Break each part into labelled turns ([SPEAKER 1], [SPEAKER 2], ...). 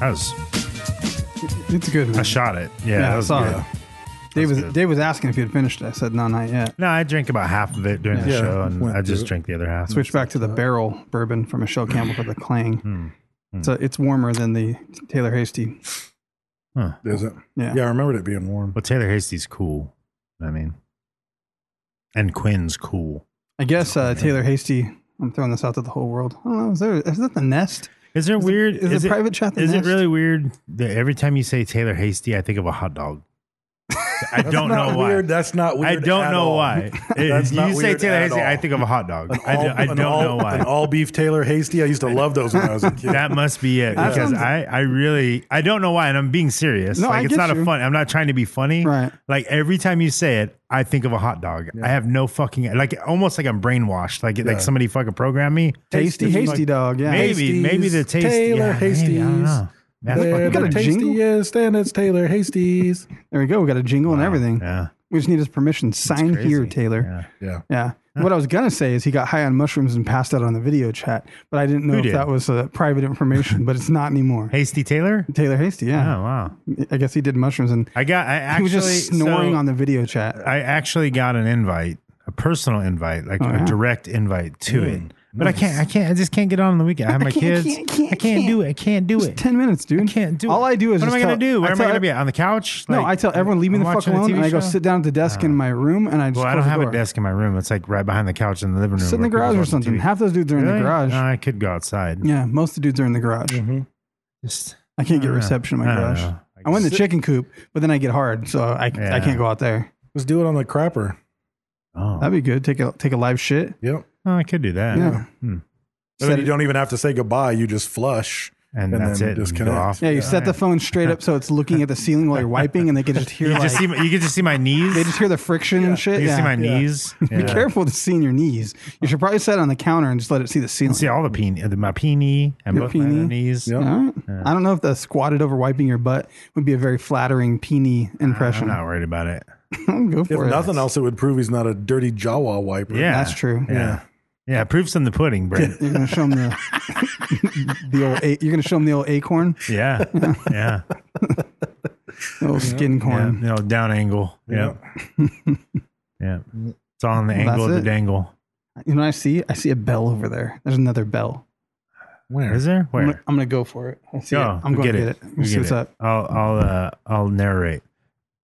[SPEAKER 1] That was
[SPEAKER 2] It's good.
[SPEAKER 1] I
[SPEAKER 2] Man.
[SPEAKER 1] shot it. Yeah,
[SPEAKER 2] Yeah,
[SPEAKER 1] Ah, that
[SPEAKER 2] I
[SPEAKER 1] was
[SPEAKER 2] saw
[SPEAKER 1] good.
[SPEAKER 2] it. Dave was
[SPEAKER 1] good.
[SPEAKER 2] Dave was asking if you had finished it. I said no, not yet.
[SPEAKER 1] No, I drink about half of it during the
[SPEAKER 2] Yeah.
[SPEAKER 1] show, and
[SPEAKER 3] Went
[SPEAKER 1] I just
[SPEAKER 3] through it.
[SPEAKER 1] drink the other half.
[SPEAKER 2] Switch back to the barrel bourbon from Michelle Campbell for the clang.
[SPEAKER 1] Hmm.
[SPEAKER 2] So it's warmer than the Taylor Hasty.
[SPEAKER 3] Is it?
[SPEAKER 2] Yeah.
[SPEAKER 3] Yeah, I remembered it being warm.
[SPEAKER 1] Well, Taylor Hasty's cool. I mean, and Quinn's cool.
[SPEAKER 2] I guess uh, Taylor Hasty. I'm throwing this out to the whole world. I don't know. Is there? Is that the nest?
[SPEAKER 1] Is there
[SPEAKER 2] Is it-
[SPEAKER 1] weird?
[SPEAKER 2] is it private chat the
[SPEAKER 1] Is
[SPEAKER 2] nest?
[SPEAKER 1] it really weird that every time you say Taylor Hasty, I think of a hot dog? I
[SPEAKER 3] That's
[SPEAKER 1] don't
[SPEAKER 3] not
[SPEAKER 1] know why.
[SPEAKER 3] weird. That's not
[SPEAKER 1] I
[SPEAKER 3] weird.
[SPEAKER 1] don't
[SPEAKER 3] at
[SPEAKER 1] know
[SPEAKER 3] all.
[SPEAKER 1] why. It-
[SPEAKER 3] That's
[SPEAKER 1] you
[SPEAKER 3] not
[SPEAKER 1] say
[SPEAKER 3] weird
[SPEAKER 1] Taylor
[SPEAKER 3] at
[SPEAKER 1] Hasty, I
[SPEAKER 3] all.
[SPEAKER 1] think of a hot dog.
[SPEAKER 3] An
[SPEAKER 1] I, do,
[SPEAKER 3] all-
[SPEAKER 1] I
[SPEAKER 3] an
[SPEAKER 1] don't
[SPEAKER 3] all-
[SPEAKER 1] know why.
[SPEAKER 3] An all beef Taylor Hasty. I used to love those when I was a kid.
[SPEAKER 1] that must be it
[SPEAKER 2] That
[SPEAKER 1] because
[SPEAKER 2] sounds-
[SPEAKER 1] I, I really I don't know why and I'm being serious.
[SPEAKER 2] No,
[SPEAKER 1] like
[SPEAKER 2] I
[SPEAKER 1] it's
[SPEAKER 2] get
[SPEAKER 1] not
[SPEAKER 2] you.
[SPEAKER 1] a fun. I'm not trying to be funny.
[SPEAKER 2] Right.
[SPEAKER 1] Like every time you say it, I think of a hot dog. I have no fucking like almost like I'm brainwashed. Like like somebody fucking programmed me.
[SPEAKER 2] Tasty
[SPEAKER 3] Tasty
[SPEAKER 2] Hasty dog. Yeah.
[SPEAKER 1] Maybe
[SPEAKER 3] Hasties,
[SPEAKER 1] maybe the taste.
[SPEAKER 3] Taylor
[SPEAKER 1] yeah, maybe, I don't
[SPEAKER 3] Hasties.
[SPEAKER 1] know. Yeah,
[SPEAKER 3] They're
[SPEAKER 1] fucking
[SPEAKER 2] got
[SPEAKER 3] the
[SPEAKER 2] a
[SPEAKER 1] weird.
[SPEAKER 2] jingle?
[SPEAKER 3] tastiest, and it's Taylor Hasty's.
[SPEAKER 2] There we go. We got a jingle and everything.
[SPEAKER 1] yeah.
[SPEAKER 2] We just need his permission. Sign here,
[SPEAKER 1] crazy.
[SPEAKER 2] Taylor.
[SPEAKER 3] Yeah.
[SPEAKER 2] Yeah. What I was gonna say is he got high on mushrooms and passed out on the video chat, but I didn't know
[SPEAKER 1] Who
[SPEAKER 2] if
[SPEAKER 1] did?
[SPEAKER 2] that was uh, private information. but it's not anymore.
[SPEAKER 1] Hasty Taylor.
[SPEAKER 2] Taylor Hasty.
[SPEAKER 1] Oh
[SPEAKER 2] Yeah.
[SPEAKER 1] wow.
[SPEAKER 2] I guess he did mushrooms and
[SPEAKER 1] I got. I actually
[SPEAKER 2] he was just snoring
[SPEAKER 1] so-
[SPEAKER 2] on the video chat.
[SPEAKER 1] I actually got an invite, a personal invite, like
[SPEAKER 2] Oh, yeah?
[SPEAKER 1] a direct invite to it. But I can't, I can't, I just can't get on on the weekend. I have my
[SPEAKER 2] can't,
[SPEAKER 1] kids.
[SPEAKER 2] can't, can't,
[SPEAKER 1] I can't do it. I can't do
[SPEAKER 2] Just
[SPEAKER 1] it.
[SPEAKER 2] ten minutes, dude.
[SPEAKER 1] I can't do it.
[SPEAKER 2] All I do is
[SPEAKER 1] what am
[SPEAKER 2] just
[SPEAKER 1] I gonna
[SPEAKER 2] tell-
[SPEAKER 1] do? Where am I
[SPEAKER 2] tell-
[SPEAKER 1] gonna be on the couch?
[SPEAKER 2] No,
[SPEAKER 1] Like,
[SPEAKER 2] I tell everyone leave me
[SPEAKER 1] I'm
[SPEAKER 2] the fuck
[SPEAKER 1] watching a
[SPEAKER 2] alone,
[SPEAKER 1] TV
[SPEAKER 2] and I go
[SPEAKER 1] show? Oh.
[SPEAKER 2] sit down at the desk in my room, and I just
[SPEAKER 1] Well, I
[SPEAKER 2] close
[SPEAKER 1] don't have
[SPEAKER 2] the
[SPEAKER 1] a
[SPEAKER 2] door.
[SPEAKER 1] desk in my room. It's like right behind the couch in the living room.
[SPEAKER 2] Sit in the
[SPEAKER 1] where
[SPEAKER 2] garage or
[SPEAKER 1] people's watching
[SPEAKER 2] something.
[SPEAKER 1] TV.
[SPEAKER 2] Half those dudes are in
[SPEAKER 1] Really? Uh.
[SPEAKER 2] the garage.
[SPEAKER 1] No, I could go outside.
[SPEAKER 2] yeah, most of the dudes are in the garage.
[SPEAKER 1] Mm-hmm. Just,
[SPEAKER 2] I can't get
[SPEAKER 1] don't know.
[SPEAKER 2] reception in my
[SPEAKER 1] Uh. I don't
[SPEAKER 2] garage.
[SPEAKER 1] know.
[SPEAKER 2] I, went in the chicken coop, but then I get hard, so I, I
[SPEAKER 1] Yeah.
[SPEAKER 2] can't go out there.
[SPEAKER 3] Let's do it on the crapper.
[SPEAKER 1] oh,
[SPEAKER 2] That'd be good. Take a take a live shit.
[SPEAKER 3] Yep.
[SPEAKER 1] Oh, I could do that.
[SPEAKER 2] Uh, Yeah.
[SPEAKER 1] Hmm.
[SPEAKER 3] So
[SPEAKER 2] Set
[SPEAKER 3] you
[SPEAKER 2] it-
[SPEAKER 3] don't even have to say goodbye. You just flush.
[SPEAKER 1] And,
[SPEAKER 3] And
[SPEAKER 1] that's
[SPEAKER 3] then
[SPEAKER 1] it.
[SPEAKER 3] disconnect.
[SPEAKER 1] Go off.
[SPEAKER 2] Yeah, you set
[SPEAKER 1] Yeah.
[SPEAKER 2] the phone straight up so it's looking at the ceiling while you're wiping, and they can just hear
[SPEAKER 1] You
[SPEAKER 2] like,
[SPEAKER 1] just see. My, you can just see my knees.
[SPEAKER 2] they just hear the friction and shit.
[SPEAKER 1] You can
[SPEAKER 2] yeah.
[SPEAKER 1] see my knees.
[SPEAKER 2] Be
[SPEAKER 1] Yeah.
[SPEAKER 2] careful to seeing your knees. You should probably set it on the counter and just let it see the
[SPEAKER 1] You
[SPEAKER 2] ceiling.
[SPEAKER 1] can see all the peen, the, my peenie and
[SPEAKER 2] Your
[SPEAKER 1] both my other
[SPEAKER 2] peenie?
[SPEAKER 1] knees.
[SPEAKER 3] Yep.
[SPEAKER 2] All right. I don't know if the squatted over wiping your butt would be a very flattering peenie
[SPEAKER 1] I'm
[SPEAKER 2] impression.
[SPEAKER 1] not worried about it.
[SPEAKER 2] Go
[SPEAKER 3] If
[SPEAKER 2] for it.
[SPEAKER 3] nothing else, it would prove he's not a dirty Jawa wiper.
[SPEAKER 1] Yeah,
[SPEAKER 2] That's true.
[SPEAKER 1] Yeah, yeah. proof's in the pudding, Brent.
[SPEAKER 2] You're gonna show them the, the old. A, you're gonna show them the old acorn,
[SPEAKER 1] yeah, yeah,
[SPEAKER 2] the old skin
[SPEAKER 1] yeah.
[SPEAKER 2] corn.
[SPEAKER 1] You know, down angle. Yeah, yeah. It's all in the
[SPEAKER 2] Well,
[SPEAKER 1] angle of the
[SPEAKER 2] that's it.
[SPEAKER 1] dangle.
[SPEAKER 2] You know, what I see. I see a bell over there. There's another bell.
[SPEAKER 1] Where is there?
[SPEAKER 2] I'm
[SPEAKER 1] Where?
[SPEAKER 2] gonna, I'm gonna go for it. I see
[SPEAKER 1] Go.
[SPEAKER 2] it. I'm
[SPEAKER 1] get
[SPEAKER 2] going to
[SPEAKER 1] it.
[SPEAKER 2] get it. Let's
[SPEAKER 1] You
[SPEAKER 2] see
[SPEAKER 1] get
[SPEAKER 2] what's
[SPEAKER 1] it.
[SPEAKER 2] up.
[SPEAKER 1] I'll I'll uh, I'll narrate.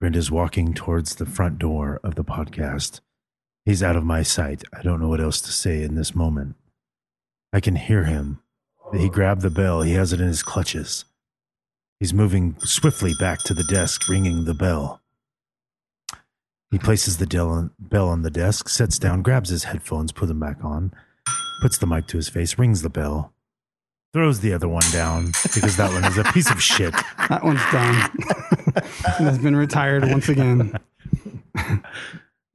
[SPEAKER 1] Brent is walking towards the front door of the podcast. He's out of my sight. I don't know what else to say in this moment. I can hear him. He grabbed the bell. He has it in his clutches. He's moving swiftly back to the desk, ringing the bell. He places the del- bell on the desk, sits down, grabs his headphones, puts them back on, puts the mic to his face, rings the bell, throws the other one down because that one is a piece of shit.
[SPEAKER 2] That one's done. and has been retired once again.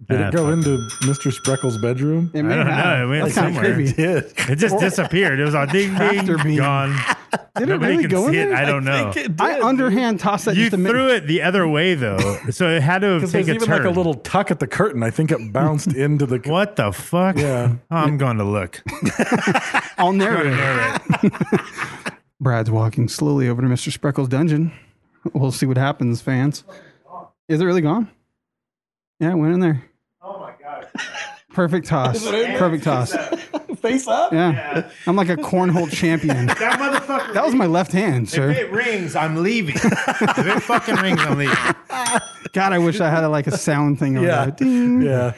[SPEAKER 3] Did
[SPEAKER 1] Ah,
[SPEAKER 3] it go
[SPEAKER 1] fuck
[SPEAKER 3] into Mr. Spreckle's bedroom?
[SPEAKER 2] It may
[SPEAKER 1] I don't
[SPEAKER 2] have.
[SPEAKER 1] know. It went
[SPEAKER 2] That's kinda
[SPEAKER 1] somewhere.
[SPEAKER 2] creepy.
[SPEAKER 1] It
[SPEAKER 3] did.
[SPEAKER 1] It just disappeared. It was all ding ding
[SPEAKER 2] Tractor beam.
[SPEAKER 1] gone.
[SPEAKER 2] Did it
[SPEAKER 1] Nobody
[SPEAKER 2] really
[SPEAKER 1] can
[SPEAKER 2] go in
[SPEAKER 1] see it.
[SPEAKER 2] there?
[SPEAKER 1] I don't know.
[SPEAKER 2] I underhand tossed that
[SPEAKER 1] you
[SPEAKER 2] just a minute.
[SPEAKER 1] threw it the other way though, so it had to
[SPEAKER 3] Because
[SPEAKER 1] take
[SPEAKER 3] there's
[SPEAKER 1] a
[SPEAKER 3] even
[SPEAKER 1] turn.
[SPEAKER 3] like a little tuck at the curtain. I think it bounced into the.
[SPEAKER 1] what the fuck?
[SPEAKER 3] Yeah.
[SPEAKER 1] Oh, I'm going to look.
[SPEAKER 2] I'll narrate it. Brad's walking slowly over to Mr. Spreckles' dungeon. We'll see what happens, fans. Is it really gone? Yeah, it went in there. Oh my god. Perfect toss. Perfect toss.
[SPEAKER 4] face up?
[SPEAKER 2] Yeah. I'm like a cornhole champion.
[SPEAKER 1] That motherfucker.
[SPEAKER 2] That was my left hand,
[SPEAKER 1] if
[SPEAKER 2] sir.
[SPEAKER 1] it rings, I'm leaving. if it fucking rings, I'm leaving.
[SPEAKER 2] God, I wish I had like a sound thing on
[SPEAKER 1] Yeah.
[SPEAKER 2] that. Oh, Ding.
[SPEAKER 3] Yeah.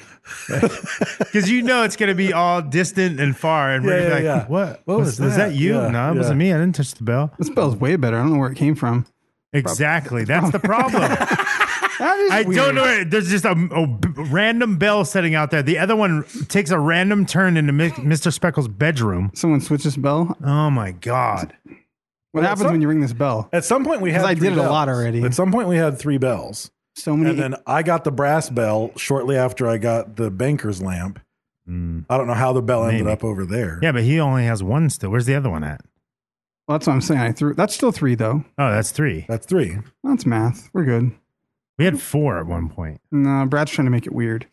[SPEAKER 1] Because you know it's going to be all distant and far. And we're
[SPEAKER 2] Yeah,
[SPEAKER 1] gonna be
[SPEAKER 2] yeah,
[SPEAKER 1] like,
[SPEAKER 2] yeah.
[SPEAKER 1] what? What was, was that you?
[SPEAKER 2] Yeah,
[SPEAKER 1] no, it
[SPEAKER 2] yeah.
[SPEAKER 1] wasn't me.
[SPEAKER 5] I didn't touch the bell.
[SPEAKER 2] This bell's way better. I don't know where it came from.
[SPEAKER 1] Exactly. That's the problem. I don't
[SPEAKER 2] weird.
[SPEAKER 1] know. There's just a, a b- random bell sitting out there. The other one takes a random turn into Mi- Mr. Speckle's bedroom.
[SPEAKER 2] Someone switched this bell.
[SPEAKER 1] Oh my god!
[SPEAKER 2] What happens when you ring this bell?
[SPEAKER 3] At some point we had
[SPEAKER 2] Because I
[SPEAKER 3] three
[SPEAKER 2] did it a lot
[SPEAKER 3] bells.
[SPEAKER 2] already.
[SPEAKER 3] At some point we had three bells.
[SPEAKER 2] So many-
[SPEAKER 3] And then I got the brass bell shortly after I got the banker's lamp. I don't know how the bell ended
[SPEAKER 1] Maybe.
[SPEAKER 3] up over there.
[SPEAKER 1] Yeah, but he only has one still. Where's the other one at?
[SPEAKER 2] Well, that's what I'm saying. I threw. That's still three though.
[SPEAKER 1] Oh, that's three.
[SPEAKER 3] That's three.
[SPEAKER 2] That's math. We're good.
[SPEAKER 1] We had four at one point.
[SPEAKER 2] No, Brad's trying to make it weird.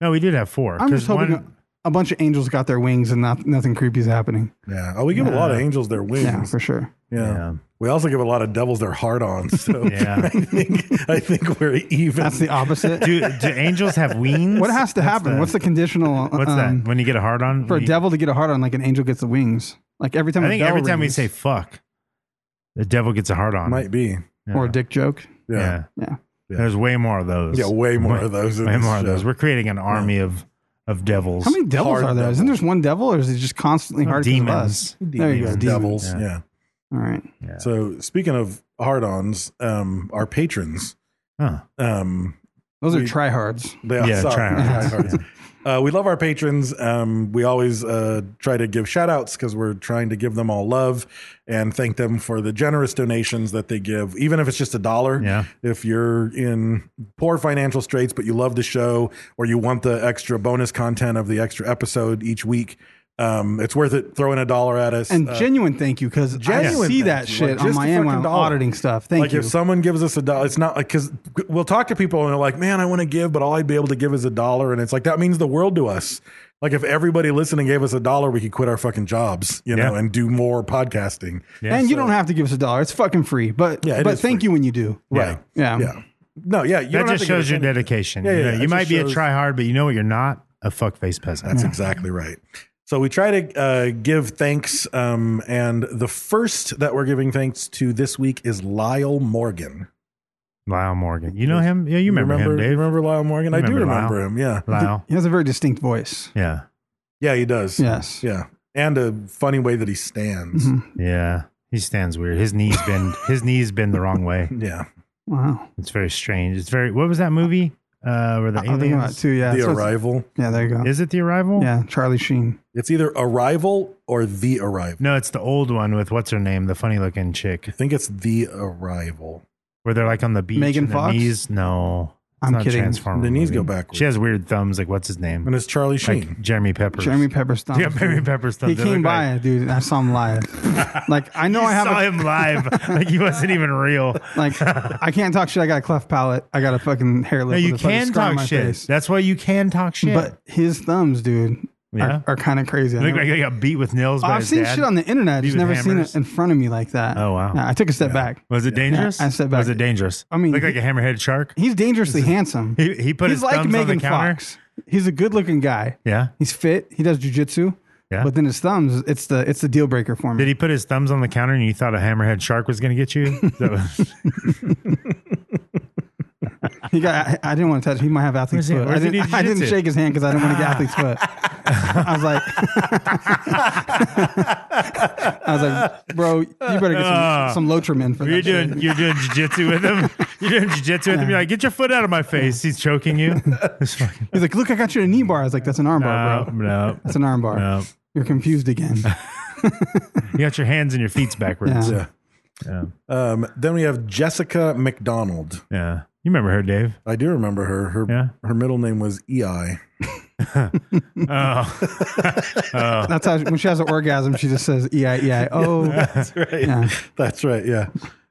[SPEAKER 1] No, we did have four.
[SPEAKER 2] I'm just
[SPEAKER 1] 'cause
[SPEAKER 2] hoping
[SPEAKER 1] one-
[SPEAKER 2] a, a bunch of angels got their wings and not, nothing creepy's happening.
[SPEAKER 3] Yeah. Oh, we give a lot of
[SPEAKER 2] Yeah.
[SPEAKER 3] angels their wings.
[SPEAKER 2] Yeah, for sure.
[SPEAKER 3] Yeah. We also give a lot of devils their heart on. So
[SPEAKER 1] Yeah.
[SPEAKER 3] I think I think we're even.
[SPEAKER 2] That's the opposite.
[SPEAKER 1] do, do angels have wings?
[SPEAKER 2] what has to
[SPEAKER 1] That's
[SPEAKER 2] happen?
[SPEAKER 1] the-
[SPEAKER 2] What's the conditional?
[SPEAKER 1] What's
[SPEAKER 2] um,
[SPEAKER 1] that? When you get a hard on
[SPEAKER 2] for a
[SPEAKER 1] We-
[SPEAKER 2] devil to get a heart on? Like an angel gets the wings. Like every time.
[SPEAKER 1] I
[SPEAKER 2] a
[SPEAKER 1] think
[SPEAKER 2] bell
[SPEAKER 1] every time we
[SPEAKER 2] rings-
[SPEAKER 1] say "fuck," the devil gets a hard on.
[SPEAKER 3] Might be.
[SPEAKER 1] Yeah.
[SPEAKER 2] or a dick joke.
[SPEAKER 3] Yeah.
[SPEAKER 1] Yeah.
[SPEAKER 2] Yeah.
[SPEAKER 1] There's way more of those.
[SPEAKER 3] Yeah, way more of those in
[SPEAKER 1] Way
[SPEAKER 3] this
[SPEAKER 1] more of
[SPEAKER 3] show.
[SPEAKER 1] those. We're creating an army of of devils.
[SPEAKER 2] How many devils
[SPEAKER 1] Hard
[SPEAKER 2] are there?
[SPEAKER 1] devils.
[SPEAKER 2] not there one devil, or is it just constantly hard
[SPEAKER 1] demons.
[SPEAKER 2] Us? There you go.
[SPEAKER 3] Demons, devils.
[SPEAKER 2] demons.
[SPEAKER 3] Yeah.
[SPEAKER 2] All right.
[SPEAKER 3] So speaking of hard-ons, um, our patrons.
[SPEAKER 1] Huh.
[SPEAKER 3] Um,
[SPEAKER 2] Those are
[SPEAKER 3] we-
[SPEAKER 2] tryhards.
[SPEAKER 3] They are,
[SPEAKER 1] Yeah,
[SPEAKER 3] sorry,
[SPEAKER 1] tryhards.
[SPEAKER 3] tryhards. Uh, we love our patrons. Um, we always uh, try to give shout outs because we're trying to give them all love and thank them for the generous donations that they give, even if it's just a dollar.
[SPEAKER 1] Yeah.
[SPEAKER 3] If you're in poor financial straits, but you love the show or you want the extra bonus content of the extra episode each week, um, it's worth it throwing a dollar at us.
[SPEAKER 2] And
[SPEAKER 3] Uh,
[SPEAKER 2] genuine thank you because I
[SPEAKER 3] genuine
[SPEAKER 2] see
[SPEAKER 3] thank
[SPEAKER 2] that
[SPEAKER 3] you.
[SPEAKER 2] shit
[SPEAKER 3] Like,
[SPEAKER 2] on
[SPEAKER 3] just
[SPEAKER 2] my
[SPEAKER 3] a
[SPEAKER 2] end when
[SPEAKER 3] fucking
[SPEAKER 2] I'm
[SPEAKER 3] dollar.
[SPEAKER 2] auditing stuff. Thank
[SPEAKER 3] like
[SPEAKER 2] you.
[SPEAKER 3] if someone gives us a dollar, it's not like because we'll talk to people and they're like, "Man, I want to give, but all I'd be able to give is a dollar," and it's like that means the world to us. Like if everybody listening gave us a dollar, we could quit our fucking jobs, you know,
[SPEAKER 1] Yeah.
[SPEAKER 3] and do more podcasting.
[SPEAKER 2] and you don't have to give us a dollar. It's fucking free. But
[SPEAKER 3] Yeah, it
[SPEAKER 2] but
[SPEAKER 3] is
[SPEAKER 2] thank you when you do.
[SPEAKER 3] Right.
[SPEAKER 2] Yeah.
[SPEAKER 3] Yeah. No. Yeah. You don't have
[SPEAKER 1] that just
[SPEAKER 3] to give
[SPEAKER 1] shows
[SPEAKER 3] us
[SPEAKER 1] your
[SPEAKER 3] anything.
[SPEAKER 1] dedication.
[SPEAKER 3] Yeah,
[SPEAKER 1] You
[SPEAKER 3] yeah,
[SPEAKER 1] know,
[SPEAKER 3] yeah, it
[SPEAKER 1] you might
[SPEAKER 3] just
[SPEAKER 1] be a
[SPEAKER 3] shows-
[SPEAKER 1] try hard, but you know what? You're not a fuck face peasant.
[SPEAKER 3] That's exactly right. So we try to uh, give thanks, um, and the first that we're giving thanks to this week is Lyle Morgan.
[SPEAKER 1] Lyle Morgan. You know him? Yeah, you remember, him, Dave?
[SPEAKER 3] Remember Lyle Morgan?
[SPEAKER 1] You
[SPEAKER 3] I do
[SPEAKER 1] remember Lyle?
[SPEAKER 3] remember him. Yeah.
[SPEAKER 1] Lyle.
[SPEAKER 2] He has a very distinct voice.
[SPEAKER 1] Yeah.
[SPEAKER 3] Yeah, he does.
[SPEAKER 2] Yes.
[SPEAKER 3] Yeah. And a funny way that he stands.
[SPEAKER 1] Mm-hmm. Yeah. He stands weird. His knees bend. his knees bend the wrong way.
[SPEAKER 3] Yeah.
[SPEAKER 2] Wow.
[SPEAKER 1] It's very strange. It's very. What was that movie? Uh, where the
[SPEAKER 2] I'm thinking about it
[SPEAKER 1] aliens?
[SPEAKER 2] too. Yeah.
[SPEAKER 3] the
[SPEAKER 2] So it's-
[SPEAKER 3] Arrival.
[SPEAKER 2] Yeah. There you go.
[SPEAKER 1] Is it the arrival?
[SPEAKER 2] Yeah. Charlie Sheen.
[SPEAKER 3] It's either Arrival or The Arrival.
[SPEAKER 1] No, it's the old one with what's her name, the funny looking chick,
[SPEAKER 3] I think it's The Arrival.
[SPEAKER 1] where they're like on the beach.
[SPEAKER 2] Megan
[SPEAKER 1] and their
[SPEAKER 2] Fox?
[SPEAKER 1] Knees. No, it's
[SPEAKER 2] I'm
[SPEAKER 1] not a
[SPEAKER 2] kidding.
[SPEAKER 1] Transformer
[SPEAKER 3] The knees
[SPEAKER 1] movie.
[SPEAKER 3] go backwards.
[SPEAKER 1] She has weird thumbs. Like what's his name?
[SPEAKER 3] And it's Charlie
[SPEAKER 1] Like
[SPEAKER 3] Sheen.
[SPEAKER 1] Jeremy Pepper.
[SPEAKER 2] Jeremy Pepper stomped.
[SPEAKER 1] Yeah, Jeremy Pepper
[SPEAKER 2] He
[SPEAKER 1] stomped. They
[SPEAKER 2] came
[SPEAKER 1] look
[SPEAKER 2] by, dude. and I saw him live. like I know
[SPEAKER 1] You
[SPEAKER 2] I have
[SPEAKER 1] saw
[SPEAKER 2] a,
[SPEAKER 1] him live. like he wasn't even real.
[SPEAKER 2] like I can't talk shit. I got a cleft palate. I got a fucking hair lip.
[SPEAKER 1] No,
[SPEAKER 2] with
[SPEAKER 1] you
[SPEAKER 2] a fucking
[SPEAKER 1] can
[SPEAKER 2] scar on
[SPEAKER 1] talk
[SPEAKER 2] my
[SPEAKER 1] shit.
[SPEAKER 2] face.
[SPEAKER 1] That's why you can talk shit.
[SPEAKER 2] But his thumbs, dude,
[SPEAKER 1] Yeah?
[SPEAKER 2] are, are kind of crazy. I
[SPEAKER 1] look
[SPEAKER 2] never-
[SPEAKER 1] like they got beat with nails. by
[SPEAKER 2] I've
[SPEAKER 1] his
[SPEAKER 2] seen
[SPEAKER 1] dad.
[SPEAKER 2] shit on the internet. I've
[SPEAKER 1] Beat
[SPEAKER 2] just
[SPEAKER 1] with
[SPEAKER 2] never seen
[SPEAKER 1] hammers.
[SPEAKER 2] it in front of me like that.
[SPEAKER 1] Oh, wow.
[SPEAKER 2] Yeah, I took a step back.
[SPEAKER 1] Was it dangerous?
[SPEAKER 2] Yeah, I stepped
[SPEAKER 1] Was
[SPEAKER 2] back.
[SPEAKER 1] it dangerous?
[SPEAKER 2] I mean,
[SPEAKER 1] look like
[SPEAKER 2] he-
[SPEAKER 1] a hammerhead shark.
[SPEAKER 2] He's dangerously handsome.
[SPEAKER 1] He, he put
[SPEAKER 2] He's
[SPEAKER 1] his
[SPEAKER 2] like
[SPEAKER 1] thumbs on
[SPEAKER 2] Megan
[SPEAKER 1] the counter.
[SPEAKER 2] Fox. He's a good-looking guy.
[SPEAKER 1] Yeah.
[SPEAKER 2] He's fit. He does jujitsu.
[SPEAKER 1] Yeah.
[SPEAKER 2] But then his thumbs, it's the it's the deal breaker for me.
[SPEAKER 1] Did he put his thumbs on the counter and you thought a hammerhead shark was going to get you? Is that what-
[SPEAKER 2] He got. I, I didn't want to touch. He might have athlete's
[SPEAKER 1] Where's he-
[SPEAKER 2] foot. I
[SPEAKER 1] where's he
[SPEAKER 2] didn't,
[SPEAKER 1] do
[SPEAKER 2] I didn't
[SPEAKER 1] jujitsu?
[SPEAKER 2] shake his hand because I didn't want to get athlete's foot. I was like, I was like, bro, you better get
[SPEAKER 1] Ah.
[SPEAKER 2] some, some Lotrimin for
[SPEAKER 1] you're
[SPEAKER 2] that shit.
[SPEAKER 1] doing you're doing jujitsu with him. You're doing jujitsu with him. You're like, get your foot out of my face. He's choking you. It's fucking-
[SPEAKER 2] He's like, look, I got you a knee bar. I was like, that's an arm
[SPEAKER 1] no,
[SPEAKER 2] bar, bro.
[SPEAKER 1] no,
[SPEAKER 2] That's an arm bar.
[SPEAKER 1] no.
[SPEAKER 2] You're confused again.
[SPEAKER 1] You got your hands and your feet backwards.
[SPEAKER 2] Yeah.
[SPEAKER 3] Yeah.
[SPEAKER 1] Yeah.
[SPEAKER 3] Um, then we have Jessica McDonald.
[SPEAKER 1] Yeah. You remember her, Dave?
[SPEAKER 3] I do remember her. Her
[SPEAKER 1] Yeah.
[SPEAKER 3] her middle name was E EI.
[SPEAKER 1] Oh,
[SPEAKER 2] That's how when she has an orgasm, she just says, "Yeah, yeah, oh."
[SPEAKER 3] That's right.
[SPEAKER 2] Yeah.
[SPEAKER 3] That's right. Yeah.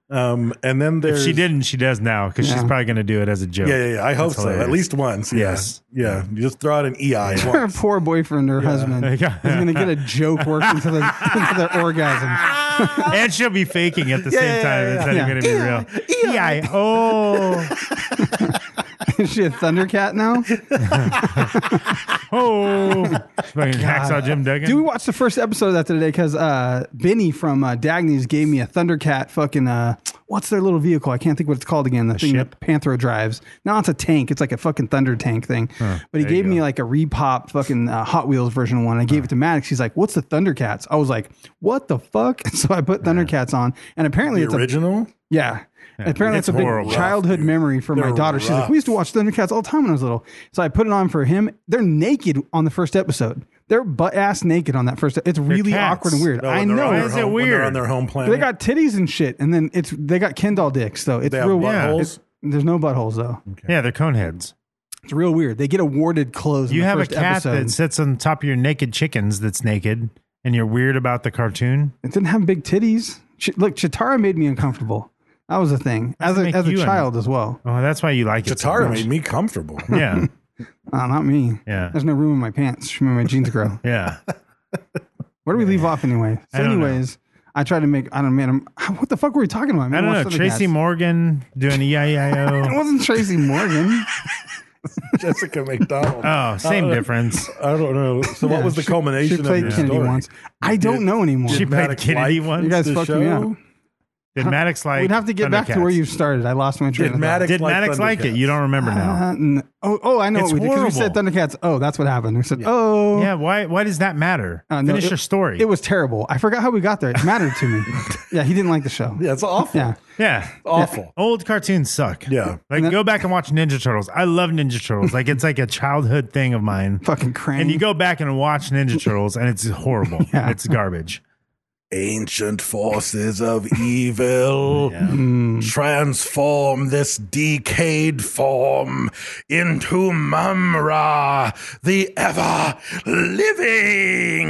[SPEAKER 3] Um, and then
[SPEAKER 1] if
[SPEAKER 3] there's
[SPEAKER 1] she didn't, she does now because she's
[SPEAKER 2] Yeah.
[SPEAKER 1] probably going to do it as a joke.
[SPEAKER 3] Yeah, yeah, yeah. I hope
[SPEAKER 1] That's
[SPEAKER 3] so. At
[SPEAKER 1] hilarious.
[SPEAKER 3] least once. Yeah.
[SPEAKER 1] Yes.
[SPEAKER 3] Yeah. You just throw out an EI
[SPEAKER 2] Her
[SPEAKER 3] once.
[SPEAKER 2] poor boyfriend or husband is
[SPEAKER 1] Yeah.
[SPEAKER 2] gonna get a joke worked into their, into their orgasm.
[SPEAKER 1] and she'll be faking at the same
[SPEAKER 3] yeah,
[SPEAKER 1] time.
[SPEAKER 3] yeah,
[SPEAKER 1] It's not
[SPEAKER 2] yeah.
[SPEAKER 1] even going to be real. E I O.
[SPEAKER 2] Is she a Thundercat now?
[SPEAKER 1] oh, fucking hacksaw Jim Duggan.
[SPEAKER 2] Dude, we watched the first episode of that today because uh, Benny from uh, Dagny's gave me a Thundercat fucking, uh, what's their little vehicle? I can't think what it's called again. The thing
[SPEAKER 1] ship?
[SPEAKER 2] that Panthro drives. No, it's a tank. It's like a fucking Thunder tank thing. but
[SPEAKER 1] there
[SPEAKER 2] he
[SPEAKER 1] you
[SPEAKER 2] gave me
[SPEAKER 1] go.
[SPEAKER 2] like a repop fucking uh, Hot Wheels version one. I gave it to Maddox. He's like, what's the Thundercats? I was like, what the fuck? So I put Thundercats on and apparently
[SPEAKER 3] The
[SPEAKER 2] it's a
[SPEAKER 3] original?
[SPEAKER 2] Yeah. Apparently,
[SPEAKER 1] It's
[SPEAKER 2] it's a big
[SPEAKER 1] horrible.
[SPEAKER 2] childhood memory for my
[SPEAKER 3] They're
[SPEAKER 2] daughter. She's like,
[SPEAKER 3] rough.
[SPEAKER 2] we used to watch Thundercats all the time when I was little. So I put it on for him. They're naked on the first episode. They're butt ass naked on that first. e-, It's really
[SPEAKER 1] cats.
[SPEAKER 2] awkward and weird.
[SPEAKER 3] No,
[SPEAKER 2] I
[SPEAKER 3] when they're on
[SPEAKER 2] know.
[SPEAKER 1] Why
[SPEAKER 3] their
[SPEAKER 1] is
[SPEAKER 3] home-
[SPEAKER 1] it
[SPEAKER 3] when they're
[SPEAKER 1] weird?
[SPEAKER 3] on their home planet.
[SPEAKER 2] They got titties and shit, and then it's they got Ken doll dicks. So it's
[SPEAKER 3] They have
[SPEAKER 2] real.
[SPEAKER 3] buttholes?
[SPEAKER 2] There's no buttholes though.
[SPEAKER 1] Yeah, they're cone heads.
[SPEAKER 2] It's real weird. They get awarded clothes. in
[SPEAKER 1] You
[SPEAKER 2] the
[SPEAKER 1] have a
[SPEAKER 2] first
[SPEAKER 1] cat
[SPEAKER 2] episode.
[SPEAKER 1] that sits on top of your naked chickens that's naked, and you're weird about the cartoon.
[SPEAKER 2] It didn't have big titties. Ch- look, Chitara made me uncomfortable. That was a thing as a,
[SPEAKER 1] make
[SPEAKER 2] as a
[SPEAKER 1] you un-
[SPEAKER 2] child as well.
[SPEAKER 1] Oh, that's why you like it. so
[SPEAKER 3] Chitara
[SPEAKER 1] much.
[SPEAKER 3] made me comfortable.
[SPEAKER 1] Yeah,
[SPEAKER 2] Uh, not me.
[SPEAKER 1] Yeah.
[SPEAKER 2] There's no room in my pants. Remember my jeans grow.
[SPEAKER 1] yeah.
[SPEAKER 2] Where do we leave off anyway?
[SPEAKER 1] I
[SPEAKER 2] So,
[SPEAKER 1] don't know.
[SPEAKER 2] anyways, I tried to make. I don't know, man. I'm, what the fuck were we talking about? Man,
[SPEAKER 1] I don't know.
[SPEAKER 2] watched Thundercats.
[SPEAKER 1] Tracy Morgan doing E
[SPEAKER 2] It
[SPEAKER 1] EIEIO.
[SPEAKER 2] wasn't Tracy Morgan.
[SPEAKER 3] Jessica McDonald.
[SPEAKER 1] Oh, same
[SPEAKER 3] Uh,
[SPEAKER 1] difference.
[SPEAKER 3] I don't know. So what was the
[SPEAKER 2] She-
[SPEAKER 3] culmination
[SPEAKER 2] She played
[SPEAKER 3] of your
[SPEAKER 2] Kennedy
[SPEAKER 3] story?
[SPEAKER 2] once. I don't
[SPEAKER 3] Did-
[SPEAKER 2] know anymore.
[SPEAKER 1] She played
[SPEAKER 3] Maddox
[SPEAKER 1] Kennedy
[SPEAKER 3] like
[SPEAKER 1] once.
[SPEAKER 2] you guys
[SPEAKER 3] the
[SPEAKER 2] fucked me
[SPEAKER 3] show?
[SPEAKER 2] up.
[SPEAKER 1] Did Maddox like?
[SPEAKER 2] We'd have to get back to where
[SPEAKER 1] Thundercats?
[SPEAKER 2] you started. I lost my train
[SPEAKER 3] Did
[SPEAKER 2] of thought.
[SPEAKER 3] Maddox
[SPEAKER 1] Did
[SPEAKER 3] like
[SPEAKER 1] Maddox like it?
[SPEAKER 3] Thundercats?
[SPEAKER 1] You don't remember now.
[SPEAKER 2] Uh, n- oh, oh, I know
[SPEAKER 1] It's
[SPEAKER 2] what we did. 'cause We said Thundercats. Oh, that's what happened. We said, oh,
[SPEAKER 1] Yeah. Why? Why does that matter?
[SPEAKER 2] Uh, no,
[SPEAKER 1] Finish
[SPEAKER 2] it-
[SPEAKER 1] your story.
[SPEAKER 2] It was terrible. I forgot how we got there. It mattered to me. yeah, he didn't like the show.
[SPEAKER 3] Yeah, it's awful.
[SPEAKER 2] Yeah.
[SPEAKER 1] yeah.
[SPEAKER 3] Awful.
[SPEAKER 1] Old cartoons suck.
[SPEAKER 3] Yeah.
[SPEAKER 1] Like go back and watch Ninja Turtles. I love Ninja Turtles. Like it's like a childhood thing of mine.
[SPEAKER 2] Fucking crane.
[SPEAKER 1] And you go back and watch Ninja Turtles and it's horrible.
[SPEAKER 2] Yeah.
[SPEAKER 1] It's garbage.
[SPEAKER 3] Ancient forces of evil
[SPEAKER 2] Hmm.
[SPEAKER 3] transform this decayed form into Mumra, the ever living.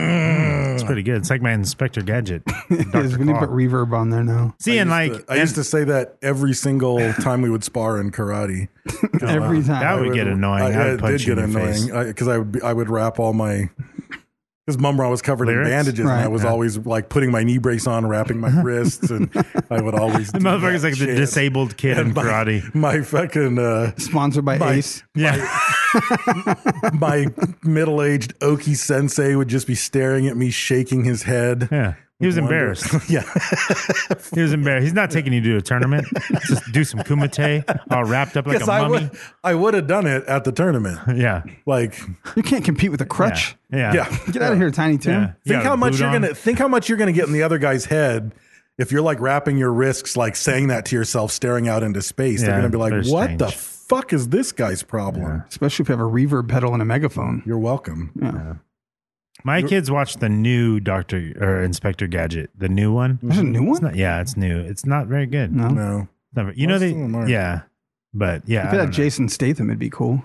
[SPEAKER 1] It's pretty good. It's like my Inspector Gadget.
[SPEAKER 2] Yes, we need to put reverb on there now.
[SPEAKER 1] See, and like
[SPEAKER 3] I used to say that every single time we would spar in karate.
[SPEAKER 2] Every time.
[SPEAKER 1] Oh, that would get annoying. I,
[SPEAKER 3] I,
[SPEAKER 1] would
[SPEAKER 3] I
[SPEAKER 1] punch
[SPEAKER 3] did get
[SPEAKER 1] you in the face.
[SPEAKER 3] annoying because I would be, I would wrap all my because Mumra was covered
[SPEAKER 1] Lyrics?
[SPEAKER 3] in bandages and I
[SPEAKER 2] Right.
[SPEAKER 3] was always like putting my knee brace on, wrapping my wrists, and I would always
[SPEAKER 1] The motherfucker's like the disabled kid in
[SPEAKER 3] my,
[SPEAKER 1] karate.
[SPEAKER 3] My fucking uh,
[SPEAKER 2] Sponsored by
[SPEAKER 3] my,
[SPEAKER 2] Ace.
[SPEAKER 1] Yeah.
[SPEAKER 3] my middle aged Oki sensei would just be staring at me, shaking his head.
[SPEAKER 1] Yeah. He was
[SPEAKER 3] Wonder-
[SPEAKER 1] embarrassed.
[SPEAKER 3] yeah,
[SPEAKER 1] He was embarrassed. He's not taking you to a tournament. Just do some kumite, all wrapped up like
[SPEAKER 3] because
[SPEAKER 1] a
[SPEAKER 3] I
[SPEAKER 1] mummy.
[SPEAKER 3] would I would have done it at the tournament.
[SPEAKER 1] Yeah.
[SPEAKER 3] Like,
[SPEAKER 2] You can't compete with a crutch.
[SPEAKER 1] Yeah.
[SPEAKER 3] yeah.
[SPEAKER 2] Get out of here, Tiny Tim.
[SPEAKER 1] Yeah. You
[SPEAKER 3] Think
[SPEAKER 1] got
[SPEAKER 3] how
[SPEAKER 1] a
[SPEAKER 3] much
[SPEAKER 1] boot
[SPEAKER 3] you're
[SPEAKER 1] on.
[SPEAKER 3] gonna think how much you're gonna get in the other guy's head if you're like wrapping your wrisks, like saying that to yourself, staring out into space.
[SPEAKER 1] Yeah,
[SPEAKER 3] They're gonna be like,
[SPEAKER 1] they're
[SPEAKER 3] "What the
[SPEAKER 1] strange.
[SPEAKER 3] fuck is this guy's problem?"
[SPEAKER 2] Especially if you have a reverb pedal and a megaphone.
[SPEAKER 3] You're welcome.
[SPEAKER 1] My kids watched the new Doctor or Inspector Gadget, the new one.
[SPEAKER 2] There's a new one?
[SPEAKER 1] It's not, yeah, it's new. It's not very good.
[SPEAKER 2] no.
[SPEAKER 3] No,
[SPEAKER 1] Never, you know
[SPEAKER 3] Well, it's
[SPEAKER 1] they.
[SPEAKER 3] still a mark.
[SPEAKER 1] Yeah, but yeah,
[SPEAKER 2] If
[SPEAKER 1] I
[SPEAKER 2] it
[SPEAKER 1] don't
[SPEAKER 2] had
[SPEAKER 1] know.
[SPEAKER 2] Jason Statham, it'd be cool.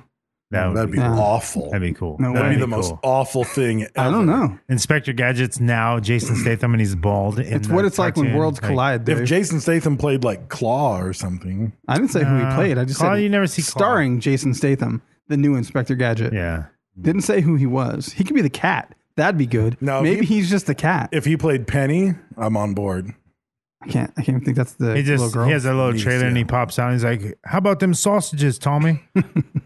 [SPEAKER 1] That would
[SPEAKER 3] that'd be
[SPEAKER 1] be.
[SPEAKER 2] Yeah.
[SPEAKER 3] awful.
[SPEAKER 1] That'd be cool.
[SPEAKER 2] No
[SPEAKER 3] That'd
[SPEAKER 2] way.
[SPEAKER 3] be the most
[SPEAKER 1] cool.
[SPEAKER 3] awful thing. Ever.
[SPEAKER 2] I don't know.
[SPEAKER 1] Inspector Gadget's now Jason Statham and he's bald. in
[SPEAKER 2] It's
[SPEAKER 1] the
[SPEAKER 2] what it's like when
[SPEAKER 1] cartoon.
[SPEAKER 2] worlds
[SPEAKER 1] Like,
[SPEAKER 2] collide.
[SPEAKER 3] If
[SPEAKER 2] Dave.
[SPEAKER 3] Jason Statham played like Claw or something,
[SPEAKER 2] I didn't say who he
[SPEAKER 1] No.
[SPEAKER 2] played. I just
[SPEAKER 1] Claw,
[SPEAKER 2] said
[SPEAKER 1] you never see Claw.
[SPEAKER 2] starring Jason Statham, the new Inspector Gadget.
[SPEAKER 1] Yeah,
[SPEAKER 2] Didn't say who he was. He could be the cat. That'd be good.
[SPEAKER 3] No,
[SPEAKER 2] maybe
[SPEAKER 3] he-
[SPEAKER 2] he's just the cat.
[SPEAKER 3] if he played Penny, I'm on board.
[SPEAKER 2] I can't. I can't think that's the
[SPEAKER 1] he just
[SPEAKER 2] little girl.
[SPEAKER 1] he has a little
[SPEAKER 3] Needs,
[SPEAKER 1] trailer and he
[SPEAKER 3] yeah.
[SPEAKER 1] pops out. and He's like, "How about them sausages, Tommy?"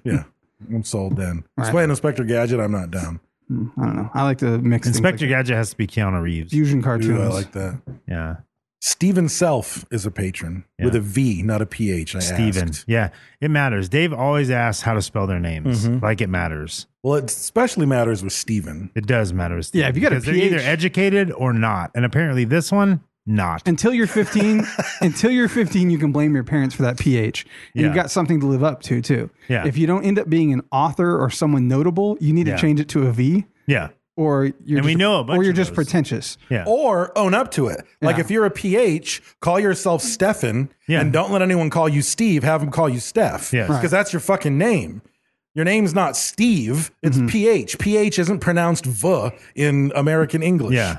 [SPEAKER 3] Yeah, I'm sold. Then he's
[SPEAKER 2] Right.
[SPEAKER 3] playing Inspector Gadget. I'm not down.
[SPEAKER 2] I don't know. I like to mix things
[SPEAKER 1] Inspector
[SPEAKER 2] like
[SPEAKER 1] Gadget has to be Keanu Reeves.
[SPEAKER 2] fusion
[SPEAKER 3] Dude,
[SPEAKER 2] cartoons.
[SPEAKER 3] I like that.
[SPEAKER 1] Yeah,
[SPEAKER 3] Steven Self is a patron
[SPEAKER 1] Yeah.
[SPEAKER 3] with a V, not a PH. I
[SPEAKER 1] Steven.
[SPEAKER 3] asked.
[SPEAKER 1] Yeah, it matters. Dave always asks how to spell their names.
[SPEAKER 2] Mm-hmm.
[SPEAKER 1] Like it matters.
[SPEAKER 3] Well, it especially matters with Steven.
[SPEAKER 1] It does matter. Steve,
[SPEAKER 2] Yeah, if you got a
[SPEAKER 1] because they're either
[SPEAKER 2] PH.
[SPEAKER 1] educated or not, and apparently this one not.
[SPEAKER 2] until you're 15 until you're 15 you can blame your parents for that ph and
[SPEAKER 1] Yeah.
[SPEAKER 2] you've got something to live up to too
[SPEAKER 1] Yeah.
[SPEAKER 2] if you don't end up being an author or someone notable you need
[SPEAKER 1] Yeah.
[SPEAKER 2] to change it to a v
[SPEAKER 1] yeah,
[SPEAKER 2] or you're
[SPEAKER 1] And
[SPEAKER 2] just,
[SPEAKER 1] we know a bunch
[SPEAKER 2] or you're
[SPEAKER 1] of
[SPEAKER 2] just
[SPEAKER 1] those.
[SPEAKER 2] pretentious
[SPEAKER 1] yeah.
[SPEAKER 3] Or own up to it. Like
[SPEAKER 2] Yeah.
[SPEAKER 3] if you're a PH, call yourself Stefan
[SPEAKER 1] Yeah.
[SPEAKER 3] and don't let anyone call you Steve. Have them call you Steph.
[SPEAKER 1] Yes. Right.
[SPEAKER 3] Because that's your fucking name. Your name's not Steve. It's
[SPEAKER 1] Mm-hmm.
[SPEAKER 3] PH. PH isn't pronounced V in American English.
[SPEAKER 1] Yeah.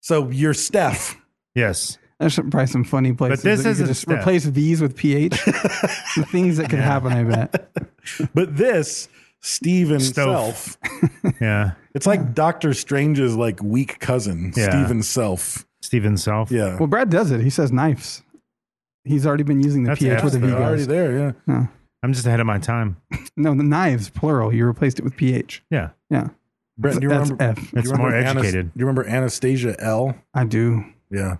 [SPEAKER 3] So you're Steph.
[SPEAKER 1] Yes.
[SPEAKER 2] there's some, probably some funny places
[SPEAKER 1] this
[SPEAKER 2] that you
[SPEAKER 1] isn't
[SPEAKER 2] could just
[SPEAKER 1] Steph.
[SPEAKER 2] replace v's with ph the things that could happen i bet
[SPEAKER 3] But this, Steve himself,
[SPEAKER 1] Yeah.
[SPEAKER 3] it's like Doctor Strange's like weak cousin,
[SPEAKER 1] Yeah.
[SPEAKER 3] Steve himself.
[SPEAKER 1] Steven Self.
[SPEAKER 3] Yeah.
[SPEAKER 2] well brad does it he says knives he's already been using the
[SPEAKER 1] That's
[SPEAKER 2] ph with
[SPEAKER 1] abs,
[SPEAKER 2] a v
[SPEAKER 1] though.
[SPEAKER 3] They're already
[SPEAKER 2] guys
[SPEAKER 3] there, yeah.
[SPEAKER 1] I'm just ahead of my time.
[SPEAKER 2] No, the knives, plural. You replaced it with PH.
[SPEAKER 1] Yeah.
[SPEAKER 2] Yeah.
[SPEAKER 3] Brent, do you
[SPEAKER 2] That's
[SPEAKER 3] remember?
[SPEAKER 2] F.
[SPEAKER 3] do you
[SPEAKER 1] It's
[SPEAKER 3] remember
[SPEAKER 1] more
[SPEAKER 3] Anas-
[SPEAKER 1] educated.
[SPEAKER 3] do you remember Anastasia L?
[SPEAKER 2] I do.
[SPEAKER 3] Yeah.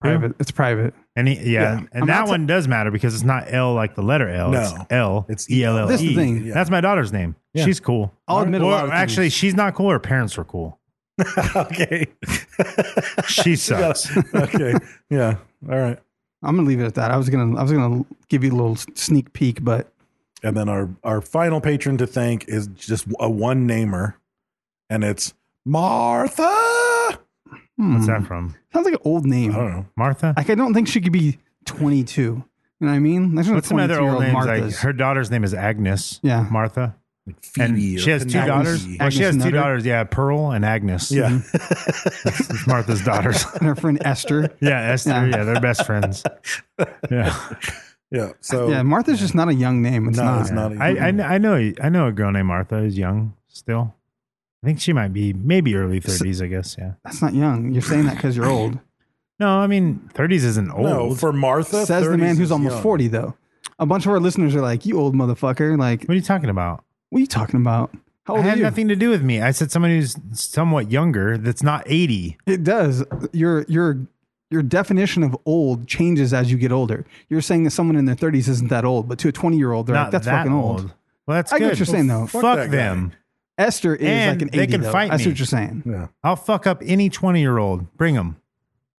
[SPEAKER 2] Private. It's private.
[SPEAKER 1] And he, yeah.
[SPEAKER 2] Yeah.
[SPEAKER 1] and
[SPEAKER 2] I'm
[SPEAKER 1] that
[SPEAKER 2] not t-
[SPEAKER 1] one does matter because it's not L like the letter L.
[SPEAKER 3] No.
[SPEAKER 1] It's L.
[SPEAKER 3] It's
[SPEAKER 1] E L L.
[SPEAKER 2] This is the thing.
[SPEAKER 1] That's my daughter's name.
[SPEAKER 3] Yeah.
[SPEAKER 1] She's cool.
[SPEAKER 2] I'll admit a
[SPEAKER 1] Or
[SPEAKER 2] lot of
[SPEAKER 1] actually,
[SPEAKER 2] things.
[SPEAKER 1] she's not cool. Her parents were cool.
[SPEAKER 3] okay.
[SPEAKER 1] She sucks.
[SPEAKER 3] okay. Yeah. All right.
[SPEAKER 2] I'm gonna leave it at that. I was gonna I was gonna give you a little sneak peek, but
[SPEAKER 3] And then our our final patron to thank is just a one namer, and it's Martha. I
[SPEAKER 1] What's that from?
[SPEAKER 2] sounds like an old name.
[SPEAKER 3] don't know.
[SPEAKER 1] Martha?
[SPEAKER 2] Like Hmm. I don't think she could be 22. You know what I mean? That's
[SPEAKER 1] What's some other old names? Like
[SPEAKER 2] Martha's.
[SPEAKER 1] her daughter's name is Agnes.
[SPEAKER 2] Yeah.
[SPEAKER 1] Martha. And
[SPEAKER 3] Phoebe
[SPEAKER 1] she
[SPEAKER 3] or
[SPEAKER 1] has two
[SPEAKER 3] Penelope.
[SPEAKER 1] daughters. Well, she
[SPEAKER 2] Agnes
[SPEAKER 1] has two
[SPEAKER 2] Nutter.
[SPEAKER 1] daughters. Yeah, Pearl and Agnes.
[SPEAKER 3] Yeah.
[SPEAKER 1] It's Martha's daughters.
[SPEAKER 2] and her friend Esther.
[SPEAKER 1] yeah, Esther. Yeah.
[SPEAKER 2] Yeah.
[SPEAKER 1] they're best friends. Yeah.
[SPEAKER 3] Yeah. So
[SPEAKER 2] Yeah, Martha's just not a yown name. It's
[SPEAKER 3] Oh, no,
[SPEAKER 2] not.
[SPEAKER 3] it's not. a-
[SPEAKER 1] I, I, kn- I know I know a girl named Martha is young still. I think she might be maybe early 30s, I guess. Yeah.
[SPEAKER 2] That's not young. You're saying that because you're old.
[SPEAKER 1] No, I mean 30s isn't old.
[SPEAKER 3] no, for Martha
[SPEAKER 2] Says the
[SPEAKER 3] 30s
[SPEAKER 2] man who's
[SPEAKER 3] is
[SPEAKER 2] almost
[SPEAKER 3] young.
[SPEAKER 2] 40, though. A bunch of our listeners are like, "You old motherfucker!" Like,
[SPEAKER 1] what are you talking about?
[SPEAKER 2] what are you talking about? How
[SPEAKER 1] I
[SPEAKER 2] old are
[SPEAKER 1] had
[SPEAKER 2] Oh, you?
[SPEAKER 1] nothing to do with me. I said someone who's somewhat younger that's not 80.
[SPEAKER 2] It does. Your your your definition of old changes as you get older. You're saying that someone in their 30s isn't that old, but to a 20 year old, they're
[SPEAKER 1] not
[SPEAKER 2] like, "That's
[SPEAKER 1] that
[SPEAKER 2] fucking old."
[SPEAKER 1] Well, that's
[SPEAKER 2] I get
[SPEAKER 1] good.
[SPEAKER 2] what you're saying, though.
[SPEAKER 1] Fuck,
[SPEAKER 3] Fuck that guy.
[SPEAKER 1] them.
[SPEAKER 2] Esther is
[SPEAKER 1] And
[SPEAKER 2] like an 80.
[SPEAKER 1] they can
[SPEAKER 2] though.
[SPEAKER 1] fight
[SPEAKER 2] I see
[SPEAKER 1] me. Mm.
[SPEAKER 2] what you're saying.
[SPEAKER 3] Yeah.
[SPEAKER 1] I'll fuck up any 20 year old. Bring them.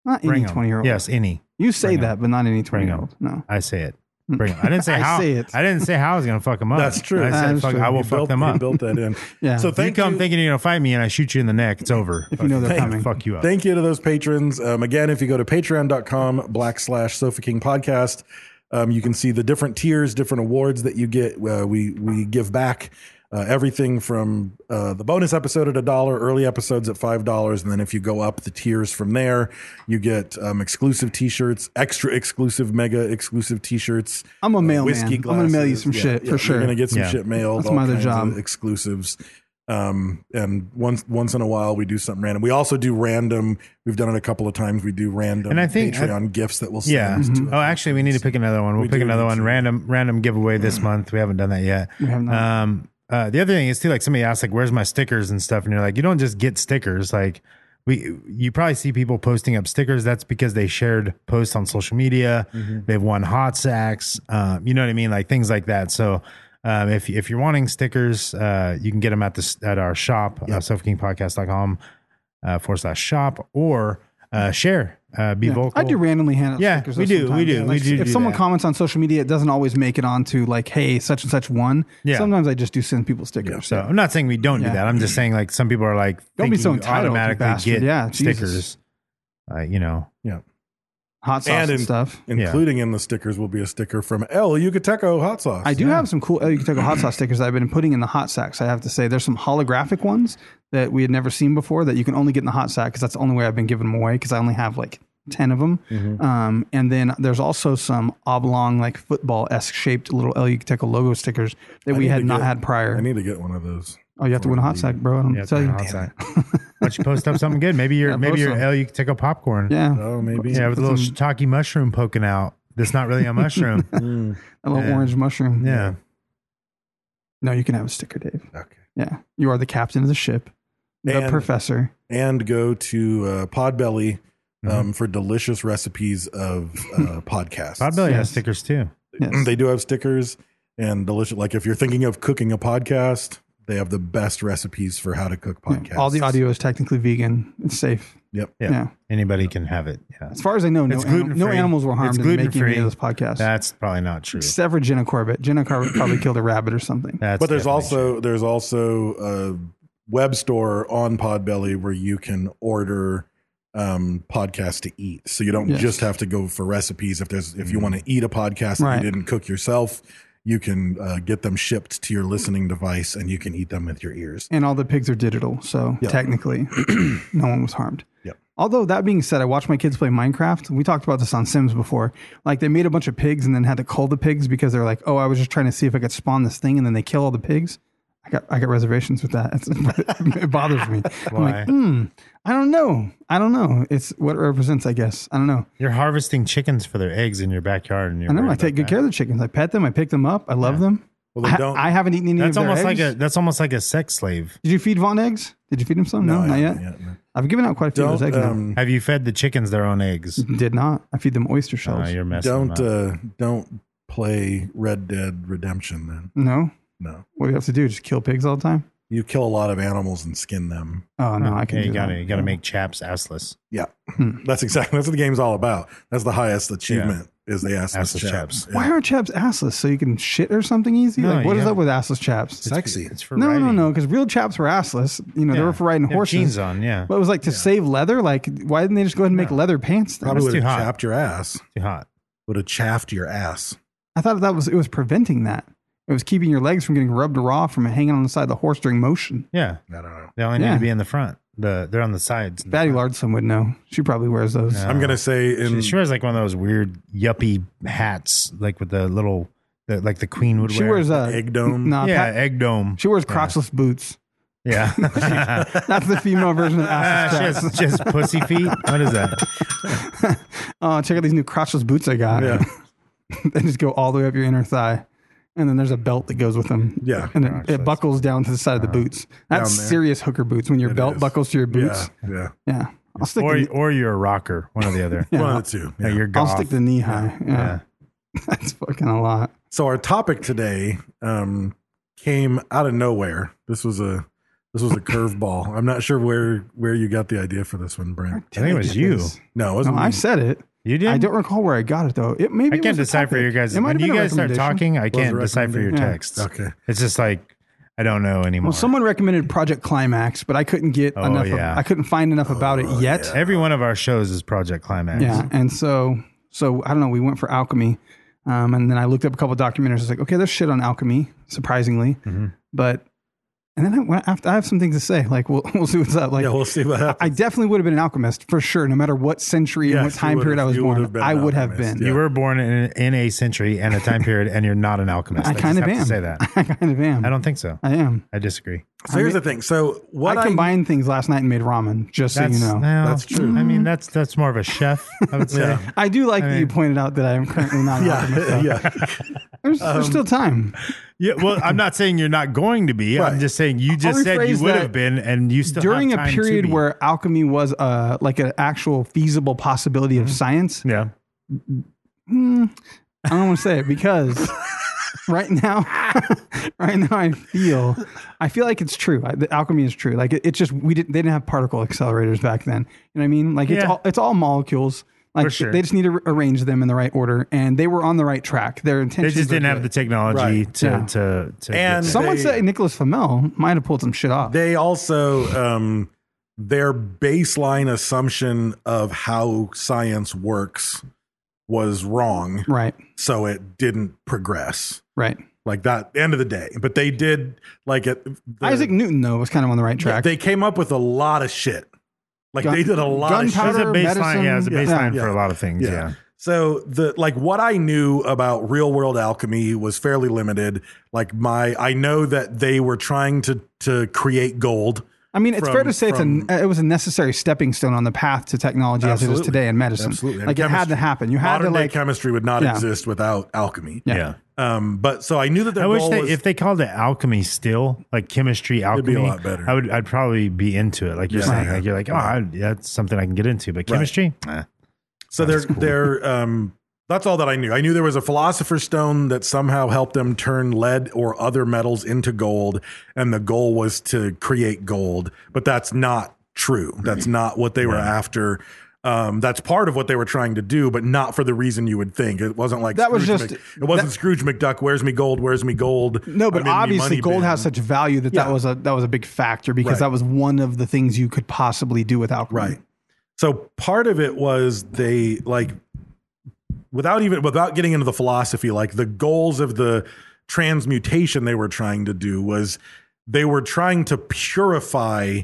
[SPEAKER 2] Not
[SPEAKER 1] Bring
[SPEAKER 2] any
[SPEAKER 1] 'em.
[SPEAKER 2] 20 year old.
[SPEAKER 1] Yes, any.
[SPEAKER 2] You say
[SPEAKER 1] Bring 'em.
[SPEAKER 2] that, but not any 20
[SPEAKER 1] Bring
[SPEAKER 2] year
[SPEAKER 1] 'em.
[SPEAKER 2] old. No.
[SPEAKER 1] I say it. Bring 'em. I didn't say
[SPEAKER 2] Hmm. I
[SPEAKER 1] how.
[SPEAKER 2] say it.
[SPEAKER 1] I didn't say how I was going to fuck them up.
[SPEAKER 3] That's true.
[SPEAKER 1] I said,
[SPEAKER 2] That's
[SPEAKER 1] fuck,
[SPEAKER 2] true.
[SPEAKER 1] I will
[SPEAKER 3] You
[SPEAKER 1] fuck
[SPEAKER 3] built,
[SPEAKER 1] them
[SPEAKER 3] you
[SPEAKER 1] up.
[SPEAKER 3] built that in.
[SPEAKER 2] Yeah.
[SPEAKER 3] So
[SPEAKER 2] You
[SPEAKER 3] thank
[SPEAKER 1] you come
[SPEAKER 3] you.
[SPEAKER 1] thinking you're going to fight me and I shoot you in the neck. It's over.
[SPEAKER 2] If you know they're
[SPEAKER 1] Fuck-
[SPEAKER 2] coming.
[SPEAKER 1] Fuck you up.
[SPEAKER 3] Thank you to those patrons. Um, again, if you go to patreon.com black slash Sofa King podcast, um, you can see the different tiers, different awards that you get. Uh, we, we give back uh, everything from uh, the bonus episode at a dollar, early episodes at $5. And then if you go up the tiers from there, you get um, exclusive t-shirts, extra exclusive, mega exclusive t-shirts.
[SPEAKER 2] I'm a mailman.
[SPEAKER 3] uh, whiskey
[SPEAKER 2] I'm gonna mail you
[SPEAKER 3] glasses.
[SPEAKER 2] some shit, for sure.
[SPEAKER 3] You're going to get some
[SPEAKER 1] Yeah.
[SPEAKER 3] shit mailed.
[SPEAKER 2] That's my
[SPEAKER 3] all
[SPEAKER 2] other
[SPEAKER 3] kinds of
[SPEAKER 2] job.
[SPEAKER 3] Exclusives um and once once in a while we do something random we also do random we've done it a couple of times we do random
[SPEAKER 1] And I think-
[SPEAKER 3] patreon gifts that we'll send
[SPEAKER 1] Yeah.
[SPEAKER 2] Mm-hmm.
[SPEAKER 3] to
[SPEAKER 1] Oh, actually, we need to pick another one.
[SPEAKER 3] Mm-hmm.
[SPEAKER 1] We'll
[SPEAKER 3] We
[SPEAKER 1] pick
[SPEAKER 3] do
[SPEAKER 1] another
[SPEAKER 3] need
[SPEAKER 1] one.
[SPEAKER 3] to.
[SPEAKER 1] Random random giveaway this month. We haven't done that yet.
[SPEAKER 2] have not.
[SPEAKER 1] Um, uh, the other thing is too, like somebody asked, like, "Where's my stickers and stuff?" And you're like, "You don't just get stickers. Like, we you probably see people posting up stickers. That's because they shared posts on social media. They've won hot sacks. Um, you know what I mean? Like things like that. So." Um, if, if you're wanting stickers, uh, you can get them at this at our shop, uh, selfkingpodcast.com uh, forward slash shop, or uh, share, uh, be vocal.
[SPEAKER 2] I do randomly hand out
[SPEAKER 1] Yeah,
[SPEAKER 2] stickers.
[SPEAKER 1] we
[SPEAKER 2] though
[SPEAKER 1] do, we
[SPEAKER 2] sometimes.
[SPEAKER 1] do, we
[SPEAKER 2] Like,
[SPEAKER 1] do
[SPEAKER 2] If
[SPEAKER 1] do
[SPEAKER 2] someone
[SPEAKER 1] that.
[SPEAKER 2] comments on social media, it doesn't always make it onto like, hey, such and such one.
[SPEAKER 1] Yeah.
[SPEAKER 2] Sometimes I just do send people stickers.
[SPEAKER 1] So I'm not saying we don't do
[SPEAKER 2] Yeah.
[SPEAKER 1] that. I'm just saying like some people are like
[SPEAKER 2] Don't
[SPEAKER 1] thinking
[SPEAKER 2] be so
[SPEAKER 1] you
[SPEAKER 2] entitled, you
[SPEAKER 1] automatically
[SPEAKER 2] bastard.
[SPEAKER 1] get
[SPEAKER 2] Yeah, Jesus.
[SPEAKER 1] stickers. Uh, you know,
[SPEAKER 3] yeah
[SPEAKER 2] Hot sauce
[SPEAKER 3] and
[SPEAKER 2] and,
[SPEAKER 3] in-
[SPEAKER 2] stuff.
[SPEAKER 3] including in the stickers will be a sticker from el yucateco hot sauce
[SPEAKER 2] I do have some cool oh, El Yucateco hot sauce stickers that I've been putting in the hot sacks. I have to say, there's some holographic ones that we had never seen before that you can only get in the hot sack because that's the only way I've been giving them away because I only have like 10 of them.
[SPEAKER 3] Mm-hmm.
[SPEAKER 2] Um, and then there's also some oblong, like football esque shaped little oh, El Yucateco logo stickers that
[SPEAKER 3] I
[SPEAKER 2] we
[SPEAKER 3] need
[SPEAKER 2] had
[SPEAKER 3] to
[SPEAKER 2] not
[SPEAKER 3] get-
[SPEAKER 2] had prior.
[SPEAKER 3] i need to get one of those
[SPEAKER 2] oh, you have to win a hot
[SPEAKER 3] leave.
[SPEAKER 2] sack, bro. I don't
[SPEAKER 1] Yeah,
[SPEAKER 2] tell you.
[SPEAKER 1] hot sack. why don't you post up something good? Maybe you're
[SPEAKER 2] Yeah,
[SPEAKER 1] maybe
[SPEAKER 2] post
[SPEAKER 1] you're
[SPEAKER 2] some.
[SPEAKER 1] L. You can take a popcorn.
[SPEAKER 2] Yeah.
[SPEAKER 3] oh maybe
[SPEAKER 1] yeah, with a little shiitake mushroom poking out. That's not really a mushroom.
[SPEAKER 2] A little
[SPEAKER 1] Yeah.
[SPEAKER 2] orange mushroom.
[SPEAKER 1] yeah,
[SPEAKER 2] No, you can have a sticker, Dave.
[SPEAKER 3] okay
[SPEAKER 2] Yeah. You are the captain of the ship, the
[SPEAKER 3] And-
[SPEAKER 2] professor.
[SPEAKER 3] and go to uh, podbelly um, for delicious recipes of uh, podcasts
[SPEAKER 1] Mm-hmm. Podbelly has
[SPEAKER 2] Yes.
[SPEAKER 1] stickers too.
[SPEAKER 2] Yes.
[SPEAKER 3] they do have stickers and delicious. Like if you're thinking of cooking a podcast, they have the best recipes for how to cook podcasts.
[SPEAKER 2] All the audio is technically vegan. It's safe.
[SPEAKER 3] Yep.
[SPEAKER 1] Yeah,
[SPEAKER 2] Yeah.
[SPEAKER 1] anybody can have it. Yeah,
[SPEAKER 2] As far as I know, no,
[SPEAKER 1] It's
[SPEAKER 2] anim- no
[SPEAKER 1] gluten-free.
[SPEAKER 2] animals were harmed
[SPEAKER 1] It's
[SPEAKER 2] in making any
[SPEAKER 1] gluten-free.
[SPEAKER 2] of this podcast.
[SPEAKER 1] that's probably not true.
[SPEAKER 2] Except for Jenna Corbett. Jenna Corbett probably killed a rabbit or something.
[SPEAKER 1] That's
[SPEAKER 3] but there's
[SPEAKER 1] definitely true.
[SPEAKER 3] also there's also a web store on Podbelly where you can order um podcasts to eat. So you don't
[SPEAKER 2] Yes. Mm-hmm.
[SPEAKER 3] just have to go for recipes. If there's if you want to eat a podcast
[SPEAKER 2] Right.
[SPEAKER 3] that you didn't cook yourself, you can uh, get them shipped to your listening device and you can eat them with your ears.
[SPEAKER 2] And all the pigs are digital, so
[SPEAKER 3] Yeah.
[SPEAKER 2] technically no one was harmed.
[SPEAKER 3] Yep.
[SPEAKER 2] Although that being said, I watched my kids play Minecraft. We talked about this on Sims before. Like they made a bunch of pigs and then had to cull the pigs because they're like, "Oh, I was just trying to see if I could spawn this thing," and then they kill all the pigs. I got I got reservations with that. It's, it bothers me. I'm like, hmm, I don't know. I don't know. It's what it represents, I guess. I don't know.
[SPEAKER 1] You're harvesting chickens for their eggs in your backyard, and you're
[SPEAKER 2] I know.
[SPEAKER 1] worried
[SPEAKER 2] I take
[SPEAKER 1] about
[SPEAKER 2] good
[SPEAKER 1] that.
[SPEAKER 2] care of the chickens. I pet them. I pick them up. I love them.
[SPEAKER 3] Well, they
[SPEAKER 2] I,
[SPEAKER 3] don't-
[SPEAKER 2] I haven't eaten any
[SPEAKER 1] That's
[SPEAKER 2] of their
[SPEAKER 1] almost
[SPEAKER 2] eggs.
[SPEAKER 1] like a that's almost like a sex slave.
[SPEAKER 2] Did you feed Vaughn eggs? Did you feed him some? No,
[SPEAKER 3] I
[SPEAKER 2] not yet.
[SPEAKER 3] haven't yet, no.
[SPEAKER 2] I've given out quite a few of those
[SPEAKER 3] Don't,
[SPEAKER 2] eggs. now.
[SPEAKER 3] um,
[SPEAKER 1] Have you fed the chickens their own eggs?
[SPEAKER 2] Did not. I feed them oyster
[SPEAKER 1] Oh,
[SPEAKER 2] shells.
[SPEAKER 1] um, you're messing
[SPEAKER 3] don't
[SPEAKER 1] them up.
[SPEAKER 3] uh, don't play Red Dead Redemption. Then
[SPEAKER 2] no.
[SPEAKER 3] no,
[SPEAKER 2] What do you have to do? Just kill pigs all the time?
[SPEAKER 3] you kill a lot of animals and skin them.
[SPEAKER 2] Oh no, I can.
[SPEAKER 1] Yeah,
[SPEAKER 2] do
[SPEAKER 1] you gotta
[SPEAKER 2] that.
[SPEAKER 1] you gotta make chaps assless.
[SPEAKER 3] Yeah, that's exactly that's what the game's all about. That's the highest achievement is the assless,
[SPEAKER 1] Assless
[SPEAKER 3] chaps.
[SPEAKER 1] chaps.
[SPEAKER 3] Yeah.
[SPEAKER 2] Why are chaps assless? So you can shit or something easy?
[SPEAKER 1] No,
[SPEAKER 2] like what
[SPEAKER 1] you
[SPEAKER 2] is
[SPEAKER 1] have-
[SPEAKER 2] up with assless chaps?
[SPEAKER 3] Sexy.
[SPEAKER 1] It's for
[SPEAKER 2] No, no,
[SPEAKER 1] riding.
[SPEAKER 2] no. Because real chaps were assless. You know, they
[SPEAKER 1] Yeah.
[SPEAKER 2] were for riding
[SPEAKER 1] They have
[SPEAKER 2] horses.
[SPEAKER 1] jeans on, yeah.
[SPEAKER 2] But it was like to save leather. Like, why didn't they just go ahead and make leather pants? Then?
[SPEAKER 3] Probably
[SPEAKER 1] That's
[SPEAKER 3] would have
[SPEAKER 1] too hot.
[SPEAKER 3] chapped your ass.
[SPEAKER 1] Too hot.
[SPEAKER 3] Would have chaffed your ass.
[SPEAKER 2] I thought that was it was preventing that. It was keeping your legs from getting rubbed raw from hanging on the side of the horse during motion.
[SPEAKER 1] Yeah,
[SPEAKER 3] I don't know.
[SPEAKER 1] they only need
[SPEAKER 2] Yeah.
[SPEAKER 1] to be in the front. The they're on the sides. in the
[SPEAKER 2] Batty
[SPEAKER 1] front.
[SPEAKER 2] Lardson would know. She probably wears those.
[SPEAKER 3] I'm gonna say in
[SPEAKER 1] She, she wears like one of those weird yuppie hats, like with the little, the, like the queen would
[SPEAKER 2] She
[SPEAKER 1] wear.
[SPEAKER 2] wears uh,
[SPEAKER 3] egg dome.
[SPEAKER 2] Nah,
[SPEAKER 1] yeah,
[SPEAKER 2] Pat-
[SPEAKER 1] egg dome.
[SPEAKER 2] she wears crotchless boots.
[SPEAKER 1] yeah.
[SPEAKER 2] That's the female version of
[SPEAKER 1] Ah,
[SPEAKER 2] assless
[SPEAKER 1] she has
[SPEAKER 2] chaps.
[SPEAKER 1] just pussy feet. What is that?
[SPEAKER 2] Oh, check out these new crotchless boots I got.
[SPEAKER 3] Yeah.
[SPEAKER 2] they just go all the way up your inner thigh. And then there's a belt that goes with them.
[SPEAKER 3] Yeah. Uh,
[SPEAKER 2] And it, it buckles down to the side of the boots. That's
[SPEAKER 3] Down there.
[SPEAKER 2] serious hooker boots when your
[SPEAKER 3] It
[SPEAKER 2] belt
[SPEAKER 3] is.
[SPEAKER 2] buckles to your boots.
[SPEAKER 3] Yeah, yeah.
[SPEAKER 2] Yeah. I'll stick
[SPEAKER 1] Or
[SPEAKER 2] the,
[SPEAKER 1] or you're a rocker, one or the other.
[SPEAKER 2] Yeah.
[SPEAKER 3] One of the two.
[SPEAKER 1] Yeah,
[SPEAKER 3] Yeah.
[SPEAKER 1] you're
[SPEAKER 2] I'll
[SPEAKER 1] goth.
[SPEAKER 2] stick the knee high. Yeah.
[SPEAKER 1] Yeah.
[SPEAKER 2] That's fucking a lot.
[SPEAKER 3] So our topic today um, came out of nowhere. This was a this was a curveball. I'm not sure where where you got the idea for this one, Brent.
[SPEAKER 1] I think it was
[SPEAKER 3] No,
[SPEAKER 1] you.
[SPEAKER 3] it
[SPEAKER 2] No,
[SPEAKER 3] wasn't.
[SPEAKER 2] I
[SPEAKER 3] me.
[SPEAKER 2] said it.
[SPEAKER 1] You did.
[SPEAKER 2] I don't recall where I got it though. It maybe
[SPEAKER 1] I
[SPEAKER 2] it
[SPEAKER 1] can't
[SPEAKER 2] was a
[SPEAKER 1] decipher
[SPEAKER 2] topic.
[SPEAKER 1] your guys.
[SPEAKER 2] It might
[SPEAKER 1] When
[SPEAKER 2] have been
[SPEAKER 1] you
[SPEAKER 2] a
[SPEAKER 1] guys start
[SPEAKER 2] recommendation.
[SPEAKER 1] talking, I can't decipher your
[SPEAKER 3] recommendation?
[SPEAKER 2] Yeah.
[SPEAKER 1] texts.
[SPEAKER 3] Okay.
[SPEAKER 1] It's just like I don't know anymore.
[SPEAKER 2] Well, someone recommended Project Climax, but I couldn't get
[SPEAKER 1] Oh,
[SPEAKER 2] enough. of-
[SPEAKER 1] yeah.
[SPEAKER 2] I couldn't find enough about it yet.
[SPEAKER 1] Every one of our shows is Project Climax.
[SPEAKER 2] Yeah, and so so I don't know. We went for alchemy, um, and then I looked up a couple documentaries. I was like, okay, there's shit on alchemy, surprisingly, but and then I went after. I have some things to say. Like we'll we'll see what's up. Like
[SPEAKER 3] Yeah, we'll see what happens.
[SPEAKER 2] I definitely would have been an alchemist for sure, no matter what century and
[SPEAKER 3] Yes,
[SPEAKER 2] what
[SPEAKER 3] you
[SPEAKER 2] time
[SPEAKER 3] would
[SPEAKER 2] period
[SPEAKER 3] have-
[SPEAKER 2] I was
[SPEAKER 3] you would have
[SPEAKER 2] born.
[SPEAKER 3] been
[SPEAKER 2] I
[SPEAKER 3] an
[SPEAKER 2] would have
[SPEAKER 3] alchemist,
[SPEAKER 2] been.
[SPEAKER 3] yeah.
[SPEAKER 1] You were born in, in a century and a time period, and you're not an alchemist.
[SPEAKER 2] I
[SPEAKER 1] just
[SPEAKER 2] kind of
[SPEAKER 1] have to
[SPEAKER 2] am.
[SPEAKER 1] say that.
[SPEAKER 2] I kind of am.
[SPEAKER 1] I don't think so.
[SPEAKER 2] I am.
[SPEAKER 1] I disagree.
[SPEAKER 3] so here's the thing. So what
[SPEAKER 2] I combined things last night and made ramen. Just so
[SPEAKER 1] That's,
[SPEAKER 2] you know.
[SPEAKER 1] well,
[SPEAKER 3] That's true.
[SPEAKER 1] I mean, that's that's more of a chef. I would say.
[SPEAKER 3] Yeah.
[SPEAKER 2] I do like that you
[SPEAKER 1] mean-
[SPEAKER 2] pointed out that I am currently not an alchemist.
[SPEAKER 3] yeah,
[SPEAKER 2] though.
[SPEAKER 3] yeah.
[SPEAKER 2] There's,
[SPEAKER 1] Um,
[SPEAKER 2] there's still time.
[SPEAKER 1] Yeah, Well, I'm not saying you're not going to be.
[SPEAKER 3] Right.
[SPEAKER 1] I'm just saying you just said you
[SPEAKER 2] rephrase
[SPEAKER 1] would
[SPEAKER 2] that.
[SPEAKER 1] have been, and you still
[SPEAKER 2] during
[SPEAKER 1] have
[SPEAKER 2] a
[SPEAKER 1] time to
[SPEAKER 2] period
[SPEAKER 1] be.
[SPEAKER 2] where alchemy was uh, like an actual feasible possibility of science.
[SPEAKER 1] Mm-hmm. yeah,
[SPEAKER 2] I don't want to say it because right now, right now I feel, I feel like it's true. I, the alchemy is true. Like it, it's just we didn't they didn't have particle accelerators back then. You know what I mean? Like it's
[SPEAKER 1] Yeah.
[SPEAKER 2] all it's all molecules. Like
[SPEAKER 1] sure.
[SPEAKER 2] they just need to r- arrange them in the right order, and they were on the right track. Their
[SPEAKER 1] they
[SPEAKER 2] intentions
[SPEAKER 1] just didn't
[SPEAKER 2] were
[SPEAKER 1] have the
[SPEAKER 2] good.
[SPEAKER 1] technology
[SPEAKER 3] Right.
[SPEAKER 1] to,
[SPEAKER 2] Yeah.
[SPEAKER 1] to to get
[SPEAKER 3] And
[SPEAKER 1] that.
[SPEAKER 2] Someone
[SPEAKER 3] They-
[SPEAKER 2] said Nicholas Flamel might have pulled some shit off.
[SPEAKER 3] They also um, their baseline assumption of how science works was wrong,
[SPEAKER 2] right,
[SPEAKER 3] so it didn't progress.
[SPEAKER 2] right.
[SPEAKER 3] Like that end of the day, but they did like it. the-
[SPEAKER 2] Isaac Newton though was kind of on the right track.
[SPEAKER 3] They came up with a lot of shit. Like
[SPEAKER 2] Gun-
[SPEAKER 3] they did a lot of shit.
[SPEAKER 2] gunpowder,
[SPEAKER 1] There's a baseline.
[SPEAKER 2] medicine.
[SPEAKER 1] yeah, it's a
[SPEAKER 2] Yeah.
[SPEAKER 1] baseline
[SPEAKER 3] Yeah.
[SPEAKER 1] for a lot of things. Yeah.
[SPEAKER 3] So the like what I knew about real world alchemy was fairly limited. Like my I know that they were trying to to create gold.
[SPEAKER 2] I mean, it's fair
[SPEAKER 3] from-
[SPEAKER 2] to say
[SPEAKER 3] from-
[SPEAKER 2] it's a, it was a necessary stepping stone on the path to technology as it is
[SPEAKER 3] Absolutely.
[SPEAKER 2] today in medicine.
[SPEAKER 3] Absolutely. And
[SPEAKER 2] Like it had
[SPEAKER 3] chemistry.
[SPEAKER 2] to happen. You had
[SPEAKER 3] Modern
[SPEAKER 2] to
[SPEAKER 3] day
[SPEAKER 2] like
[SPEAKER 3] chemistry would not
[SPEAKER 2] Yeah.
[SPEAKER 3] exist without alchemy.
[SPEAKER 2] Yeah.
[SPEAKER 3] Um but so I knew that their
[SPEAKER 1] I wish
[SPEAKER 3] goal
[SPEAKER 1] they,
[SPEAKER 3] was
[SPEAKER 1] if they called it alchemy still, like chemistry alchemy,
[SPEAKER 3] be a lot better.
[SPEAKER 1] I would, I'd probably be into it. Like you're
[SPEAKER 3] Yeah.
[SPEAKER 1] saying,
[SPEAKER 3] Right.
[SPEAKER 1] like you're like, oh, I, that's something I can get into. But chemistry, Eh.
[SPEAKER 3] So they're they're um that's all that I knew. I knew there was a philosopher's stone that somehow helped them turn lead or other metals into gold, and the goal was to create gold. But that's not true. That's not what they were after. Um, that's part of what they were trying to do, but not for the reason you would think. It wasn't like
[SPEAKER 2] That was
[SPEAKER 3] Scrooge
[SPEAKER 2] just-
[SPEAKER 3] Mc- it wasn't
[SPEAKER 2] that-
[SPEAKER 3] Scrooge McDuck. Where's me gold? Where's me gold?
[SPEAKER 2] no, but
[SPEAKER 3] I'm in me
[SPEAKER 2] obviously
[SPEAKER 3] money
[SPEAKER 2] gold
[SPEAKER 3] bin."
[SPEAKER 2] has such value that that
[SPEAKER 3] Yeah.
[SPEAKER 2] was a that was a big factor because
[SPEAKER 3] Right.
[SPEAKER 2] that was one of the things you could possibly do with alchemy.
[SPEAKER 3] Right. So part of it was they like without even without getting into the philosophy, like the goals of the transmutation they were trying to do was they were trying to purify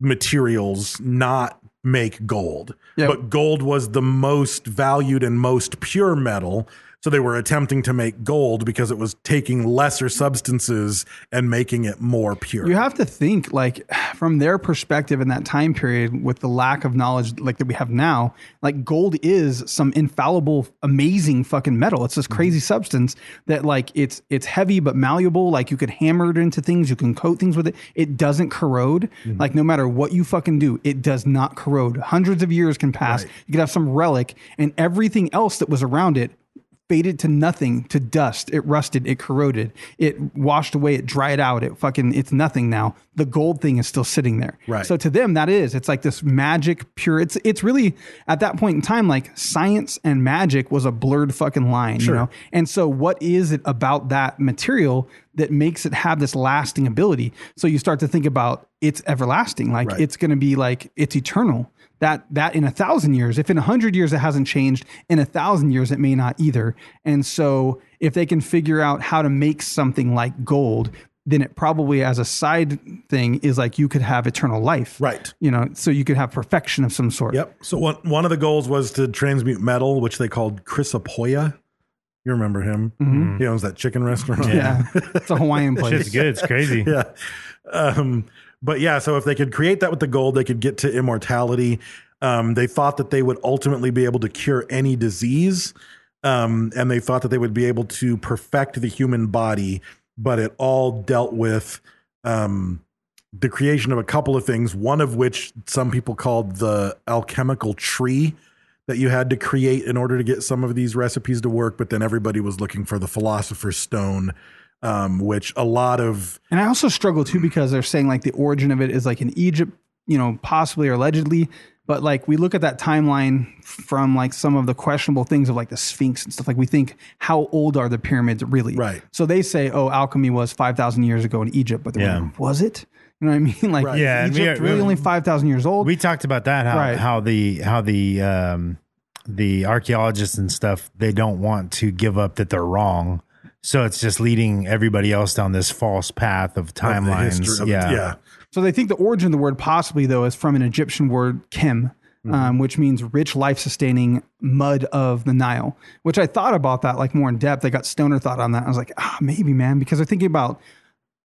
[SPEAKER 3] materials, not make gold.
[SPEAKER 2] Yeah.
[SPEAKER 3] But gold was the most valued and most pure metal. So they were attempting to make gold because it was taking lesser substances and making it more pure.
[SPEAKER 2] You have to think like from their perspective in that time period with the lack of knowledge like that we have now, like gold is some infallible amazing fucking metal. It's this crazy substance that like it's it's heavy but malleable, like you could hammer it into things, you can coat things with it. It doesn't corrode. Like no matter what you fucking do, it does not corrode. Hundreds of years can pass. You could have some relic and everything else that was around it faded to nothing, to dust. It rusted, it corroded, it washed away, it dried out, it fucking, it's nothing now. The gold thing is still sitting there.
[SPEAKER 3] Right.
[SPEAKER 2] So to them, that is, it's like this magic pure. It's it's really at that point in time, like science and magic was a blurred fucking line,
[SPEAKER 3] Sure.
[SPEAKER 2] you know. And so, what is it about that material that makes it have this lasting ability? So you start to think about it's everlasting, like
[SPEAKER 3] Right.
[SPEAKER 2] it's going to be like it's eternal. That that in a thousand years, if in a hundred years it hasn't changed, in a thousand years it may not either. And so, if they can figure out how to make something like gold. Then it probably, as a side thing, is like you could have eternal life,
[SPEAKER 3] Right.
[SPEAKER 2] You know, so you could have perfection of some sort.
[SPEAKER 3] Yep. So one one of the goals was to transmute metal, which they called Chrysopoia. You remember him? He owns that chicken restaurant.
[SPEAKER 2] Yeah, it's a Hawaiian place.
[SPEAKER 1] Shit's good. It's crazy.
[SPEAKER 3] yeah. Um, but yeah, so if they could create that with the gold, they could get to immortality. Um, they thought that they would ultimately be able to cure any disease. Um, and they thought that they would be able to perfect the human body, but it all dealt with um, the creation of a couple of things, one of which some people called the alchemical tree that you had to create in order to get some of these recipes to work. But then everybody was looking for the philosopher's stone, um, which a lot of
[SPEAKER 2] And I also struggle too because they're saying like the origin of it is like in Egypt, you know, possibly or allegedly. But like we look at that timeline from like some of the questionable things of like the Sphinx and stuff. Like we think, how old are the pyramids really?
[SPEAKER 3] Right.
[SPEAKER 2] So they say, oh, alchemy was five thousand years ago in Egypt, but they're
[SPEAKER 1] Yeah.
[SPEAKER 2] like, was it? You know what I mean? Like
[SPEAKER 3] Right.
[SPEAKER 2] is
[SPEAKER 1] Yeah, and we
[SPEAKER 2] Egypt
[SPEAKER 1] are-
[SPEAKER 2] really
[SPEAKER 1] we-
[SPEAKER 2] only five thousand years old.
[SPEAKER 1] We talked about that how
[SPEAKER 2] Right.
[SPEAKER 1] how the how the um the archaeologists and stuff they don't want to give up that they're wrong. So it's just leading everybody else down this false path of
[SPEAKER 3] of the
[SPEAKER 1] timelines.
[SPEAKER 3] history of-
[SPEAKER 1] yeah.
[SPEAKER 3] yeah.
[SPEAKER 2] So they think the origin of the word possibly, though, is from an Egyptian word kim, um, which means rich, life sustaining mud of the Nile, which I thought about that like more in depth. I got stoner thought on that. I was like, ah, maybe, man, because they're thinking about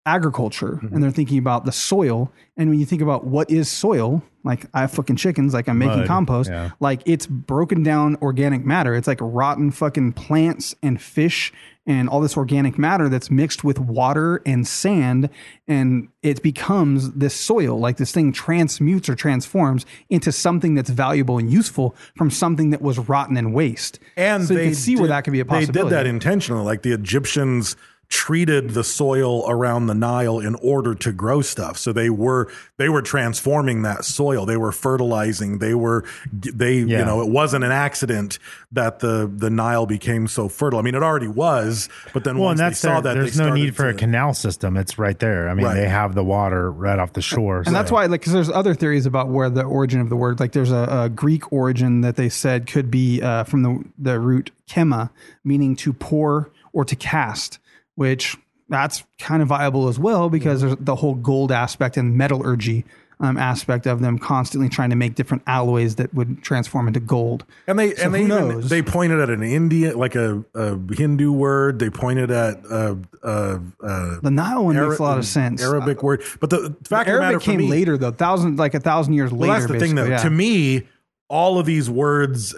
[SPEAKER 2] agriculture
[SPEAKER 3] Mm-hmm.
[SPEAKER 2] and they're thinking about the soil. And when you think about what is soil, like I have fucking chickens, like I'm making
[SPEAKER 1] Mud,
[SPEAKER 2] compost,
[SPEAKER 1] yeah.
[SPEAKER 2] like it's broken down organic matter. It's like rotten fucking plants and fish and all this organic matter that's mixed with water and sand. And it becomes this soil, like this thing transmutes or transforms into something that's valuable and useful from something that was rotten and waste.
[SPEAKER 3] And
[SPEAKER 2] so
[SPEAKER 3] they
[SPEAKER 2] you can see where
[SPEAKER 3] did-
[SPEAKER 2] that could be a possibility.
[SPEAKER 3] They did that intentionally. Like the Egyptians treated the soil around the Nile in order to grow stuff. So they were they were transforming that soil. They were fertilizing. They were they you
[SPEAKER 1] Yeah.
[SPEAKER 3] know it wasn't an accident that the the Nile became so fertile. I mean it already was, but then
[SPEAKER 1] Well,
[SPEAKER 3] once
[SPEAKER 1] and that's
[SPEAKER 3] they saw
[SPEAKER 1] their,
[SPEAKER 3] that
[SPEAKER 1] there's
[SPEAKER 3] they
[SPEAKER 1] no
[SPEAKER 3] started
[SPEAKER 1] need for a
[SPEAKER 3] to-
[SPEAKER 1] canal system. It's right there. I mean,
[SPEAKER 3] Right.
[SPEAKER 1] they have the water right off the shore.
[SPEAKER 2] And that's
[SPEAKER 1] so-
[SPEAKER 2] why, like, because there's other theories about where the origin of the word, like, there's a, a Greek origin that they said could be uh, from the the root chema, meaning to pour or to cast, which that's kind of viable as well because there's the whole gold aspect and metallurgy um, aspect of them constantly trying to make different alloys that would transform into gold.
[SPEAKER 3] And they
[SPEAKER 2] So
[SPEAKER 3] and they
[SPEAKER 2] who
[SPEAKER 3] even-
[SPEAKER 2] knows?
[SPEAKER 3] they pointed at an Indian like a, a Hindu word. They pointed at uh, uh, uh,
[SPEAKER 2] The Nile one makes
[SPEAKER 3] Ara- mm,
[SPEAKER 2] a lot of sense. Uh,
[SPEAKER 3] Arabic word, but the fact of the matter
[SPEAKER 2] Arabic
[SPEAKER 3] for
[SPEAKER 2] came
[SPEAKER 3] me,
[SPEAKER 2] later, though, thousand like a thousand years
[SPEAKER 3] Well,
[SPEAKER 2] later.
[SPEAKER 3] that's the thing, though.
[SPEAKER 2] basically, yeah.
[SPEAKER 3] To me, all of these words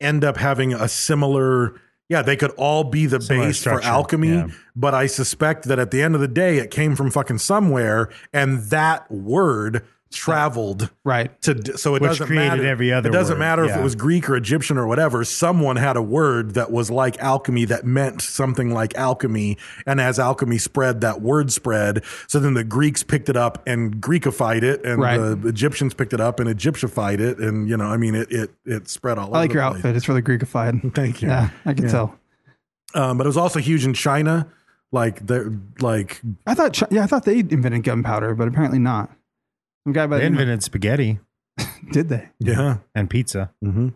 [SPEAKER 3] end up having a similar. Yeah, they could all be the
[SPEAKER 1] Similar
[SPEAKER 3] base for
[SPEAKER 1] structure,
[SPEAKER 3] alchemy,
[SPEAKER 1] yeah.
[SPEAKER 3] but I suspect that at the end of the day, it came from fucking somewhere, and that
[SPEAKER 2] Uh,
[SPEAKER 3] word traveled
[SPEAKER 2] right.
[SPEAKER 3] to. d- So it
[SPEAKER 1] Which
[SPEAKER 3] doesn't
[SPEAKER 1] created
[SPEAKER 3] matter.
[SPEAKER 1] every other
[SPEAKER 3] It doesn't
[SPEAKER 1] word,
[SPEAKER 3] matter if it
[SPEAKER 1] yeah.
[SPEAKER 3] was Greek or Egyptian or whatever. Someone had a word that was like alchemy that meant something like alchemy, and as alchemy spread, that word spread. So then the Greeks picked it up and Greekified it, and
[SPEAKER 2] Right.
[SPEAKER 3] the Egyptians picked it up and Egyptified it, and you know, I mean, it it it spread all.
[SPEAKER 2] I like
[SPEAKER 3] over
[SPEAKER 2] your
[SPEAKER 3] the place.
[SPEAKER 2] outfit. It's really Greekified.
[SPEAKER 3] Thank you.
[SPEAKER 2] Yeah, I can
[SPEAKER 3] Yeah.
[SPEAKER 2] tell.
[SPEAKER 3] Um, but it was also huge in China. Like they're like
[SPEAKER 2] I thought, Chi- yeah, I thought they invented gunpowder, but apparently not. Some guy by
[SPEAKER 1] they
[SPEAKER 2] the name-
[SPEAKER 1] invented spaghetti
[SPEAKER 2] did they?
[SPEAKER 3] yeah.
[SPEAKER 1] and pizza.
[SPEAKER 3] hmm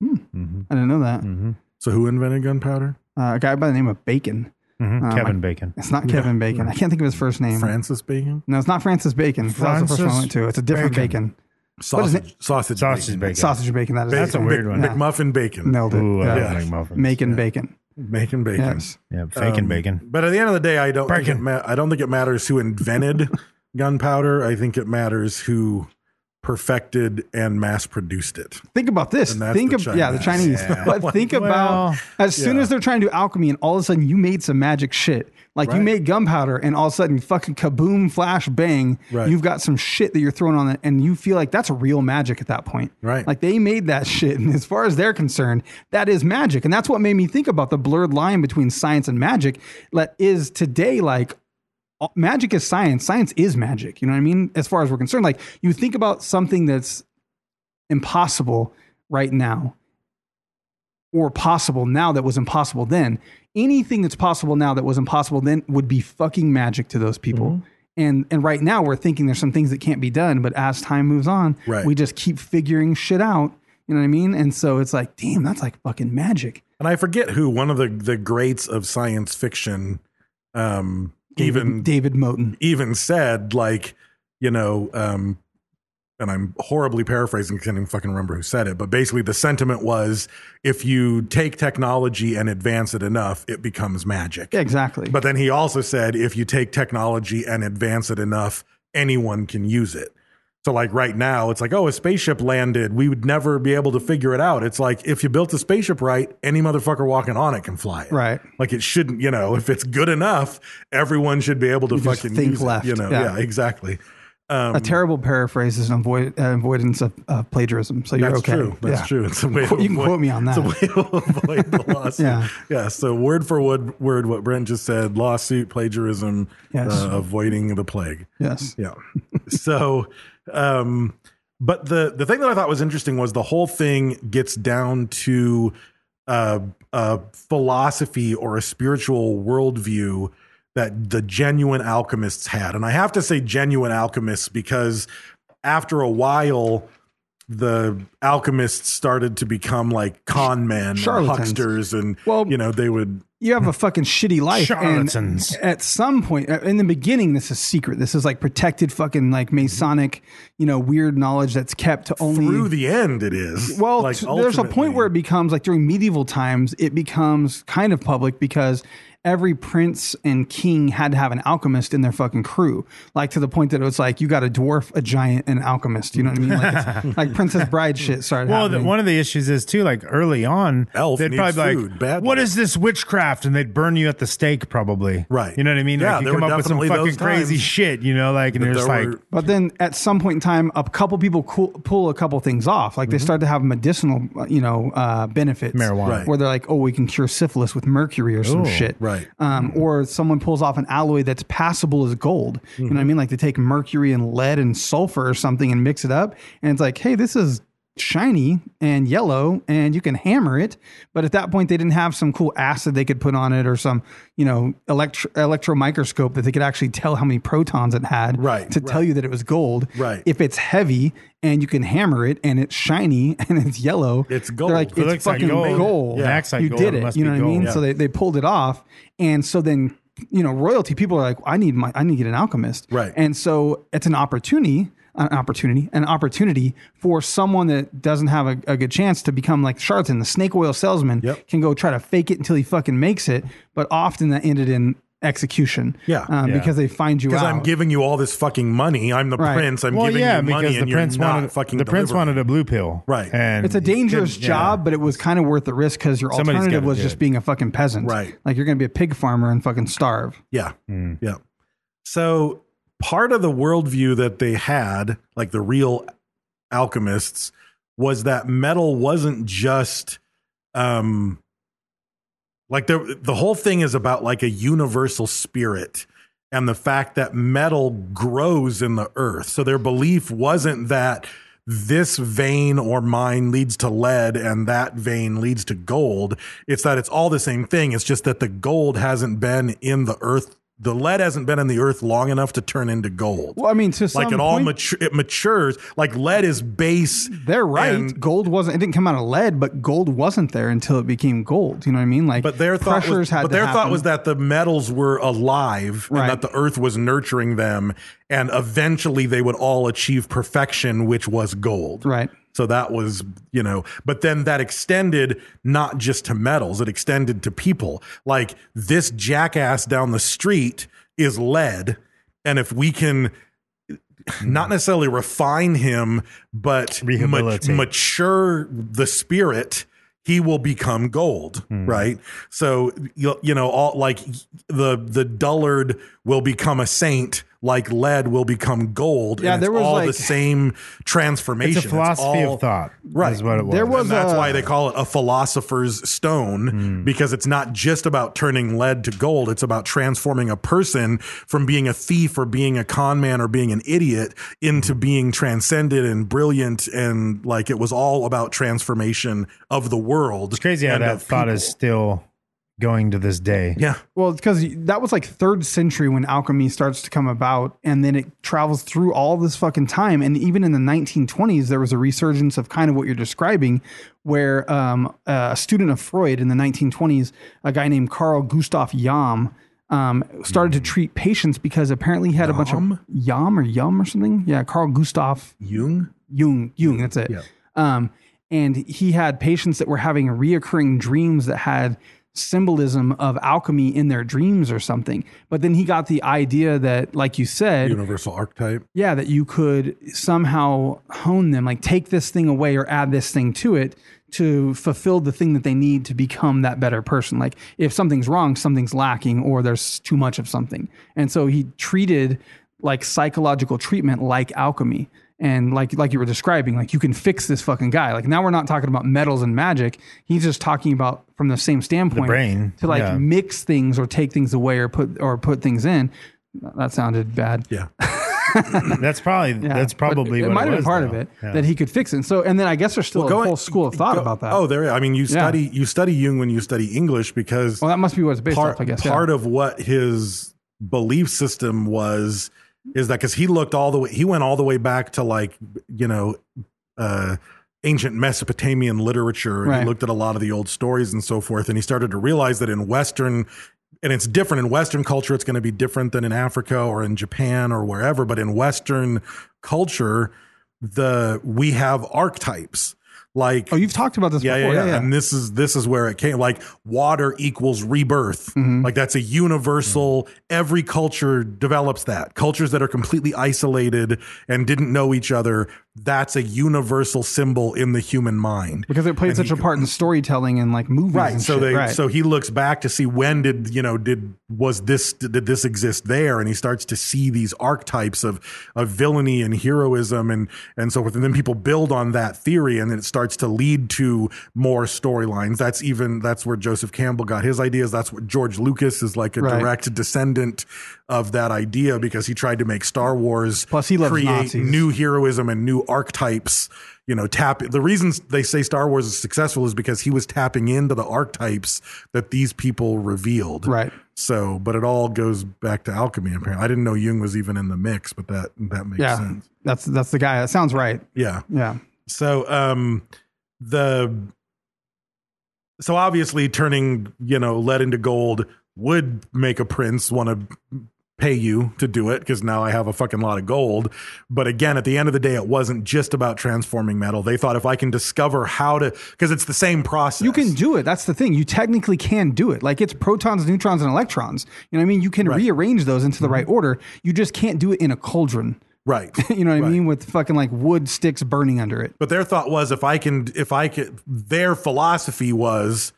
[SPEAKER 2] I didn't know that.
[SPEAKER 1] Mm-hmm.
[SPEAKER 3] So who invented gunpowder?
[SPEAKER 2] Uh, a guy by the name of Bacon.
[SPEAKER 1] Mhm.
[SPEAKER 2] Um,
[SPEAKER 1] Kevin
[SPEAKER 2] I-
[SPEAKER 1] Bacon.
[SPEAKER 2] It's not Kevin Bacon.
[SPEAKER 1] Mm-hmm.
[SPEAKER 2] I can't think of his first name.
[SPEAKER 3] Francis Bacon.
[SPEAKER 2] No, it's not Francis Bacon. That was the first one I went
[SPEAKER 1] Francis
[SPEAKER 2] to. It's a different Bacon.
[SPEAKER 1] Bacon.
[SPEAKER 2] What is
[SPEAKER 3] Sausage,
[SPEAKER 2] it?
[SPEAKER 3] sausage,
[SPEAKER 1] Sausage bacon.
[SPEAKER 2] Sausage bacon. That is
[SPEAKER 1] That's a
[SPEAKER 2] it.
[SPEAKER 1] weird one.
[SPEAKER 2] Yeah.
[SPEAKER 3] McMuffin bacon.
[SPEAKER 2] Nailed it.
[SPEAKER 1] Ooh, I
[SPEAKER 2] yeah.
[SPEAKER 1] love McMuffins.
[SPEAKER 2] Making bacon.
[SPEAKER 3] Making bacon.
[SPEAKER 2] Yes.
[SPEAKER 1] Yeah,
[SPEAKER 2] Um,
[SPEAKER 1] faking bacon.
[SPEAKER 3] But at the end of the day, I don't think it
[SPEAKER 1] Bacon.
[SPEAKER 3] ma- I don't think it matters who invented gunpowder. I think it matters who perfected and mass produced it.
[SPEAKER 2] Think about this.
[SPEAKER 3] And that's
[SPEAKER 2] Think
[SPEAKER 3] the
[SPEAKER 2] of yeah, the
[SPEAKER 3] Chinese.
[SPEAKER 2] Chinese.
[SPEAKER 3] Yeah.
[SPEAKER 2] But think about
[SPEAKER 1] Well,
[SPEAKER 2] as soon as they're trying to do alchemy, and all of a sudden you made some magic shit. Like you
[SPEAKER 3] Right.
[SPEAKER 2] made gunpowder, and all of a sudden fucking kaboom, flash bang.
[SPEAKER 3] Right.
[SPEAKER 2] You've got some shit that you're throwing on it, and you feel like that's real magic at that point.
[SPEAKER 3] Right.
[SPEAKER 2] Like they made that shit, and as far as they're concerned, that is magic, and that's what made me think about the blurred line between science and magic. That is today like all- magic is science. Science is magic. You know what I mean? As far as we're concerned, like you think about something that's impossible right now or possible now that was impossible then. Anything that's possible now that was impossible then would be fucking magic to those people.
[SPEAKER 3] Mm-hmm.
[SPEAKER 2] And and right now we're thinking there's some things that can't be done, but as time moves on,
[SPEAKER 3] Right.
[SPEAKER 2] we just keep figuring shit out. You know what I mean? And so it's like, damn, that's like fucking magic.
[SPEAKER 3] And I forget who one of the the greats of science fiction um even
[SPEAKER 2] David Moten.
[SPEAKER 3] even said like you know um and I'm horribly paraphrasing because I can't even fucking remember who said it, but basically the sentiment was if you take technology and advance it enough, it becomes magic.
[SPEAKER 2] Yeah, exactly.
[SPEAKER 3] But then he also said if you take technology and advance it enough, anyone can use it. So like right now, it's like, oh, a spaceship landed. We would never be able to figure it out. It's like if you built a spaceship right, any motherfucker walking on it can fly it.
[SPEAKER 2] Right.
[SPEAKER 3] Like it shouldn't, you know, if it's good enough, everyone should be able to
[SPEAKER 2] just
[SPEAKER 3] fucking
[SPEAKER 2] think
[SPEAKER 3] use
[SPEAKER 2] left.
[SPEAKER 3] It, you know,
[SPEAKER 2] Yeah.
[SPEAKER 3] yeah, exactly. um,
[SPEAKER 2] a terrible paraphrase is an avoid, uh, avoidance of uh, plagiarism. So you're
[SPEAKER 3] That's
[SPEAKER 2] okay.
[SPEAKER 3] true. That's
[SPEAKER 2] Yeah.
[SPEAKER 3] true. It's a way
[SPEAKER 2] Qu-
[SPEAKER 3] to
[SPEAKER 2] you can
[SPEAKER 3] avoid-
[SPEAKER 2] quote me on
[SPEAKER 3] It's
[SPEAKER 2] that.
[SPEAKER 3] a way to avoid the lawsuit.
[SPEAKER 2] Yeah.
[SPEAKER 3] yeah. So word for word, word what Brent just said: lawsuit, plagiarism,
[SPEAKER 2] Yes.
[SPEAKER 3] uh, avoiding the plague.
[SPEAKER 2] Yes.
[SPEAKER 3] Yeah. so, um, but the the thing that I thought was interesting was the whole thing gets down to uh, a philosophy or a spiritual worldview that the genuine alchemists had, and I have to say genuine alchemists because after a while. The alchemists started to become like con men, and
[SPEAKER 2] Charlatans.
[SPEAKER 3] hucksters, and
[SPEAKER 2] Well-
[SPEAKER 3] you know they would
[SPEAKER 2] you have a fucking shitty life.
[SPEAKER 1] Charlatans.
[SPEAKER 2] And at some point, uh, in the beginning, this is secret. This is like protected fucking like Masonic, you know, weird knowledge that's kept to only
[SPEAKER 3] through the end. It is
[SPEAKER 2] well, t- there's a
[SPEAKER 3] ultimately-
[SPEAKER 2] point where it becomes like during medieval times, it becomes kind of public because every prince and king had to have an alchemist in their fucking crew. Like to the point that it was like you got a dwarf, a giant, and an alchemist. You know what I mean? Like, it's, like Princess Bride shit started.
[SPEAKER 1] Well, the,
[SPEAKER 2] happening.
[SPEAKER 1] one of the issues is too, like early on,
[SPEAKER 3] Elf
[SPEAKER 1] they'd
[SPEAKER 3] needs
[SPEAKER 1] probably
[SPEAKER 3] food
[SPEAKER 1] like,
[SPEAKER 3] badly.
[SPEAKER 1] "What is this witchcraft?" and they'd burn you at the stake, probably.
[SPEAKER 3] Right.
[SPEAKER 1] You know what I mean?
[SPEAKER 3] Yeah,
[SPEAKER 1] like, you
[SPEAKER 3] there
[SPEAKER 1] come
[SPEAKER 3] were
[SPEAKER 1] up with some
[SPEAKER 3] definitely
[SPEAKER 1] fucking
[SPEAKER 3] those
[SPEAKER 1] crazy
[SPEAKER 3] times
[SPEAKER 1] shit, you know, like, and
[SPEAKER 3] that
[SPEAKER 1] there's
[SPEAKER 3] there
[SPEAKER 1] like,
[SPEAKER 3] were-
[SPEAKER 2] But then at some point in time, a couple people cool, pull a couple things off. Like they
[SPEAKER 3] Mm-hmm.
[SPEAKER 2] start to have medicinal, uh, you know, uh, benefits.
[SPEAKER 1] Marijuana.
[SPEAKER 3] Right.
[SPEAKER 2] Where they're like, oh, we can cure syphilis with mercury or
[SPEAKER 3] Oh,
[SPEAKER 2] some
[SPEAKER 1] Ooh,
[SPEAKER 2] shit.
[SPEAKER 3] right.
[SPEAKER 2] Um, or someone pulls off an alloy that's passable as gold. You
[SPEAKER 3] Mm-hmm.
[SPEAKER 2] know what I mean? Like they take mercury and lead and sulfur or something and mix it up. And it's like, hey, this is shiny and yellow and you can hammer it but at that point they didn't have some cool acid they could put on it or some you know electro electro microscope that they could actually tell how many protons it had
[SPEAKER 3] Right,
[SPEAKER 2] to tell you that it was gold.
[SPEAKER 3] Right.
[SPEAKER 2] If it's heavy and you can hammer it and it's shiny and it's yellow,
[SPEAKER 3] It's
[SPEAKER 2] they're
[SPEAKER 3] gold.
[SPEAKER 2] Like,
[SPEAKER 3] It
[SPEAKER 2] it's
[SPEAKER 1] looks like
[SPEAKER 2] fucking
[SPEAKER 1] gold.
[SPEAKER 2] gold.
[SPEAKER 1] Yeah. It acts like
[SPEAKER 2] you
[SPEAKER 1] gold.
[SPEAKER 2] did
[SPEAKER 1] It
[SPEAKER 2] it.
[SPEAKER 1] must
[SPEAKER 2] you
[SPEAKER 1] be
[SPEAKER 2] know what I mean?
[SPEAKER 1] gold.
[SPEAKER 2] So they, they pulled it off. And so then, you know, royalty people are like, I need my, I need to get an alchemist.
[SPEAKER 3] Right.
[SPEAKER 2] And so it's an opportunity, an opportunity, an opportunity for someone that doesn't have a, a good chance to become like Charlatan, the snake oil salesman
[SPEAKER 3] Yep.
[SPEAKER 2] can go try to fake it until he fucking makes it. But often that ended in execution.
[SPEAKER 3] Yeah.
[SPEAKER 2] Um,
[SPEAKER 1] Yeah.
[SPEAKER 2] Because they find you
[SPEAKER 3] because
[SPEAKER 2] out.
[SPEAKER 3] I'm giving you all this fucking money. I'm the
[SPEAKER 2] Right.
[SPEAKER 3] prince. I'm
[SPEAKER 1] well,
[SPEAKER 3] giving
[SPEAKER 1] yeah,
[SPEAKER 3] you money,
[SPEAKER 1] because the
[SPEAKER 3] and you're
[SPEAKER 1] prince
[SPEAKER 3] not
[SPEAKER 1] wanted
[SPEAKER 3] fucking.
[SPEAKER 1] the prince
[SPEAKER 3] delivering.
[SPEAKER 1] wanted a blue pill,
[SPEAKER 3] Right.
[SPEAKER 1] And
[SPEAKER 2] it's a dangerous
[SPEAKER 1] yeah.
[SPEAKER 2] job, but it was kind of worth the risk because your
[SPEAKER 1] Somebody's
[SPEAKER 2] alternative
[SPEAKER 1] gotta
[SPEAKER 2] was
[SPEAKER 1] do
[SPEAKER 2] just
[SPEAKER 1] it.
[SPEAKER 2] being a fucking peasant.
[SPEAKER 3] Right.
[SPEAKER 2] Like you're going to be a pig farmer and fucking starve.
[SPEAKER 3] Yeah.
[SPEAKER 1] Hmm.
[SPEAKER 3] Yeah. So part of the worldview that they had, like the real alchemists, was that metal wasn't just um like the the whole thing is about like a universal spirit and the fact that metal grows in the earth. So their belief wasn't that this vein or mine leads to lead and that vein leads to gold. It's that it's all the same thing. It's just that the gold hasn't been in the earth the lead hasn't been in the earth long enough to turn into gold.
[SPEAKER 2] Well, I mean, to
[SPEAKER 3] like
[SPEAKER 2] some
[SPEAKER 3] it all
[SPEAKER 2] point-
[SPEAKER 3] mature, it matures. Like lead is base.
[SPEAKER 2] They're right. gold wasn't. It didn't come out of lead, but gold wasn't there until it became gold. You know what I mean? Like,
[SPEAKER 3] But their thought
[SPEAKER 2] pressures
[SPEAKER 3] was,
[SPEAKER 2] had.
[SPEAKER 3] but
[SPEAKER 2] to
[SPEAKER 3] their thought
[SPEAKER 2] happen.
[SPEAKER 3] was that the metals were alive
[SPEAKER 2] Right.
[SPEAKER 3] and that the earth was nurturing them, and eventually they would all achieve perfection, which was gold.
[SPEAKER 2] Right.
[SPEAKER 3] So that was, you know, but then that extended not just to metals, it extended to people. Like this jackass down the street is lead. And if we can
[SPEAKER 1] Mm-hmm.
[SPEAKER 3] not necessarily refine him, but mat-
[SPEAKER 1] Rehabilitate.
[SPEAKER 3] mature the spirit, he will become gold,
[SPEAKER 1] Hmm.
[SPEAKER 3] right? So you, you know, all like the the dullard will become a saint, like lead will become gold.
[SPEAKER 2] Yeah,
[SPEAKER 3] and it's
[SPEAKER 2] there was,
[SPEAKER 3] all the
[SPEAKER 2] like-
[SPEAKER 3] same transformation.
[SPEAKER 1] It's a philosophy
[SPEAKER 3] all-
[SPEAKER 1] of thought.
[SPEAKER 3] Right.
[SPEAKER 1] Is what it was. Hmm.
[SPEAKER 2] There was
[SPEAKER 3] and that's
[SPEAKER 2] a-
[SPEAKER 3] why they call it a philosopher's stone because it's not just about turning lead to gold. It's about transforming a person from being a thief or being a con man or being an idiot into being transcended and brilliant. And like it was all about transformation of the world.
[SPEAKER 1] It's crazy how
[SPEAKER 3] and
[SPEAKER 1] that
[SPEAKER 3] of
[SPEAKER 1] thought is
[SPEAKER 3] people.
[SPEAKER 1] still going to this day.
[SPEAKER 3] Yeah.
[SPEAKER 2] Well, because that was like third century when alchemy starts to come about, and then it travels through all this fucking time. And even in the 1920s, there was a resurgence of kind of what you're describing, where um, a student of Freud in the 1920s, a guy named Carl Gustav Jam, um, started to treat patients because apparently he had a bunch of Jam or Yum or something. Yeah, Carl Gustav
[SPEAKER 3] Jung?
[SPEAKER 2] Jung, Jung, that's it. Um, and he had patients that were having reoccurring dreams that had symbolism of alchemy in their dreams or something. But then he got the idea that, like you said,
[SPEAKER 3] Universal archetype.
[SPEAKER 2] yeah, that you could somehow hone them, like take this thing away or add this thing to it to fulfill the thing that they need to become that better person. Like if something's wrong, something's lacking, or there's too much of something. And so he treated like psychological treatment like alchemy. And like like you were describing, like you can fix this fucking guy. Like now we're not talking about metals and magic. He's just talking about from the same standpoint
[SPEAKER 1] brain,
[SPEAKER 2] to like
[SPEAKER 1] yeah.
[SPEAKER 2] mix things or take things away or put or put things in. That sounded bad.
[SPEAKER 3] Yeah.
[SPEAKER 1] That's probably
[SPEAKER 2] Yeah,
[SPEAKER 1] that's
[SPEAKER 2] but
[SPEAKER 1] probably
[SPEAKER 2] it,
[SPEAKER 1] what
[SPEAKER 2] might have
[SPEAKER 1] was,
[SPEAKER 2] been part
[SPEAKER 1] though.
[SPEAKER 2] of it
[SPEAKER 1] Yeah.
[SPEAKER 2] that he could fix it. And so, and then I guess there's still a
[SPEAKER 3] Go-
[SPEAKER 2] whole school of thought
[SPEAKER 3] go-
[SPEAKER 2] about that.
[SPEAKER 3] Oh, there. I mean, you
[SPEAKER 2] Yeah.
[SPEAKER 3] study you study Jung when you study English because
[SPEAKER 2] well, that must be what it's based
[SPEAKER 3] part,
[SPEAKER 2] off. I guess
[SPEAKER 3] part
[SPEAKER 2] yeah.
[SPEAKER 3] of what his belief system was is that because he looked all the way he went all the way back to like you know uh ancient mesopotamian literature and he
[SPEAKER 2] Right.
[SPEAKER 3] looked at a lot of the old stories and so forth and he started to realize that in western and it's different in western culture it's going to be different than in africa or in japan or wherever but in western culture the we have archetypes like
[SPEAKER 2] oh, you've talked about this
[SPEAKER 3] yeah, yeah,
[SPEAKER 2] before.
[SPEAKER 3] yeah. And this is this is where it came. Like water equals rebirth. Like that's a universal. Every culture develops that. Cultures that are completely isolated and didn't know each other. That's a universal symbol in the human mind
[SPEAKER 2] because it played
[SPEAKER 3] And
[SPEAKER 2] such
[SPEAKER 3] he-
[SPEAKER 2] a part in storytelling and like movies.
[SPEAKER 3] Right.
[SPEAKER 2] and
[SPEAKER 3] So
[SPEAKER 2] shit,
[SPEAKER 3] they.
[SPEAKER 2] right.
[SPEAKER 3] So he looks back to see when did you know did was this did this exist there, and he starts to see these archetypes of of villainy and heroism and and so forth, and then people build on that theory, and then it starts to lead to more storylines. That's even that's where Joseph Campbell got his ideas. That's what George Lucas is like a
[SPEAKER 2] Right.
[SPEAKER 3] direct descendant of that idea because he tried to make Star Wars
[SPEAKER 2] Plus, he loves
[SPEAKER 3] create
[SPEAKER 2] Nazis.
[SPEAKER 3] new heroism and new archetypes. You know, tap the reasons they say Star Wars is successful is because he was tapping into the archetypes that these people revealed.
[SPEAKER 2] Right.
[SPEAKER 3] So, but it all goes back to alchemy. Apparently, I didn't know Jung was even in the mix, but that that makes
[SPEAKER 2] yeah,
[SPEAKER 3] sense.
[SPEAKER 2] that's that's the guy. That sounds right.
[SPEAKER 3] Yeah.
[SPEAKER 2] Yeah.
[SPEAKER 3] So, um, the so obviously turning you know lead into gold would make a prince want to pay you to do it because now I have a fucking lot of gold. But again, at the end of the day, it wasn't just about transforming metal. They thought if I can discover how to, because it's the same process.
[SPEAKER 2] You can do it. That's the thing. You technically can do it. Like it's protons, neutrons, and electrons. You know what I mean? You can
[SPEAKER 3] Right. Mm-hmm.
[SPEAKER 2] rearrange those into the right order. You just can't do it in a cauldron.
[SPEAKER 3] right.
[SPEAKER 2] You know what I
[SPEAKER 3] Right.
[SPEAKER 2] mean? With fucking like wood sticks burning under it.
[SPEAKER 3] But their thought was if I can, if I could, their philosophy was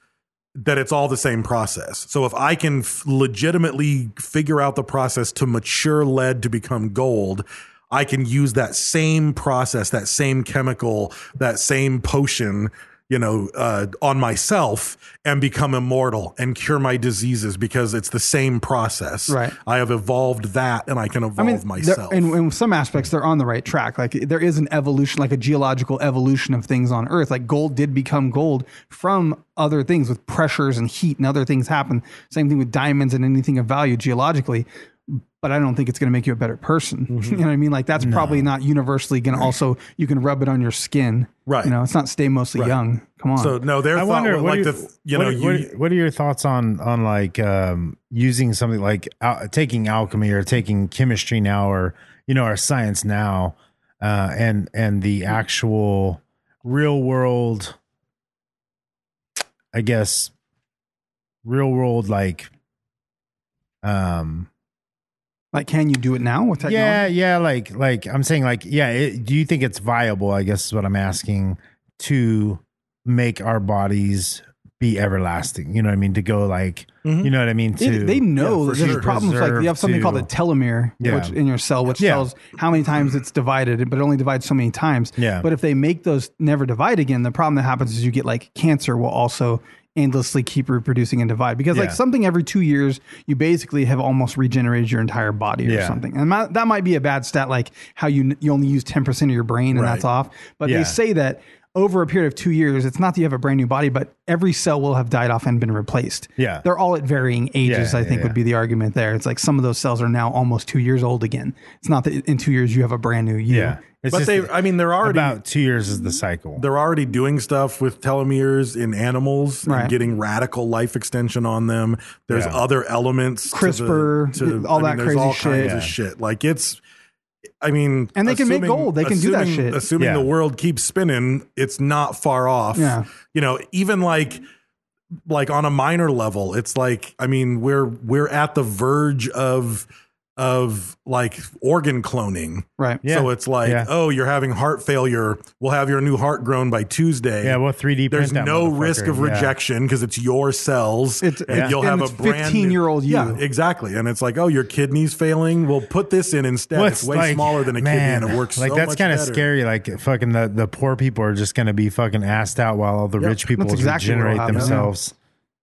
[SPEAKER 3] that it's all the same process. So if I can f- legitimately figure out the process to mature lead to become gold, I can use that same process, that same chemical, that same potion. you know, uh, on myself and become immortal and cure my diseases because it's the same process.
[SPEAKER 2] Right.
[SPEAKER 3] I have evolved that and I can evolve
[SPEAKER 2] they're-
[SPEAKER 3] myself.
[SPEAKER 2] And in some aspects, they're on the right track. Like there is an evolution, like a geological evolution of things on Earth. Like gold did become gold from other things with pressures and heat and other things happen. Same thing with diamonds and anything of value geologically. But I don't think it's going to make you a better person.
[SPEAKER 3] Mm-hmm.
[SPEAKER 2] you know what I mean? Like that's probably not universally going to also. You can rub it on your skin.
[SPEAKER 3] Right.
[SPEAKER 2] You know, it's not stay mostly
[SPEAKER 3] Right.
[SPEAKER 2] young. Come on.
[SPEAKER 3] So no, their
[SPEAKER 1] I
[SPEAKER 3] thought
[SPEAKER 1] wonder
[SPEAKER 3] was
[SPEAKER 1] what,
[SPEAKER 3] like
[SPEAKER 1] are,
[SPEAKER 3] the th- you know
[SPEAKER 1] what,
[SPEAKER 3] you,
[SPEAKER 1] what, what are your thoughts on on like um, using something like al- taking alchemy or taking chemistry now or you know or science now uh, and and the actual real world I guess real world like um
[SPEAKER 2] like, can you do it now with technology?
[SPEAKER 1] yeah yeah like like i'm saying like yeah it, do you think it's viable i guess is what i'm asking to make our bodies be everlasting you know what i mean to go like you know what i mean
[SPEAKER 2] They,
[SPEAKER 1] to
[SPEAKER 2] they know
[SPEAKER 3] Mm-hmm. Yeah, for
[SPEAKER 2] that there's
[SPEAKER 3] sure.
[SPEAKER 2] problems like you have something
[SPEAKER 1] Preserve
[SPEAKER 2] called a
[SPEAKER 1] to-
[SPEAKER 2] telomere
[SPEAKER 1] Yeah.
[SPEAKER 2] which, in your cell, which
[SPEAKER 1] Yeah.
[SPEAKER 2] tells how many times it's divided, but it only divides so many times.
[SPEAKER 1] Yeah.
[SPEAKER 2] But if they make those never divide again, the problem that happens is you get like cancer will also endlessly keep reproducing and divide because like
[SPEAKER 1] Yeah.
[SPEAKER 2] something every two years you basically have almost regenerated your entire body or
[SPEAKER 1] Yeah.
[SPEAKER 2] something and my, that might be a bad stat like how you you only use 10% of your brain and
[SPEAKER 3] Right.
[SPEAKER 2] that's off but
[SPEAKER 1] Yeah.
[SPEAKER 2] they say that over a period of two years it's not that you have a brand new body but every cell will have died off and been replaced
[SPEAKER 1] Yeah.
[SPEAKER 2] they're all at varying ages
[SPEAKER 1] Yeah,
[SPEAKER 2] i
[SPEAKER 1] yeah,
[SPEAKER 2] think
[SPEAKER 1] yeah.
[SPEAKER 2] would be the argument there it's like some of those cells are now almost two years old again it's not that in two years you have a brand new you
[SPEAKER 1] yeah It's
[SPEAKER 3] But
[SPEAKER 1] just
[SPEAKER 3] they- I mean, they're already-
[SPEAKER 1] about two years is the cycle
[SPEAKER 2] Mm-hmm.
[SPEAKER 3] they're already doing stuff with telomeres in animals and
[SPEAKER 2] Right.
[SPEAKER 3] getting radical life extension on them. There's
[SPEAKER 1] Yeah.
[SPEAKER 3] other elements, to the-
[SPEAKER 2] CRISPR, all that
[SPEAKER 3] there's
[SPEAKER 2] crazy
[SPEAKER 3] all
[SPEAKER 2] shit.
[SPEAKER 3] Kinds
[SPEAKER 1] Yeah.
[SPEAKER 3] of shit. Like it's, I mean,
[SPEAKER 2] And they can make gold. They can do that
[SPEAKER 3] assuming-
[SPEAKER 2] shit.
[SPEAKER 3] Assuming
[SPEAKER 1] Yeah.
[SPEAKER 3] the world keeps spinning, it's not far off.
[SPEAKER 2] Yeah.
[SPEAKER 3] You know, even like like on a minor level it's like i mean we're we're at the verge of of like organ cloning
[SPEAKER 2] right
[SPEAKER 1] Yeah.
[SPEAKER 3] so it's like
[SPEAKER 1] Yeah.
[SPEAKER 3] oh you're having heart failure we'll have your new heart grown by tuesday
[SPEAKER 1] Yeah, we'll 3D print
[SPEAKER 3] there's
[SPEAKER 1] that
[SPEAKER 3] no risk
[SPEAKER 1] motherfucker.
[SPEAKER 3] of
[SPEAKER 1] Yeah.
[SPEAKER 3] rejection because it's your cells
[SPEAKER 2] It's-
[SPEAKER 3] and
[SPEAKER 2] Yeah.
[SPEAKER 3] you'll have
[SPEAKER 2] and it's
[SPEAKER 3] a brand
[SPEAKER 2] 15-year-old you.
[SPEAKER 3] yeah exactly and it's like oh your kidney's failing we'll put this in instead it's way
[SPEAKER 1] like-
[SPEAKER 3] smaller than a
[SPEAKER 1] man,
[SPEAKER 3] kidney and it works
[SPEAKER 1] like
[SPEAKER 3] so
[SPEAKER 1] that's
[SPEAKER 3] much
[SPEAKER 1] kinda
[SPEAKER 3] better.
[SPEAKER 1] scary like fucking the, the poor people are just gonna be fucking assed out while all the
[SPEAKER 3] Yeah,
[SPEAKER 1] rich people
[SPEAKER 2] that's exactly what will
[SPEAKER 1] regenerate
[SPEAKER 2] happen, yeah.
[SPEAKER 1] themselves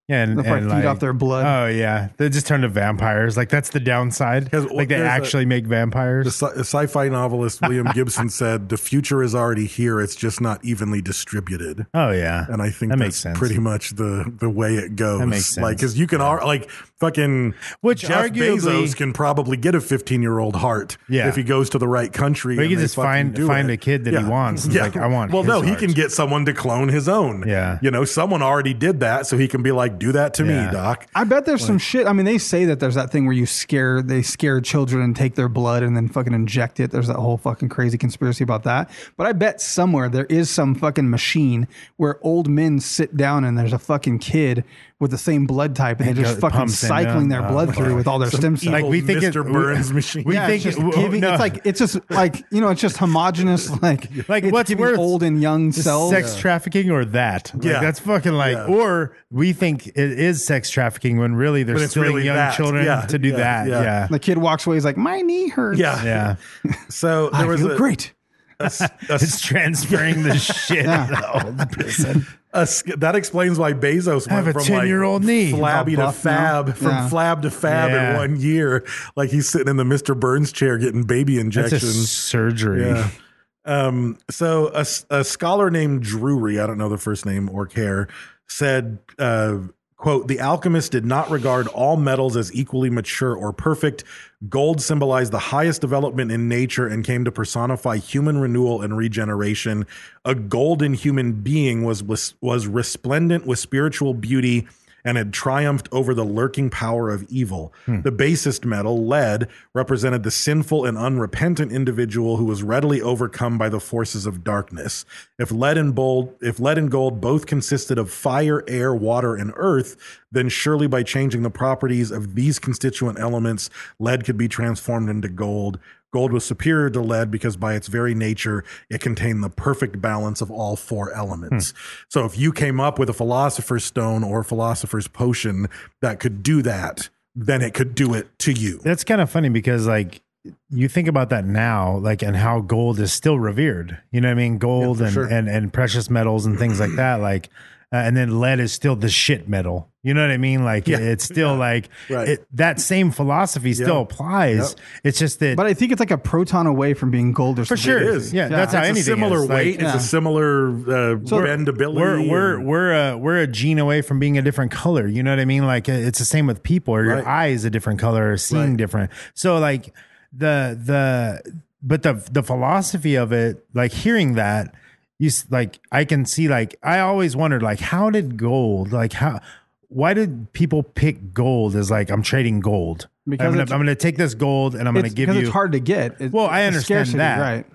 [SPEAKER 1] yeah, and,
[SPEAKER 2] They'll probably
[SPEAKER 1] and
[SPEAKER 2] feed
[SPEAKER 1] like,
[SPEAKER 2] off their blood.
[SPEAKER 1] Oh yeah, they just turn to vampires. Like that's the downside.
[SPEAKER 3] 'Cause
[SPEAKER 1] Like they
[SPEAKER 3] there's a-
[SPEAKER 1] actually make vampires.
[SPEAKER 3] The sci- sci-fi novelist William Gibson said, "The future is already here. It's just not evenly distributed."
[SPEAKER 1] oh yeah,
[SPEAKER 3] And I think
[SPEAKER 1] that
[SPEAKER 3] that's
[SPEAKER 1] makes sense.
[SPEAKER 3] pretty much the the way it goes.
[SPEAKER 1] That makes
[SPEAKER 3] Like
[SPEAKER 1] sense.
[SPEAKER 3] because you can ar- like fucking
[SPEAKER 1] Which
[SPEAKER 3] Jeff
[SPEAKER 1] arguably-
[SPEAKER 3] Bezos can probably get a 15 year old heart
[SPEAKER 1] Yeah.
[SPEAKER 3] if he goes to the right country.
[SPEAKER 1] But he
[SPEAKER 3] and
[SPEAKER 1] can
[SPEAKER 3] they
[SPEAKER 1] just
[SPEAKER 3] fucking
[SPEAKER 1] find-
[SPEAKER 3] do
[SPEAKER 1] find
[SPEAKER 3] it.
[SPEAKER 1] a kid that he wants. He's like, I want
[SPEAKER 3] Well,
[SPEAKER 1] his
[SPEAKER 3] no, he
[SPEAKER 1] heart.
[SPEAKER 3] can get someone to clone his own.
[SPEAKER 1] Yeah.
[SPEAKER 3] you know, someone already did that, so he can be like, "Do that to
[SPEAKER 1] Yeah.
[SPEAKER 3] me, doc."
[SPEAKER 2] I bet there's some shit. I mean, they say that there's that thing where you scare they scare children and take their blood and then fucking inject it. There's that whole fucking crazy conspiracy about that. But I bet somewhere there is some fucking machine where old men sit down and there's a fucking kid with the same blood type and,
[SPEAKER 1] And
[SPEAKER 2] they're just
[SPEAKER 1] go-
[SPEAKER 2] fucking
[SPEAKER 1] pumps in them.
[SPEAKER 2] cycling their
[SPEAKER 1] Oh,
[SPEAKER 2] blood through
[SPEAKER 1] fuck.
[SPEAKER 2] with all their stem cells.
[SPEAKER 1] like we think it-
[SPEAKER 3] Mr. Burns
[SPEAKER 1] we-
[SPEAKER 3] machine.
[SPEAKER 1] We
[SPEAKER 2] Yeah,
[SPEAKER 1] think
[SPEAKER 2] it's, just
[SPEAKER 1] w-
[SPEAKER 2] giving,
[SPEAKER 1] no.
[SPEAKER 2] it's like it's just like you know it's just homogenous like
[SPEAKER 1] like
[SPEAKER 2] it's
[SPEAKER 1] what's
[SPEAKER 2] giving
[SPEAKER 1] worse,
[SPEAKER 2] old and young
[SPEAKER 1] Just
[SPEAKER 2] cells
[SPEAKER 1] sex trafficking or that Like,
[SPEAKER 3] Yeah.
[SPEAKER 1] that's fucking like
[SPEAKER 3] Yeah.
[SPEAKER 1] or we think it is sex trafficking when really they're
[SPEAKER 3] But it's
[SPEAKER 1] stealing
[SPEAKER 3] really
[SPEAKER 1] young
[SPEAKER 3] that.
[SPEAKER 1] children
[SPEAKER 3] Yeah,
[SPEAKER 1] to do
[SPEAKER 3] yeah,
[SPEAKER 1] that
[SPEAKER 3] yeah.
[SPEAKER 1] yeah
[SPEAKER 2] The kid walks away. He's like, my knee hurts.
[SPEAKER 3] Yeah,
[SPEAKER 1] yeah,
[SPEAKER 3] So there
[SPEAKER 2] I
[SPEAKER 3] was
[SPEAKER 2] feel
[SPEAKER 3] a,
[SPEAKER 2] great.
[SPEAKER 3] a s- a s-
[SPEAKER 1] it's transferring the shit out of the old person
[SPEAKER 3] A sk- that explains why Bezos
[SPEAKER 1] I have
[SPEAKER 3] went
[SPEAKER 1] a
[SPEAKER 3] from
[SPEAKER 1] 10-year-old
[SPEAKER 3] like
[SPEAKER 1] knee.
[SPEAKER 3] flabby
[SPEAKER 2] All
[SPEAKER 3] to
[SPEAKER 2] buff now.
[SPEAKER 3] fab, from
[SPEAKER 2] Yeah.
[SPEAKER 3] flab to fab
[SPEAKER 1] Yeah.
[SPEAKER 3] in one year. Like he's sitting in the Mr. Burns chair getting baby
[SPEAKER 1] that's a
[SPEAKER 3] injections.
[SPEAKER 1] surgery
[SPEAKER 3] Yeah. Um, so a, s- a scholar named Drury, I don't know the first name or care, said, uh, quote, the alchemist did not regard all metals as equally mature or perfect. Gold symbolized the highest development in nature and came to personify human renewal and regeneration. A golden human being was was, was resplendent with spiritual beauty and had triumphed over the lurking power of evil. The basest metal, lead, represented the sinful and unrepentant individual who was readily overcome by the forces of darkness. If lead and gold, if lead and gold both consisted of fire, air, water, and earth, then surely by changing the properties of these constituent elements, lead could be transformed into gold. Gold was superior to lead because by its very nature, it contained the perfect balance of all four
[SPEAKER 1] Hmm.
[SPEAKER 3] elements. So if you came up with a philosopher's stone or philosopher's potion that could do that, then it could do it to you.
[SPEAKER 1] that's kind of funny because like you think about that now, like, and how gold is still revered. You know what I mean? Gold
[SPEAKER 3] for
[SPEAKER 1] and,
[SPEAKER 3] sure.
[SPEAKER 1] and and precious metals and things like that. Like, uh, and then lead is still the shit metal. You know what I mean? Like,
[SPEAKER 3] Yeah.
[SPEAKER 1] it's still like
[SPEAKER 3] Right.
[SPEAKER 1] it, that same philosophy still applies.
[SPEAKER 3] Yep.
[SPEAKER 1] It's just that
[SPEAKER 2] But I think it's like a proton away from being gold or
[SPEAKER 1] for sure,
[SPEAKER 2] something.
[SPEAKER 3] It is.
[SPEAKER 1] yeah, That's how
[SPEAKER 3] it's
[SPEAKER 1] anything
[SPEAKER 3] a similar
[SPEAKER 1] is. Like,
[SPEAKER 3] weight.
[SPEAKER 2] yeah.
[SPEAKER 3] It's a similar uh, bendability.
[SPEAKER 1] We're we're
[SPEAKER 3] and-
[SPEAKER 1] we're a we're a gene away from being a different color. You know what I mean? Like uh, it's the same with people, or
[SPEAKER 3] Right.
[SPEAKER 1] your eye is a different color, or seeing
[SPEAKER 3] Right.
[SPEAKER 1] different. So like the the but the the philosophy of it, like hearing that, you s- like I can see like I always wondered like how did gold like how why did people pick gold as like I'm trading gold?
[SPEAKER 2] Because
[SPEAKER 1] I'm gonna,
[SPEAKER 2] it's-
[SPEAKER 1] I'm gonna take this gold and I'm gonna
[SPEAKER 2] It's-
[SPEAKER 1] give
[SPEAKER 2] because
[SPEAKER 1] you
[SPEAKER 2] it's hard to get. It-
[SPEAKER 1] Well, I
[SPEAKER 2] it's a
[SPEAKER 1] understand
[SPEAKER 2] scarcity,
[SPEAKER 1] that.
[SPEAKER 2] right?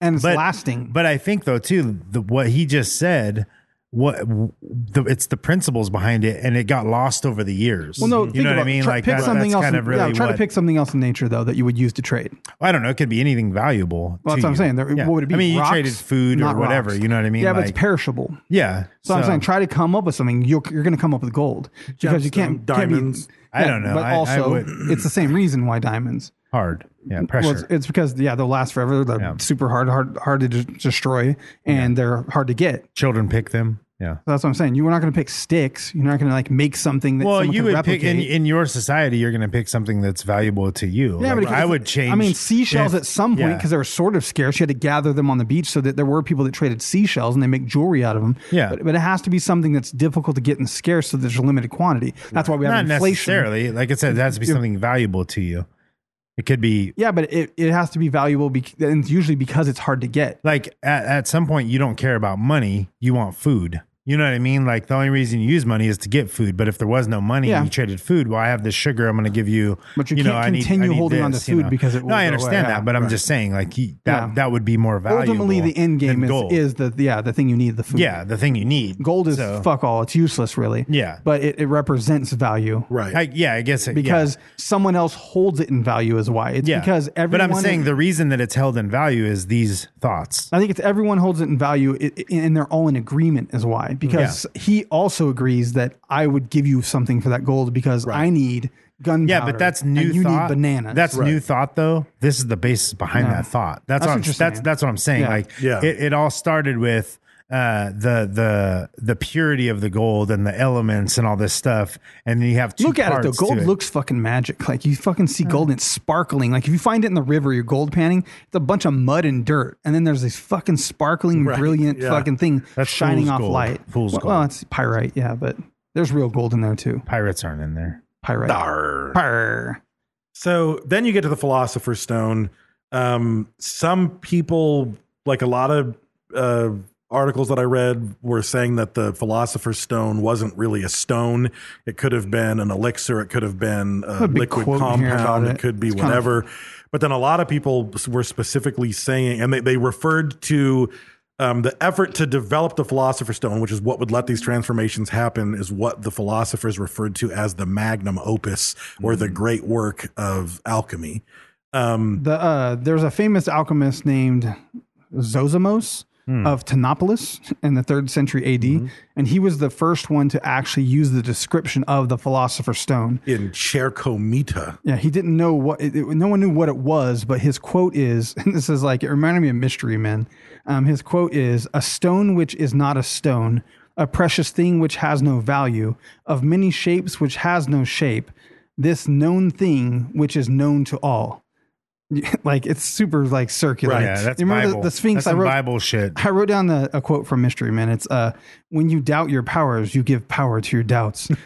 [SPEAKER 2] And it's lasting.
[SPEAKER 1] but I think though too, the, what he just said, what the, it's the principles behind it, and it got lost over the years.
[SPEAKER 2] well, no,
[SPEAKER 1] you
[SPEAKER 2] think
[SPEAKER 1] know what
[SPEAKER 2] about
[SPEAKER 1] I
[SPEAKER 2] it.
[SPEAKER 1] mean.
[SPEAKER 2] Try,
[SPEAKER 1] like
[SPEAKER 2] pick
[SPEAKER 1] that,
[SPEAKER 2] something
[SPEAKER 1] that's
[SPEAKER 2] else.
[SPEAKER 1] kind of
[SPEAKER 2] in-
[SPEAKER 1] really
[SPEAKER 2] yeah, try
[SPEAKER 1] what,
[SPEAKER 2] to pick something else in nature though that you would use to trade.
[SPEAKER 1] I don't know. It could be anything valuable.
[SPEAKER 2] Well,
[SPEAKER 1] to
[SPEAKER 2] that's what I'm
[SPEAKER 1] you.
[SPEAKER 2] saying. There,
[SPEAKER 1] Yeah.
[SPEAKER 2] What would it be?
[SPEAKER 1] I mean,
[SPEAKER 2] Rocks?
[SPEAKER 1] you traded food or
[SPEAKER 2] Not
[SPEAKER 1] whatever.
[SPEAKER 2] rocks.
[SPEAKER 1] You know what I mean?
[SPEAKER 2] Yeah, but
[SPEAKER 1] Like,
[SPEAKER 2] it's perishable.
[SPEAKER 1] Yeah.
[SPEAKER 2] So, I'm saying try to come up with something. You're, you're going to come up with gold because you can't
[SPEAKER 3] Gemstone,
[SPEAKER 2] can't be-
[SPEAKER 3] diamonds.
[SPEAKER 1] I don't know.
[SPEAKER 2] But
[SPEAKER 1] I- I
[SPEAKER 2] also,
[SPEAKER 1] would-
[SPEAKER 2] it's the same reason why diamonds.
[SPEAKER 1] hard. Yeah,
[SPEAKER 2] Well,
[SPEAKER 1] pressure.
[SPEAKER 2] it's, it's because yeah, they'll last forever. They're
[SPEAKER 1] Yeah.
[SPEAKER 2] super hard, hard, hard to de- destroy, and they're hard to get.
[SPEAKER 1] Children pick them. Yeah.
[SPEAKER 2] So that's what I'm saying. You were not going to pick sticks. You're not going to like make something that
[SPEAKER 1] Well,
[SPEAKER 2] someone
[SPEAKER 1] you
[SPEAKER 2] can
[SPEAKER 1] would
[SPEAKER 2] replicate.
[SPEAKER 1] pick in, in your society. You're going to pick something that's valuable to you.
[SPEAKER 2] yeah,
[SPEAKER 1] Like,
[SPEAKER 2] but
[SPEAKER 1] I would change.
[SPEAKER 2] I mean, seashells
[SPEAKER 1] if-
[SPEAKER 2] at some point
[SPEAKER 1] yeah.
[SPEAKER 2] because they were sort of scarce. You had to gather them on the beach so that there were people that traded seashells and they make jewelry out of them.
[SPEAKER 1] Yeah.
[SPEAKER 2] but, but it has to be something that's difficult to get and scarce, so there's a limited quantity. That's why we have
[SPEAKER 1] not
[SPEAKER 2] inflation.
[SPEAKER 1] necessarily. Like I said, it has to be something valuable to you. It could be
[SPEAKER 2] Yeah, but it, it has to be valuable, bec- and it's usually because it's hard to get.
[SPEAKER 1] like at, at some point you don't care about money you want food you know what i mean like the only reason you use money is to get food but if there was no money
[SPEAKER 2] Yeah.
[SPEAKER 1] and you traded food well i have this sugar i'm going to give you
[SPEAKER 2] But you
[SPEAKER 1] know,
[SPEAKER 2] can't
[SPEAKER 1] I need- I
[SPEAKER 2] continue
[SPEAKER 1] need
[SPEAKER 2] holding on to
[SPEAKER 1] this, you
[SPEAKER 2] food
[SPEAKER 1] know.
[SPEAKER 2] because it will
[SPEAKER 1] no i
[SPEAKER 2] go away.
[SPEAKER 1] understand
[SPEAKER 2] Yeah.
[SPEAKER 1] that but i'm
[SPEAKER 2] Right.
[SPEAKER 1] just saying like you- that
[SPEAKER 2] Yeah.
[SPEAKER 1] that would be more valuable
[SPEAKER 2] Ultimately, the end
[SPEAKER 1] than
[SPEAKER 2] game is,
[SPEAKER 1] gold.
[SPEAKER 2] is the yeah the thing you need the food.
[SPEAKER 1] yeah the thing you need
[SPEAKER 2] gold is
[SPEAKER 1] So,
[SPEAKER 2] fuck all. It's useless, really.
[SPEAKER 1] Yeah.
[SPEAKER 2] but it, it represents value
[SPEAKER 3] right.
[SPEAKER 1] I, yeah i guess it, yeah.
[SPEAKER 2] because someone else holds it in value is why. It's
[SPEAKER 1] yeah.
[SPEAKER 2] because everyone.
[SPEAKER 1] but i'm saying the reason that it's held in value is these thoughts
[SPEAKER 2] I think it's everyone holds it in value, i- i- and they're all in agreement is
[SPEAKER 1] Mm-hmm.
[SPEAKER 2] why. Because he also agrees that I would give you something for that gold because I need gunpowder.
[SPEAKER 1] Yeah, but that's new.
[SPEAKER 2] and You
[SPEAKER 1] thought.
[SPEAKER 2] need bananas.
[SPEAKER 1] That's new thought, though. This is the basis behind that thought. That's,
[SPEAKER 2] That's
[SPEAKER 1] what I'm,
[SPEAKER 2] what you're
[SPEAKER 1] that's
[SPEAKER 2] saying.
[SPEAKER 1] that's what I'm saying.
[SPEAKER 2] Yeah.
[SPEAKER 1] Like,
[SPEAKER 3] Yeah.
[SPEAKER 1] it, it all started with uh, the the the purity of the gold and the elements and all this stuff, and then you have two
[SPEAKER 2] Look at it though.
[SPEAKER 1] parts to Mm.
[SPEAKER 2] Gold looks fucking magic. Like you fucking see gold and it's sparkling. Like if you find it in the river, you're gold panning, it's a bunch of mud and dirt. And then there's this fucking sparkling,
[SPEAKER 3] Right,
[SPEAKER 2] brilliant
[SPEAKER 3] yeah.
[SPEAKER 2] fucking thing
[SPEAKER 1] That's
[SPEAKER 2] shining
[SPEAKER 1] fool's
[SPEAKER 2] off
[SPEAKER 1] gold.
[SPEAKER 2] light.
[SPEAKER 1] Fool's
[SPEAKER 2] well,
[SPEAKER 1] gold.
[SPEAKER 2] well, it's pyrite, yeah, but there's real gold in there too.
[SPEAKER 1] Pirates aren't in there.
[SPEAKER 2] Pyrite. Pyrr.
[SPEAKER 3] So then you get to the Philosopher's Stone. Um, some people, like a lot of uh, articles that I read, were saying that the Philosopher's Stone wasn't really a stone. It could have been an elixir. It could have been a,
[SPEAKER 2] A big
[SPEAKER 3] liquid
[SPEAKER 2] quote in here
[SPEAKER 3] compound.
[SPEAKER 2] about
[SPEAKER 3] It
[SPEAKER 2] it.
[SPEAKER 3] could be
[SPEAKER 2] It's kind of-
[SPEAKER 3] whatever. but then a lot of people were specifically saying, and they, they referred to um, the effort to develop the Philosopher's Stone, which is what would let these transformations happen, is what the philosophers referred to as the magnum opus or the great work of alchemy.
[SPEAKER 2] The uh there's a famous alchemist named Zosimos of Tenopolis in the third century AD. And he was the first one to actually use the description of the philosopher's stone.
[SPEAKER 3] in Cherkomita.
[SPEAKER 2] Yeah, he didn't know what. It, it- no one knew what it was, but his quote is, and this is like it reminded me of Mystery Men. Um, his quote is, "A stone which is not a stone, a precious thing which has no value, of many shapes which has no shape, this known thing which is known to all." like it's super like circular.
[SPEAKER 1] Yeah, that's
[SPEAKER 2] You remember
[SPEAKER 1] Bible.
[SPEAKER 2] The, the Sphinx.
[SPEAKER 1] That's
[SPEAKER 2] I
[SPEAKER 1] some
[SPEAKER 2] wrote
[SPEAKER 1] Bible shit.
[SPEAKER 2] I wrote down the, a quote from Mystery Men. It's uh, when you doubt your powers, you give power to your doubts.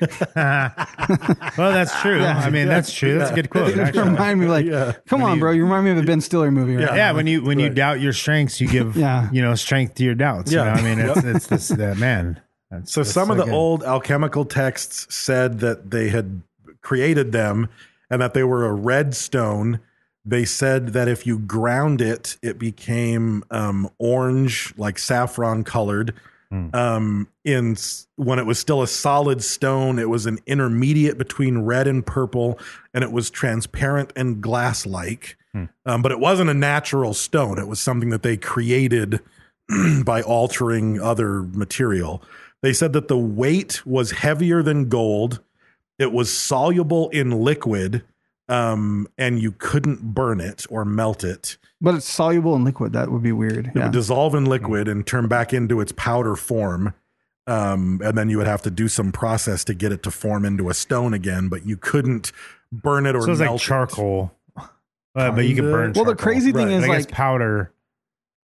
[SPEAKER 1] Well, that's true. I mean, that's true. That's a good quote.
[SPEAKER 2] It
[SPEAKER 1] actually.
[SPEAKER 2] remind me like, come on, bro. You remind me of a Ben Stiller movie. Right
[SPEAKER 3] Yeah.
[SPEAKER 2] now.
[SPEAKER 1] Yeah, when you when you doubt your strengths, you give
[SPEAKER 2] Yeah.
[SPEAKER 1] you know strength to your doubts. Yeah,
[SPEAKER 3] Yeah.
[SPEAKER 1] I mean, it's, it's this that man. That's,
[SPEAKER 3] So
[SPEAKER 1] that's
[SPEAKER 3] some of the
[SPEAKER 1] good.
[SPEAKER 3] old alchemical texts said that they had created them and that they were a red stone. They said that if you ground it, it became um, orange, like saffron colored. Um, in s- when it was still a solid stone, it was an intermediate between red and purple, and it was transparent and glass like. Um, but it wasn't a natural stone; it was something that they created by altering other material. They said that the weight was heavier than gold. It was soluble in liquid. um, and you couldn't burn it or melt it.
[SPEAKER 2] But it's soluble in liquid. That would be weird.
[SPEAKER 3] It
[SPEAKER 2] Yeah.
[SPEAKER 3] would dissolve in
[SPEAKER 1] Mm.
[SPEAKER 3] liquid and turn back into its powder form. Um, and then you would have to do some process to get it to form into a stone again, but you couldn't burn it or
[SPEAKER 1] so it's
[SPEAKER 3] melt
[SPEAKER 1] like charcoal, Uh, but you can
[SPEAKER 3] Kinda.
[SPEAKER 1] burn.
[SPEAKER 2] Well, the
[SPEAKER 1] charcoal.
[SPEAKER 2] crazy thing
[SPEAKER 1] But
[SPEAKER 2] is,
[SPEAKER 1] I guess
[SPEAKER 2] like-
[SPEAKER 1] powder.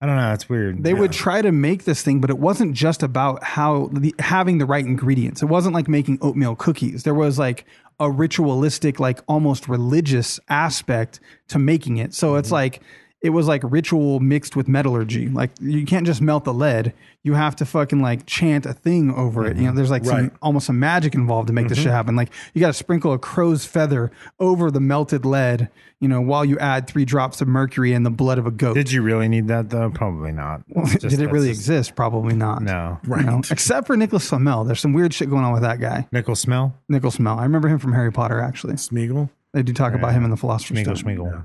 [SPEAKER 1] I don't know. It's weird.
[SPEAKER 2] They
[SPEAKER 1] Yeah.
[SPEAKER 2] would try to make this thing, but it wasn't just about how the, having the right ingredients. It wasn't like making oatmeal cookies. There was like a ritualistic, like almost religious aspect to making it. So it's like it was like ritual mixed with metallurgy. Like you can't just melt the lead. You have to fucking like chant a thing over it. You know, there's like
[SPEAKER 3] Right.
[SPEAKER 2] some almost some magic involved to make this shit happen. Like you got to sprinkle a crow's feather over the melted lead. You know, while you add three drops of mercury and the blood of a goat.
[SPEAKER 1] Did you really need that though? Probably not.
[SPEAKER 2] Well,
[SPEAKER 1] It's just-
[SPEAKER 2] did it really
[SPEAKER 1] that's just-
[SPEAKER 2] exist? Probably not.
[SPEAKER 1] No.
[SPEAKER 2] You know, except for Nicholas Flamel. There's some weird shit going on with that guy,
[SPEAKER 1] Nickel smell.
[SPEAKER 2] Nicholas Flamel. I remember him from Harry Potter, actually.
[SPEAKER 3] Smeagol?
[SPEAKER 2] They do talk about him in the Philosopher's
[SPEAKER 1] Schmeagle,
[SPEAKER 2] Stone.
[SPEAKER 1] schmeagle.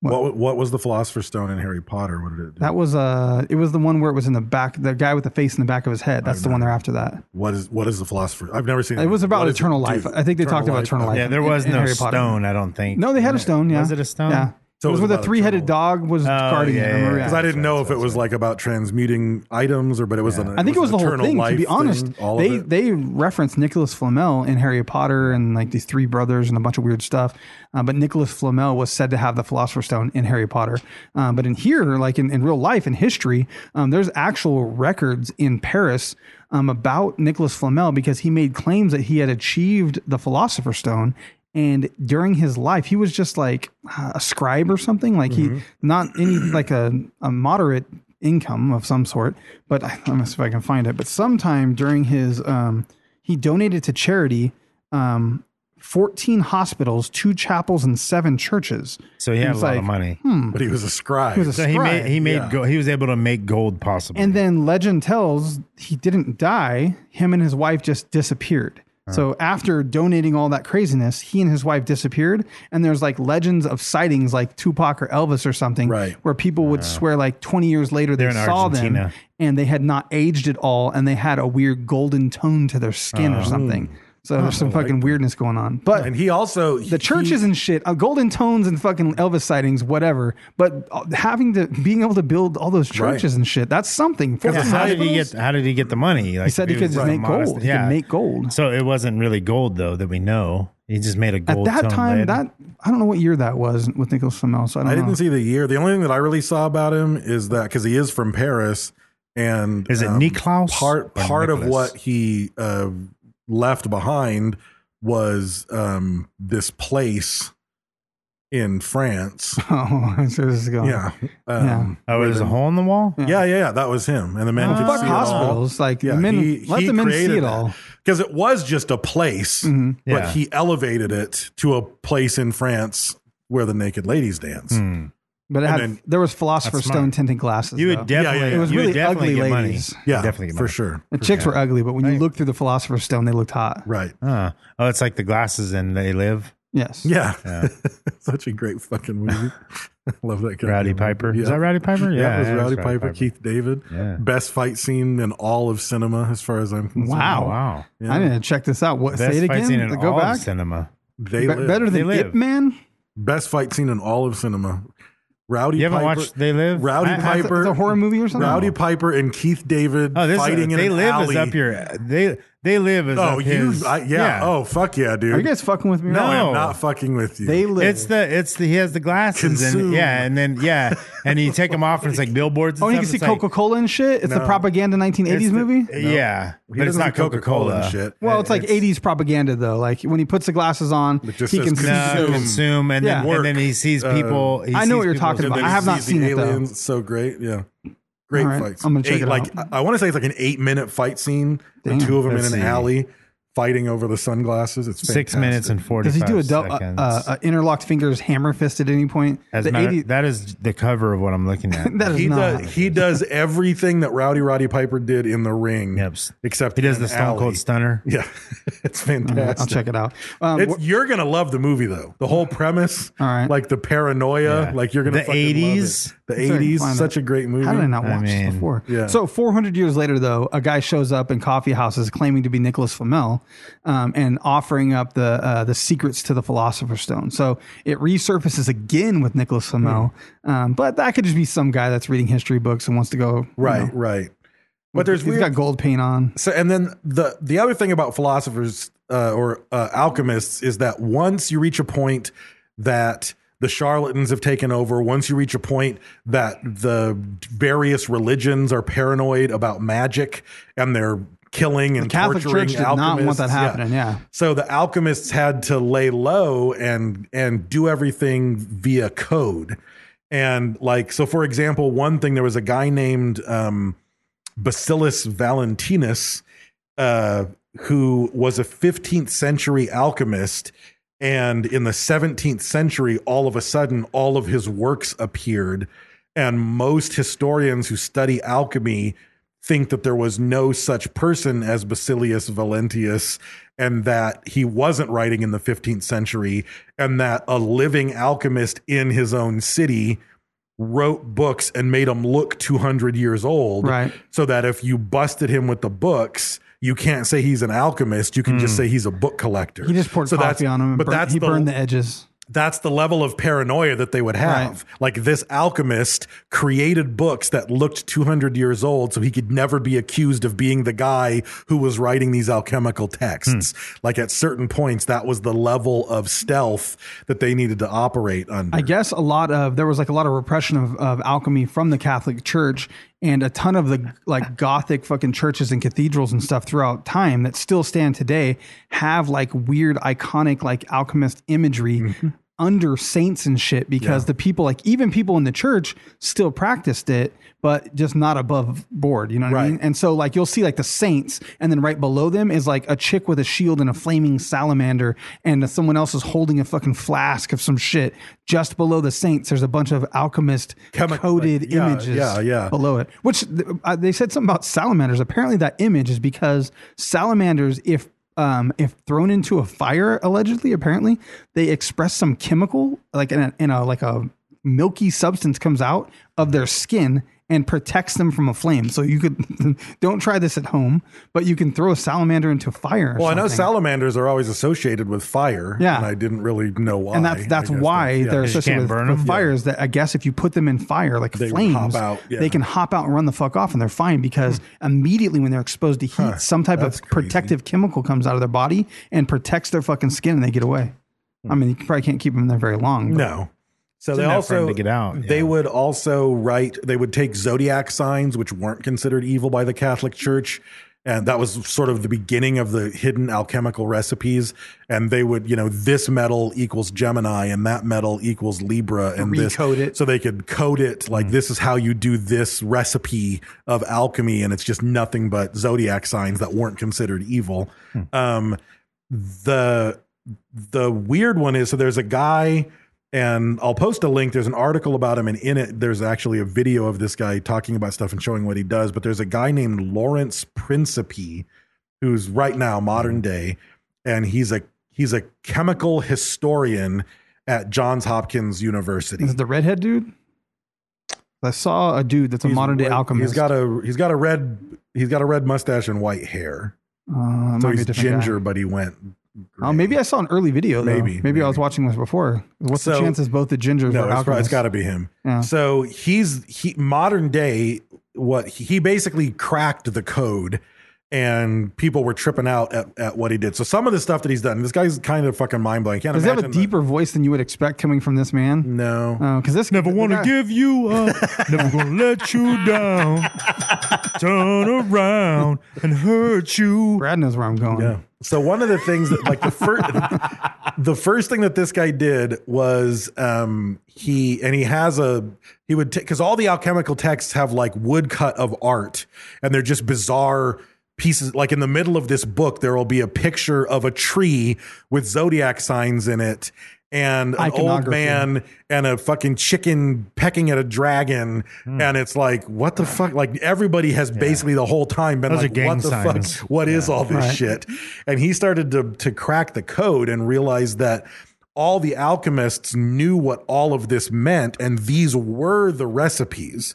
[SPEAKER 3] What, what was the Philosopher's Stone in Harry Potter? What did it do?
[SPEAKER 2] That was uh it was the one where it was in the back the guy with the face in the back of his head. That's the one they're after that.
[SPEAKER 3] what is what is the Philosopher's? I've never seen.
[SPEAKER 2] It was about
[SPEAKER 3] What does
[SPEAKER 2] eternal
[SPEAKER 3] do?
[SPEAKER 2] life. I think they talked about eternal life.
[SPEAKER 1] Yeah, there
[SPEAKER 2] in-
[SPEAKER 1] was
[SPEAKER 2] in
[SPEAKER 1] no
[SPEAKER 2] Harry Potter.
[SPEAKER 1] stone. I don't think.
[SPEAKER 2] No, they had a stone, yeah.
[SPEAKER 1] Was it a stone? Oh,
[SPEAKER 2] Yeah.
[SPEAKER 3] So
[SPEAKER 2] it was,
[SPEAKER 3] it was
[SPEAKER 2] where
[SPEAKER 3] about
[SPEAKER 2] the three headed
[SPEAKER 3] eternal
[SPEAKER 2] dog was guarding
[SPEAKER 1] yeah,
[SPEAKER 2] it. I
[SPEAKER 1] yeah,
[SPEAKER 2] remember,
[SPEAKER 1] yeah.
[SPEAKER 3] Because I didn't know if it was like about transmuting items or, but it was an.
[SPEAKER 2] I think it was,
[SPEAKER 3] an
[SPEAKER 2] the whole
[SPEAKER 3] eternal
[SPEAKER 2] thing. To
[SPEAKER 3] life
[SPEAKER 2] be honest,
[SPEAKER 3] thing, all of
[SPEAKER 2] they
[SPEAKER 3] it.
[SPEAKER 2] they reference Nicholas Flamel in Harry Potter and like these three brothers and a bunch of weird stuff. Uh, but Nicholas Flamel was said to have the Philosopher's Stone in Harry Potter. Um, but in here, like in, in real life, in history, um, there's actual records in Paris um, about Nicholas Flamel because he made claims that he had achieved the Philosopher's Stone. And during his life, he was just like uh, a scribe or something. Like he,
[SPEAKER 3] Mm-hmm.
[SPEAKER 2] not any like a, a moderate income of some sort. But I don't know if I can find it. But sometime during his, um, he donated to charity um, 14 hospitals, two chapels, and seven churches.
[SPEAKER 1] So he had a
[SPEAKER 2] It's
[SPEAKER 1] lot of
[SPEAKER 2] like-
[SPEAKER 1] money.
[SPEAKER 3] but he was a scribe.
[SPEAKER 2] hmm. was a
[SPEAKER 1] So he made
[SPEAKER 2] Right,
[SPEAKER 1] he made
[SPEAKER 3] yeah.
[SPEAKER 1] go, he was able to make gold possible.
[SPEAKER 2] And then legend tells he didn't die. Him and his wife just disappeared. So after donating all that craziness, he and his wife disappeared. And there's like legends of sightings like Tupac or Elvis or something
[SPEAKER 3] Right.
[SPEAKER 2] where people would swear like 20 years later they
[SPEAKER 1] They're in
[SPEAKER 2] saw
[SPEAKER 1] Argentina.
[SPEAKER 2] them and they had not aged at all and they had a weird golden tone to their skin or something. So there's some fucking weirdness going on. But
[SPEAKER 3] and he also
[SPEAKER 2] the churches and shit, uh, golden tones and fucking Elvis sightings, whatever. But uh, having to being able to build all those churches
[SPEAKER 3] Right.
[SPEAKER 2] and shit, that's something.
[SPEAKER 1] Yeah,
[SPEAKER 2] Fucking
[SPEAKER 1] how did he
[SPEAKER 2] hospitals?
[SPEAKER 1] get how did he get the money? Like,
[SPEAKER 2] said
[SPEAKER 1] if
[SPEAKER 2] he could
[SPEAKER 1] was
[SPEAKER 2] just
[SPEAKER 1] a
[SPEAKER 2] make
[SPEAKER 1] modest-
[SPEAKER 2] gold. He could make gold.
[SPEAKER 1] So it wasn't really gold though that we know. He just made a
[SPEAKER 2] at
[SPEAKER 1] gold
[SPEAKER 2] that
[SPEAKER 1] tone
[SPEAKER 2] time?
[SPEAKER 1] lid.
[SPEAKER 2] That I don't know what year that was with Nicholas Flamel. So I don't
[SPEAKER 3] I didn't
[SPEAKER 2] know.
[SPEAKER 3] see the year. The only thing that I really saw about him is that because he is from Paris, and um,
[SPEAKER 1] Is it Niklaus
[SPEAKER 3] Part
[SPEAKER 1] or
[SPEAKER 3] part of
[SPEAKER 1] Nicholas?
[SPEAKER 3] what he uh, left behind was um, this place in France.
[SPEAKER 2] Oh, I see where this is going.
[SPEAKER 3] yeah. Um,
[SPEAKER 1] oh,
[SPEAKER 3] where
[SPEAKER 1] there's
[SPEAKER 3] the-
[SPEAKER 1] a hole in the wall.
[SPEAKER 3] Yeah, yeah, yeah. That was him, and the men
[SPEAKER 2] Well,
[SPEAKER 3] could
[SPEAKER 2] fuck
[SPEAKER 3] see
[SPEAKER 2] hospitals,
[SPEAKER 3] It all.
[SPEAKER 2] like, men- let the men see it all. Mm-hmm.
[SPEAKER 3] because it was just a place,
[SPEAKER 1] Yeah.
[SPEAKER 3] but he elevated it to a place in France where the naked ladies dance.
[SPEAKER 1] Hmm.
[SPEAKER 2] but it had,
[SPEAKER 3] and then-
[SPEAKER 2] there was philosopher's
[SPEAKER 1] smart.
[SPEAKER 2] stone tinted glasses.
[SPEAKER 1] You
[SPEAKER 2] though.
[SPEAKER 1] would definitely.
[SPEAKER 3] yeah, yeah.
[SPEAKER 2] It was
[SPEAKER 1] you would
[SPEAKER 2] really
[SPEAKER 1] definitely
[SPEAKER 2] ugly
[SPEAKER 1] get money.
[SPEAKER 2] ladies.
[SPEAKER 1] You
[SPEAKER 3] Yeah,
[SPEAKER 1] definitely get
[SPEAKER 3] for
[SPEAKER 1] money.
[SPEAKER 3] sure.
[SPEAKER 2] the chicks were ugly, but when you looked through the philosopher's stone, they looked hot.
[SPEAKER 3] Right.
[SPEAKER 1] Huh. Oh, it's like the glasses and they live.
[SPEAKER 2] Yes.
[SPEAKER 3] Yeah. Such a great fucking movie. I love that guy.
[SPEAKER 1] Rowdy Piper. Is that Rowdy Piper?
[SPEAKER 3] Yeah,
[SPEAKER 1] Yeah,
[SPEAKER 3] it was
[SPEAKER 1] yeah, it's
[SPEAKER 3] Rowdy
[SPEAKER 1] Rowdy
[SPEAKER 3] Piper,
[SPEAKER 1] Piper.
[SPEAKER 3] Keith David.
[SPEAKER 1] Yeah.
[SPEAKER 3] Best fight scene in all of cinema, as far as I'm concerned.
[SPEAKER 2] Wow.
[SPEAKER 1] Oh, Wow.
[SPEAKER 2] I need to check this out. What
[SPEAKER 1] Best
[SPEAKER 2] say it
[SPEAKER 1] fight scene
[SPEAKER 2] again?
[SPEAKER 1] in
[SPEAKER 2] Go
[SPEAKER 1] all of
[SPEAKER 2] back.
[SPEAKER 1] cinema.
[SPEAKER 3] They
[SPEAKER 2] Be-
[SPEAKER 3] live.
[SPEAKER 2] better
[SPEAKER 1] They
[SPEAKER 2] than
[SPEAKER 1] live.
[SPEAKER 2] Ip Man.
[SPEAKER 3] Best fight scene in all of cinema. Rowdy
[SPEAKER 1] You haven't
[SPEAKER 3] Piper.
[SPEAKER 1] watched They Live?
[SPEAKER 3] Rowdy
[SPEAKER 1] I- I-
[SPEAKER 3] Piper.
[SPEAKER 2] It's a horror movie or something?
[SPEAKER 3] Rowdy Piper and Keith David
[SPEAKER 1] Oh, this
[SPEAKER 3] fighting in
[SPEAKER 1] they
[SPEAKER 3] an
[SPEAKER 1] live
[SPEAKER 3] alley.
[SPEAKER 1] is up your they they live is
[SPEAKER 3] Oh,
[SPEAKER 1] up
[SPEAKER 3] you?
[SPEAKER 1] his-
[SPEAKER 3] I, yeah. Oh, fuck yeah, dude.
[SPEAKER 2] Are you guys fucking with me?
[SPEAKER 1] No.
[SPEAKER 2] right now?
[SPEAKER 3] I'm not fucking with you.
[SPEAKER 2] They live.
[SPEAKER 1] It's the it's the he has the glasses
[SPEAKER 3] Consume.
[SPEAKER 1] and yeah and then yeah and you take them off and it's like billboards. And
[SPEAKER 2] Oh, and you can see
[SPEAKER 1] stuff, it's like-
[SPEAKER 2] Coca Cola and shit. It's the
[SPEAKER 3] No.
[SPEAKER 2] propaganda 1980s
[SPEAKER 1] it's the-
[SPEAKER 2] movie.
[SPEAKER 3] He
[SPEAKER 1] Yeah, but it's
[SPEAKER 3] doesn't
[SPEAKER 1] not
[SPEAKER 3] do
[SPEAKER 1] Coca
[SPEAKER 3] Coca-Cola and
[SPEAKER 1] Cola
[SPEAKER 3] shit.
[SPEAKER 2] Well, it's like
[SPEAKER 3] It's-
[SPEAKER 2] 80s propaganda though. Like when he puts the glasses on,
[SPEAKER 3] It just
[SPEAKER 2] he
[SPEAKER 3] says
[SPEAKER 2] can see.
[SPEAKER 1] No,
[SPEAKER 3] Consume.
[SPEAKER 1] Uh, consume and then Uh,
[SPEAKER 2] Yeah.
[SPEAKER 1] and then he sees
[SPEAKER 3] Work.
[SPEAKER 1] people. he
[SPEAKER 2] I know
[SPEAKER 1] sees
[SPEAKER 2] what you're
[SPEAKER 1] people-
[SPEAKER 2] talking
[SPEAKER 3] And
[SPEAKER 2] about.
[SPEAKER 3] then
[SPEAKER 2] I
[SPEAKER 3] he
[SPEAKER 2] have not
[SPEAKER 3] sees the
[SPEAKER 2] seen it, though.
[SPEAKER 3] aliens. So great, yeah. Great
[SPEAKER 2] All right,
[SPEAKER 3] fights.
[SPEAKER 2] I'm gonna check
[SPEAKER 3] Eight-
[SPEAKER 2] it
[SPEAKER 3] like
[SPEAKER 2] out.
[SPEAKER 3] I, want to say it's like an eight minute fight scene.
[SPEAKER 2] Damn.
[SPEAKER 3] the two of them
[SPEAKER 1] Let's
[SPEAKER 3] in an
[SPEAKER 1] see.
[SPEAKER 3] alley fighting over the sunglasses. It's
[SPEAKER 1] Six
[SPEAKER 3] fantastic.
[SPEAKER 1] minutes and forty.
[SPEAKER 2] Does he do a dou- uh,
[SPEAKER 1] seconds.
[SPEAKER 2] uh, uh, interlocked fingers hammer fist at any point?
[SPEAKER 1] As
[SPEAKER 2] the
[SPEAKER 1] a matter-
[SPEAKER 2] 80
[SPEAKER 1] that is the cover of what I'm looking at.
[SPEAKER 2] that is
[SPEAKER 3] He
[SPEAKER 2] not.
[SPEAKER 3] does, he does everything that Rowdy Roddy Piper did in the ring.
[SPEAKER 1] Yep.
[SPEAKER 3] Except
[SPEAKER 1] he does
[SPEAKER 3] in
[SPEAKER 1] the
[SPEAKER 3] an
[SPEAKER 1] Stone
[SPEAKER 3] alley.
[SPEAKER 1] Cold Stunner.
[SPEAKER 3] Yeah, it's
[SPEAKER 2] All right,
[SPEAKER 3] fantastic.
[SPEAKER 2] I'll check it out. Um,
[SPEAKER 3] It's,
[SPEAKER 2] wh-
[SPEAKER 3] you're gonna love the movie though. The whole premise,
[SPEAKER 2] All right.
[SPEAKER 3] like the paranoia,
[SPEAKER 1] Yeah.
[SPEAKER 3] like you're gonna
[SPEAKER 1] The
[SPEAKER 3] fucking love it.
[SPEAKER 1] 80s.
[SPEAKER 3] the
[SPEAKER 2] Sorry,
[SPEAKER 3] eighties,
[SPEAKER 2] find
[SPEAKER 3] such
[SPEAKER 2] it.
[SPEAKER 3] a great movie.
[SPEAKER 2] How did I not
[SPEAKER 1] Mm-hmm. I
[SPEAKER 2] watch
[SPEAKER 1] mean,
[SPEAKER 2] this before?
[SPEAKER 3] yeah.
[SPEAKER 2] So 400 years later, though, a guy shows up in coffee houses claiming to be Nicholas Flamel, um, and offering up the uh, the secrets to the Philosopher's Stone. So it resurfaces again with Nicholas
[SPEAKER 1] Hmm.
[SPEAKER 2] Flamel, um, but that could just be some guy that's reading history books and wants to go you
[SPEAKER 3] Right,
[SPEAKER 2] know,
[SPEAKER 3] right. But there's
[SPEAKER 2] he's
[SPEAKER 3] weird.
[SPEAKER 2] got gold paint on.
[SPEAKER 3] So, and then the the other thing about philosophers uh, or uh, alchemists is that once you reach a point that the charlatans have taken over, once you reach a point that the various religions are paranoid about magic and they're killing and
[SPEAKER 2] The Catholic
[SPEAKER 3] torturing
[SPEAKER 2] Church did not want that
[SPEAKER 3] alchemists. Yeah.
[SPEAKER 2] happening. Yeah.
[SPEAKER 3] So the alchemists had to lay low and and do everything via code. And like so for example, one thing there was a guy named um Bacillus Valentinus uh who was a 15th century alchemist and in the 17th century all of a sudden all of his works appeared and most historians who study alchemy think that there was no such person as Basilius Valentius and that he wasn't writing in the 15th century and that a living alchemist in his own city wrote books and made him look 200 years old
[SPEAKER 2] Right.
[SPEAKER 3] so that if you busted him with the books you can't say he's an alchemist you can just say he's a book collector
[SPEAKER 2] Hmm. He just poured
[SPEAKER 3] So that's-
[SPEAKER 2] coffee on him, and
[SPEAKER 3] but
[SPEAKER 2] burnt-
[SPEAKER 3] that's
[SPEAKER 2] he
[SPEAKER 3] the-
[SPEAKER 2] burned the e- edges.
[SPEAKER 3] that's the level of paranoia that they would have. Like this alchemist created books that looked 200 years old so he could never be accused of being the guy who was writing these alchemical texts.
[SPEAKER 2] Hmm.
[SPEAKER 3] Like at certain points, that was the level of stealth that they needed to operate under.
[SPEAKER 2] I guess a lot of there was like a lot of repression of, of alchemy from the Catholic Church and a ton of the like Gothic fucking churches and cathedrals and stuff throughout time that still stand today have like weird iconic like alchemist imagery under saints and shit because the people like even people in the church still practiced it but just not above board you know what I
[SPEAKER 3] Right.
[SPEAKER 2] mean and so like you'll see like the saints and then right below them is like a chick with a shield and a flaming salamander and someone else is holding a fucking flask of some shit just below the saints there's a bunch of alchemist
[SPEAKER 3] Chemi-
[SPEAKER 2] coded
[SPEAKER 3] like, yeah,
[SPEAKER 2] images
[SPEAKER 3] yeah, yeah.
[SPEAKER 2] below it which th- uh, they said something about salamanders apparently that image is because salamanders if um, if thrown into a fire allegedly apparently they express some chemical like in a, in a like a milky substance comes out of their skin and protects them from a flame. So you could don't try this at home, but you can throw a salamander into fire. or
[SPEAKER 3] well, I know
[SPEAKER 2] something.
[SPEAKER 3] salamanders are associed associated with fire.
[SPEAKER 2] Yeah.
[SPEAKER 3] And I didn't really know why.
[SPEAKER 2] and that's
[SPEAKER 3] I
[SPEAKER 2] that's
[SPEAKER 3] guess
[SPEAKER 2] why
[SPEAKER 3] yeah.
[SPEAKER 2] they're
[SPEAKER 1] just can't
[SPEAKER 2] associated
[SPEAKER 1] burn
[SPEAKER 2] with, with
[SPEAKER 1] them?
[SPEAKER 2] fires. That I guess if you put them in fire, like
[SPEAKER 3] They
[SPEAKER 2] flames,
[SPEAKER 3] hop out, yeah. Hmm.
[SPEAKER 2] they can hop out and run the fuck off, and they're fine because immediately when they're exposed to heat, some type of
[SPEAKER 3] that's crazy.
[SPEAKER 2] protective chemical comes out of their body and protects their fucking skin, and they get away.
[SPEAKER 1] Hmm.
[SPEAKER 2] I mean, you probably can't keep them there very long. but-
[SPEAKER 3] No. So they
[SPEAKER 1] enough for
[SPEAKER 3] also
[SPEAKER 1] him to get out,
[SPEAKER 3] They
[SPEAKER 1] yeah.
[SPEAKER 3] would also write. They would take zodiac signs, which weren't considered evil by the Catholic Church, and that was sort of the beginning of the hidden alchemical recipes. And they would, you know, this metal equals Gemini, and that metal equals Libra, and this
[SPEAKER 2] Recode it.
[SPEAKER 3] so they could code it like
[SPEAKER 1] Mm.
[SPEAKER 3] this is how you do this recipe of alchemy, and it's just nothing but zodiac signs that weren't considered evil.
[SPEAKER 1] Hmm.
[SPEAKER 3] Um, the the weird one is so there's a guy and I'll post a link. There's an article about him, and in it, there's actually a video of this guy talking about stuff and showing what he does. But there's a guy named Lawrence Principe, who's right now modern day, and he's a he's a chemical historian at Johns Hopkins University.
[SPEAKER 2] Is it the redhead dude? I saw a dude that's a
[SPEAKER 3] He's-
[SPEAKER 2] modern day alchemist.
[SPEAKER 3] He's got a he's got a red he's got a red mustache and white hair.
[SPEAKER 2] Uh, it
[SPEAKER 3] So
[SPEAKER 2] might be
[SPEAKER 3] he's
[SPEAKER 2] a different guy.
[SPEAKER 3] ginger, but he went.
[SPEAKER 2] Oh, maybe I saw an early video. Though.
[SPEAKER 3] Maybe,
[SPEAKER 2] Maybe, I was
[SPEAKER 3] maybe.
[SPEAKER 2] watching this before. What's the
[SPEAKER 3] So-
[SPEAKER 2] chances both the gingers
[SPEAKER 3] No, it's,
[SPEAKER 2] were
[SPEAKER 3] pro- it's
[SPEAKER 2] alchemists?
[SPEAKER 3] got to be him.
[SPEAKER 2] Yeah.
[SPEAKER 3] So he's he modern day. What he basically cracked the code, and people were tripping out at, at what he did. So some of the stuff that he's done, this guy's kind of fucking mind blowing.
[SPEAKER 2] Does he have a deeper voice than you would expect coming from this man?
[SPEAKER 3] no,
[SPEAKER 2] Because Oh, this
[SPEAKER 1] Never
[SPEAKER 2] the
[SPEAKER 1] want to
[SPEAKER 2] guy-
[SPEAKER 1] give you up. Never going to let you down. Turn around and hurt you.
[SPEAKER 2] Brad knows where I'm going.
[SPEAKER 3] Yeah. So one of the things that like the first the first thing that this guy did was um he and he has a he would take cuz all the alchemical texts have like woodcut of art and they're just bizarre pieces like in the middle of this book there will be a picture of a tree with zodiac signs in it and an old
[SPEAKER 2] Iconography.
[SPEAKER 3] man and a fucking chicken pecking at a dragon and it's like what the fuck like everybody has basically the whole time been
[SPEAKER 1] Those are
[SPEAKER 3] like
[SPEAKER 1] gang
[SPEAKER 3] what the
[SPEAKER 1] signs.
[SPEAKER 3] fuck what is all this
[SPEAKER 2] Right.
[SPEAKER 3] shit? And he started to to crack the code and realized that all the alchemists knew what all of this meant, and these were the recipes.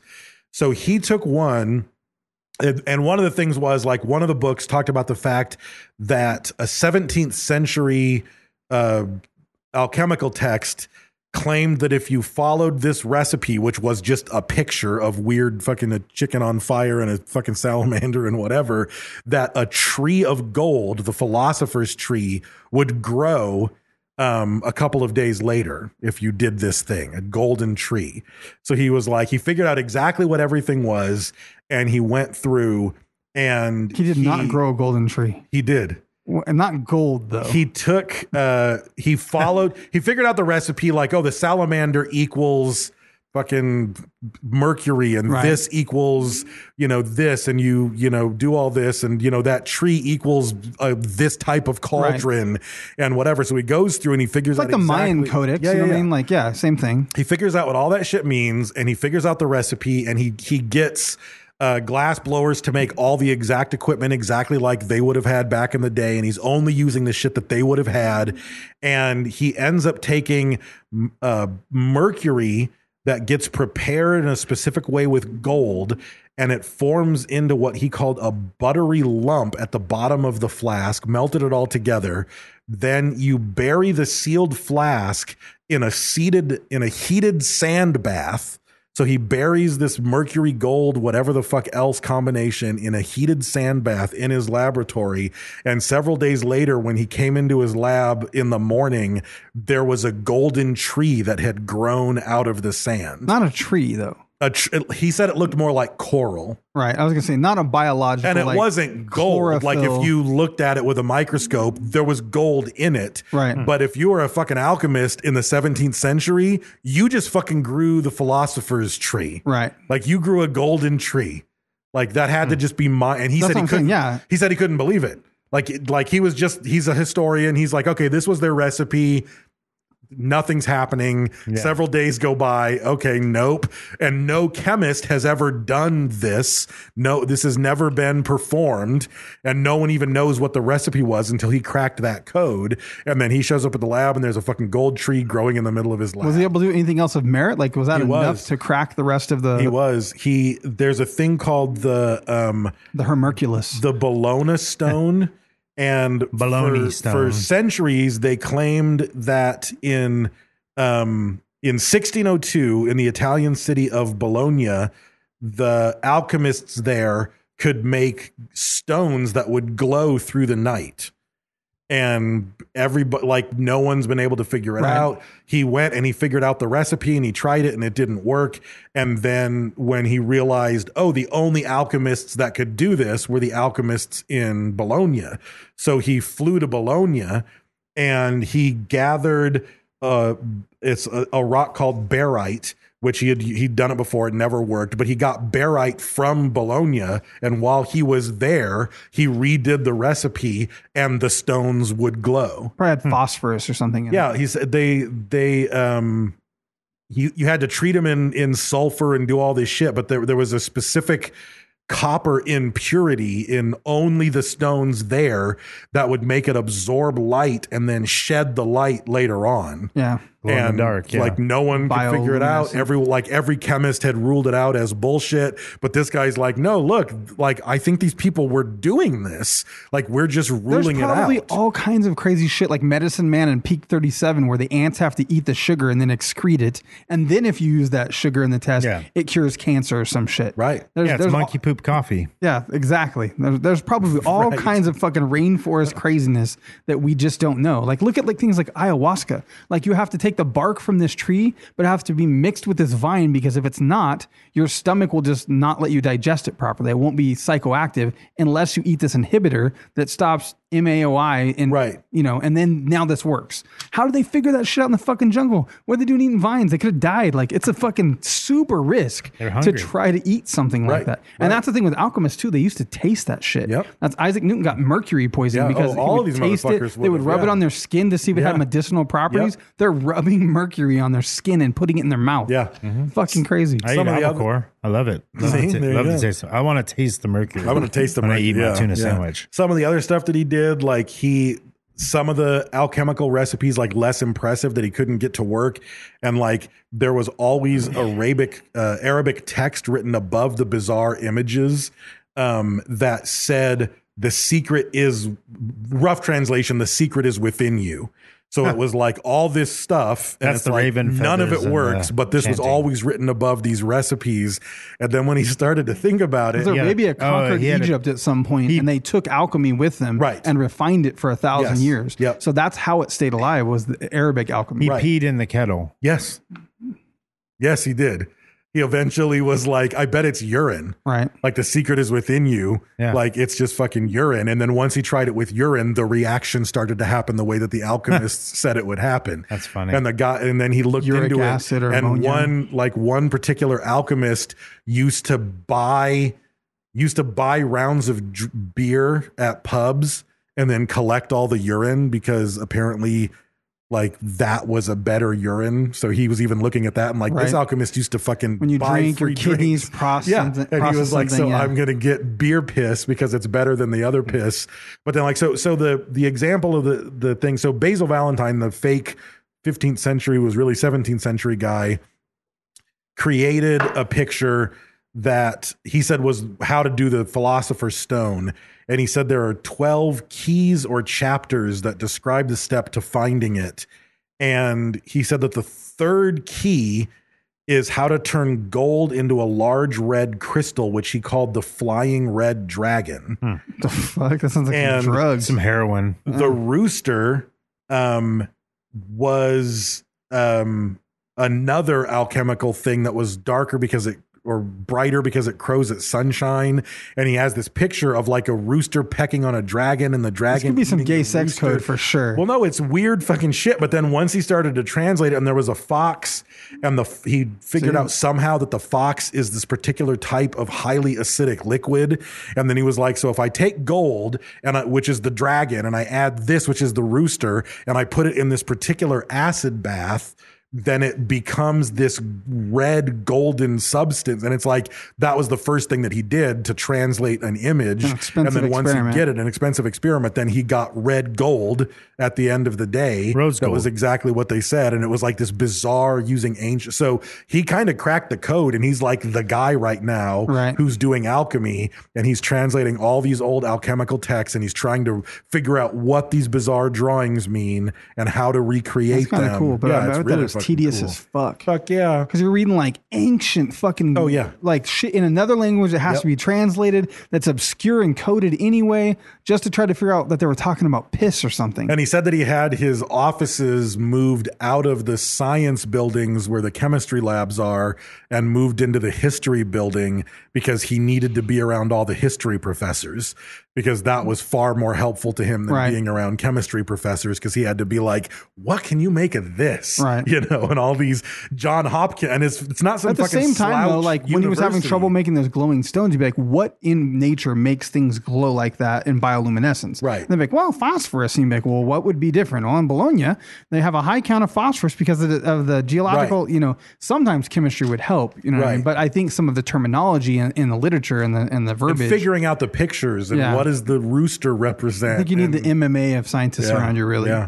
[SPEAKER 3] So he took one And, and one of the things was like one of the books talked about the fact that a 17th century uh, alchemical text claimed that if you followed this recipe, which was just a picture of weird fucking a chicken on fire and a fucking salamander and whatever, that a tree of gold, the philosopher's tree, would grow um, a couple of days later if you did this thing, a golden tree. So he was like, he figured out exactly what everything was and he went through and
[SPEAKER 2] He did not grow a golden tree.
[SPEAKER 3] He did.
[SPEAKER 2] Well, and not gold though.
[SPEAKER 3] He took uh he followed he figured out the recipe like oh the salamander equals fucking mercury and
[SPEAKER 2] Right.
[SPEAKER 3] this equals you know this and you you know do all this and you know that tree equals uh, this type of cauldron and whatever so he goes through and he figures
[SPEAKER 2] it's like
[SPEAKER 3] out
[SPEAKER 2] the Mayan
[SPEAKER 3] exactly-
[SPEAKER 2] codex.
[SPEAKER 3] Yeah,
[SPEAKER 2] you
[SPEAKER 3] yeah,
[SPEAKER 2] know what I
[SPEAKER 3] yeah.
[SPEAKER 2] mean? Like yeah, same thing.
[SPEAKER 3] He figures out what all that shit means, and he figures out the recipe, and he he gets uh, glass blowers to make all the exact equipment exactly like they would have had back in the day, and he's only using the shit that they would have had, and he ends up taking m- uh, mercury that gets prepared in a specific way with gold and it forms into what he called a buttery lump at the bottom of the flask, melted it all together. Then you bury the sealed flask in a seated in a heated sand bath. So he buries this mercury gold, whatever the fuck else combination in a heated sand bath in his laboratory. And several days later, when he came into his lab in the morning, there was a golden tree that had grown out of the sand.
[SPEAKER 2] Not a tree though.
[SPEAKER 3] A tr- he said it looked more like coral.
[SPEAKER 2] Right. I was gonna say not a biological.
[SPEAKER 3] And it
[SPEAKER 2] like,
[SPEAKER 3] wasn't gold. Like if
[SPEAKER 2] chlorophyll.
[SPEAKER 3] you looked at it with a microscope, there was gold in it.
[SPEAKER 2] Right.
[SPEAKER 3] But if you were a fucking alchemist in the 17th century, you just fucking grew the philosopher's tree.
[SPEAKER 2] Right.
[SPEAKER 3] Like you grew a golden tree. Like that had to just be my. And he
[SPEAKER 2] Hmm.
[SPEAKER 3] said he
[SPEAKER 2] That's what I'm saying,
[SPEAKER 3] couldn't.
[SPEAKER 2] yeah.
[SPEAKER 3] He said he couldn't believe it. Like it- like he was just he's a historian. He's like, okay, this was their recipe. Nothing's happening. Several days go by. Okay, nope. And no chemist has ever done this. No, this has never been performed. And no one even knows what the recipe was until he cracked that code. And then he shows up at the lab and there's a fucking gold tree growing in the middle of his lab.
[SPEAKER 2] Was he able to do anything else of merit? Like was that
[SPEAKER 3] He
[SPEAKER 2] enough
[SPEAKER 3] was.
[SPEAKER 2] to crack the rest of the
[SPEAKER 3] He was. He there's a thing called the um
[SPEAKER 2] the Hermerculus?
[SPEAKER 3] the Bologna stone and
[SPEAKER 1] Bologna
[SPEAKER 3] for,
[SPEAKER 1] stone.
[SPEAKER 3] for centuries they claimed that in um in 1602 in the Italian city of Bologna the alchemists there could make stones that would glow through the night and everybody like no one's been able to figure it
[SPEAKER 2] Right.
[SPEAKER 3] out he went and he figured out the recipe and he tried it and it didn't work and then when he realized oh the only alchemists that could do this were the alchemists in bologna so he flew to bologna and he gathered uh it's a, a rock called barite which he had he'd done it before it never worked but he got barite from bologna and while he was there he redid the recipe and the stones would glow
[SPEAKER 2] Probably had phosphorus or something. In it.
[SPEAKER 3] Hmm. yeah he said they they um you you had to treat them in in sulfur and do all this shit but there there was a specific copper impurity in only the stones there that would make it absorb light and then shed the light later on
[SPEAKER 2] Yeah.
[SPEAKER 1] Glow in the dark, yeah.
[SPEAKER 3] like no one could figure it out.
[SPEAKER 2] Bioluminescent.
[SPEAKER 3] Every like every chemist had ruled it out as bullshit, but this guy's like, no, look, like I think these people were doing this. Like we're just
[SPEAKER 2] There's
[SPEAKER 3] ruling it
[SPEAKER 2] probably
[SPEAKER 3] out.
[SPEAKER 2] all kinds of crazy shit like Medicine Man and Peak 37 where the ants have to eat the sugar and then excrete it. And then if you use that sugar in the test,
[SPEAKER 1] Yeah.
[SPEAKER 2] it cures cancer or some shit.
[SPEAKER 3] Right.
[SPEAKER 2] There's,
[SPEAKER 1] yeah, it's
[SPEAKER 2] there's
[SPEAKER 1] monkey
[SPEAKER 2] all-
[SPEAKER 1] poop coffee.
[SPEAKER 2] yeah, exactly. There's, there's probably all kinds of fucking rainforest craziness that we just don't know. Like look at like things like ayahuasca. Like you have to take the bark from this tree, but it has to be mixed with this vine because if it's not, your stomach will just not let you digest it properly. It won't be psychoactive unless you eat this inhibitor that stops MAOI and
[SPEAKER 3] Right.
[SPEAKER 2] you know, and then now this works. How did they figure that shit out in the fucking jungle? What are they doing eating vines? They could have died. Like it's a fucking super risk
[SPEAKER 1] They're
[SPEAKER 2] to
[SPEAKER 1] hungry.
[SPEAKER 2] try to eat something
[SPEAKER 3] Right,
[SPEAKER 2] like that. And
[SPEAKER 3] right.
[SPEAKER 2] that's the thing with alchemists too. They used to taste that shit.
[SPEAKER 3] Yep.
[SPEAKER 2] That's Isaac Newton got mercury poisoning
[SPEAKER 3] Yeah,
[SPEAKER 2] because
[SPEAKER 3] oh,
[SPEAKER 2] he
[SPEAKER 3] all
[SPEAKER 2] would
[SPEAKER 3] of these
[SPEAKER 2] taste it.
[SPEAKER 3] motherfuckers
[SPEAKER 2] They would
[SPEAKER 3] would've,
[SPEAKER 2] rub it
[SPEAKER 3] yeah.
[SPEAKER 2] on their skin to see if it
[SPEAKER 3] Yeah.
[SPEAKER 2] had medicinal properties. They're rubbing mercury on their skin and putting it in their mouth.
[SPEAKER 3] Yeah.
[SPEAKER 2] Fucking crazy.
[SPEAKER 1] I
[SPEAKER 3] Some
[SPEAKER 1] eat
[SPEAKER 3] of the other-
[SPEAKER 1] albacore. I love it. Love
[SPEAKER 3] See?
[SPEAKER 1] the ta-
[SPEAKER 3] There you
[SPEAKER 1] love
[SPEAKER 3] go.
[SPEAKER 1] the taste. I want to taste the mercury.
[SPEAKER 3] I want to taste the
[SPEAKER 1] When I
[SPEAKER 3] mercury.
[SPEAKER 1] eat my
[SPEAKER 3] Yeah,
[SPEAKER 1] tuna
[SPEAKER 3] yeah.
[SPEAKER 1] sandwich.
[SPEAKER 3] Some of the other stuff that he did, like he some of the alchemical recipes like less impressive that he couldn't get to work and like there was always arabic uh, arabic text written above the bizarre images um, that said the secret is rough translation the secret is within you so it was like all this stuff and
[SPEAKER 1] That's
[SPEAKER 3] it's
[SPEAKER 1] the
[SPEAKER 3] like,
[SPEAKER 1] raven
[SPEAKER 3] none of
[SPEAKER 1] feathers
[SPEAKER 3] it
[SPEAKER 1] and
[SPEAKER 3] works
[SPEAKER 1] the
[SPEAKER 3] but this was
[SPEAKER 1] chanting.
[SPEAKER 3] always written above these recipes and then when he started to think about it
[SPEAKER 2] Because Arabia
[SPEAKER 1] Oh,
[SPEAKER 2] conquered
[SPEAKER 1] he had a-
[SPEAKER 2] Egypt at some point, and they took alchemy with them
[SPEAKER 3] Right.
[SPEAKER 2] and refined it for a thousand
[SPEAKER 3] Yes.
[SPEAKER 2] years.
[SPEAKER 3] Yep.
[SPEAKER 2] So that's how it stayed alive was the Arabic alchemy.
[SPEAKER 1] He peed in the kettle.
[SPEAKER 3] yes yes he did he eventually was like i bet it's urine
[SPEAKER 2] Right.
[SPEAKER 3] like the secret is within you
[SPEAKER 1] Yeah.
[SPEAKER 3] like it's just fucking urine and then once he tried it with urine the reaction started to happen the way that the alchemists said it would happen
[SPEAKER 1] That's funny.
[SPEAKER 3] and the guy and then he looked
[SPEAKER 2] Uric
[SPEAKER 3] into
[SPEAKER 2] acid
[SPEAKER 3] it
[SPEAKER 2] or
[SPEAKER 3] and
[SPEAKER 2] ammonia.
[SPEAKER 3] one like one particular alchemist used to buy used to buy rounds of dr- beer at pubs and then collect all the urine because apparently like that was a better urine so he was even looking at that and like this
[SPEAKER 2] Right.
[SPEAKER 3] alchemist used to fucking
[SPEAKER 2] When you
[SPEAKER 3] buy
[SPEAKER 2] drink, your
[SPEAKER 3] free
[SPEAKER 2] kidneys
[SPEAKER 3] drinks.
[SPEAKER 2] process
[SPEAKER 3] yeah
[SPEAKER 2] something-
[SPEAKER 3] and he
[SPEAKER 2] process
[SPEAKER 3] was like so
[SPEAKER 2] something, yeah.
[SPEAKER 3] i'm gonna get beer piss because it's better than the other piss but then like so so the the example of the the thing so basil valentine the fake 15th century was really 17th century guy created a picture that he said was how to do the philosopher's stone and he said there are 12 keys or chapters that describe the step to finding it and he said that the third key is how to turn gold into a large red crystal which he called the flying red dragon
[SPEAKER 2] The fuck? That sounds like
[SPEAKER 3] And-
[SPEAKER 2] drugs.
[SPEAKER 1] Some heroin.
[SPEAKER 3] the rooster um was um another alchemical thing that was darker because it or brighter because it crows at sunshine and he has this picture of like a rooster pecking on a dragon and the dragon
[SPEAKER 2] This could be some
[SPEAKER 3] eating the
[SPEAKER 2] gay sex
[SPEAKER 3] rooster.
[SPEAKER 2] code for sure.
[SPEAKER 3] well no it's weird fucking shit but then once he started to translate it and there was a fox and the he figured
[SPEAKER 2] See?
[SPEAKER 3] out somehow that the fox is this particular type of highly acidic liquid. And then he was like, so if I take gold and I, which is the dragon, and I add this, which is the rooster, and I put it in this particular acid bath. Then it becomes this red golden substance. And it's like that was the first thing that he did to translate an image.
[SPEAKER 2] An
[SPEAKER 3] and
[SPEAKER 2] expensive
[SPEAKER 3] then once
[SPEAKER 2] experiment.
[SPEAKER 3] he did it, an expensive experiment, then he got red gold at the end of the day.
[SPEAKER 1] Rose
[SPEAKER 3] That was
[SPEAKER 1] gold.
[SPEAKER 3] exactly what they said. And it was like this bizarre using ancient. So he kind of cracked the code and he's like the guy right now
[SPEAKER 2] Right.
[SPEAKER 3] who's doing alchemy and he's translating all these old alchemical texts and he's trying to figure out what these bizarre drawings mean and how to recreate
[SPEAKER 2] That's kind
[SPEAKER 3] them.
[SPEAKER 2] of cool, but
[SPEAKER 3] Yeah,
[SPEAKER 2] I
[SPEAKER 3] it's
[SPEAKER 2] bet that
[SPEAKER 3] really
[SPEAKER 2] was
[SPEAKER 3] fucking
[SPEAKER 2] tedious
[SPEAKER 3] cool.
[SPEAKER 2] as fuck.
[SPEAKER 3] Fuck yeah.
[SPEAKER 2] Because you're reading like ancient fucking
[SPEAKER 3] Oh, yeah.
[SPEAKER 2] like shit in another language that has
[SPEAKER 3] Yep.
[SPEAKER 2] to be translated that's obscure and coded anyway, just to try to figure out that they were talking about piss or something.
[SPEAKER 3] And he said that he had his offices moved out of the science buildings where the chemistry labs are and moved into the history building because he needed to be around all the history professors because that was far more helpful to him than
[SPEAKER 2] Right.
[SPEAKER 3] being around chemistry professors because he had to be like, what can you make of this?
[SPEAKER 2] Right.
[SPEAKER 3] You know, and all these John Hopkins. And it's, it's not some
[SPEAKER 2] At the
[SPEAKER 3] fucking
[SPEAKER 2] same time, though,
[SPEAKER 3] slouch
[SPEAKER 2] like when he was having
[SPEAKER 3] university.
[SPEAKER 2] trouble making those glowing stones, you'd be like, "What in nature makes things glow like that in bioluminescence?"
[SPEAKER 3] Right.
[SPEAKER 2] And they'd be like, "Well, phosphorus." And you'd be like, "Well, what would be different?" Well, in Bologna, they have a high count of phosphorus because of the, of the geological.
[SPEAKER 3] Right.
[SPEAKER 2] You know, sometimes chemistry would help. You know, what I mean?
[SPEAKER 3] Right.
[SPEAKER 2] but I think some of the terminology in, in the literature and the and the
[SPEAKER 3] and
[SPEAKER 2] verbiage.
[SPEAKER 3] figuring out the pictures and
[SPEAKER 2] Yeah.
[SPEAKER 3] what does the rooster represent?
[SPEAKER 2] I think you need the
[SPEAKER 3] and-
[SPEAKER 2] MMA of scientists around you, really.
[SPEAKER 3] Yeah.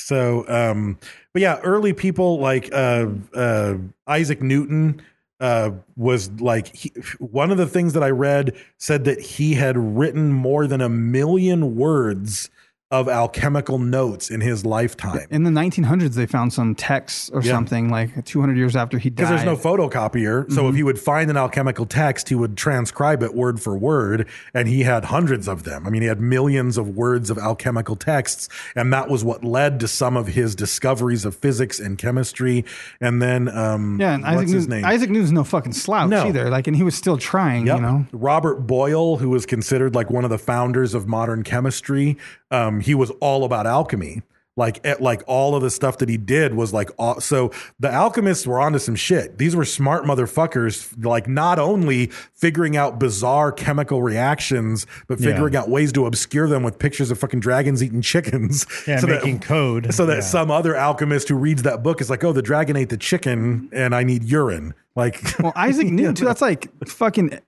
[SPEAKER 3] So, um, but yeah, early people like uh, uh, Isaac Newton uh, was like he, one of the things that I read said that he had written more than a million words of alchemical notes in his lifetime.
[SPEAKER 2] In the 1900s, they found some texts or
[SPEAKER 3] Yeah.
[SPEAKER 2] something like 200 years after he died.
[SPEAKER 3] because
[SPEAKER 2] Mm-hmm.
[SPEAKER 3] there's no photocopier. So if he would find an alchemical text, he would transcribe it word for word, and he had hundreds of them. I mean, he had millions of words of alchemical texts, and that was what led to some of his discoveries of physics and chemistry. And then, um,
[SPEAKER 2] yeah, and
[SPEAKER 3] what's
[SPEAKER 2] Isaac
[SPEAKER 3] his
[SPEAKER 2] Newton,
[SPEAKER 3] name?
[SPEAKER 2] Isaac Newton's no fucking slouch
[SPEAKER 3] No.
[SPEAKER 2] either. Like, and he was still trying,
[SPEAKER 3] Yep.
[SPEAKER 2] you know.
[SPEAKER 3] Robert Boyle, who was considered like one of the founders of modern chemistry, um, he was all about alchemy. Like, at, like all of the stuff that he did was like, all, so the alchemists were onto some shit. These were smart motherfuckers, like not only figuring out bizarre chemical reactions, but
[SPEAKER 1] Yeah.
[SPEAKER 3] figuring out ways to obscure them with pictures of fucking dragons eating chickens.
[SPEAKER 1] Yeah, making
[SPEAKER 3] that,
[SPEAKER 1] code.
[SPEAKER 3] So that
[SPEAKER 1] Yeah.
[SPEAKER 3] some other alchemist who reads that book is like, oh, the dragon ate the chicken and I need urine. Like,
[SPEAKER 2] Well, Isaac Newton, too, that's like fucking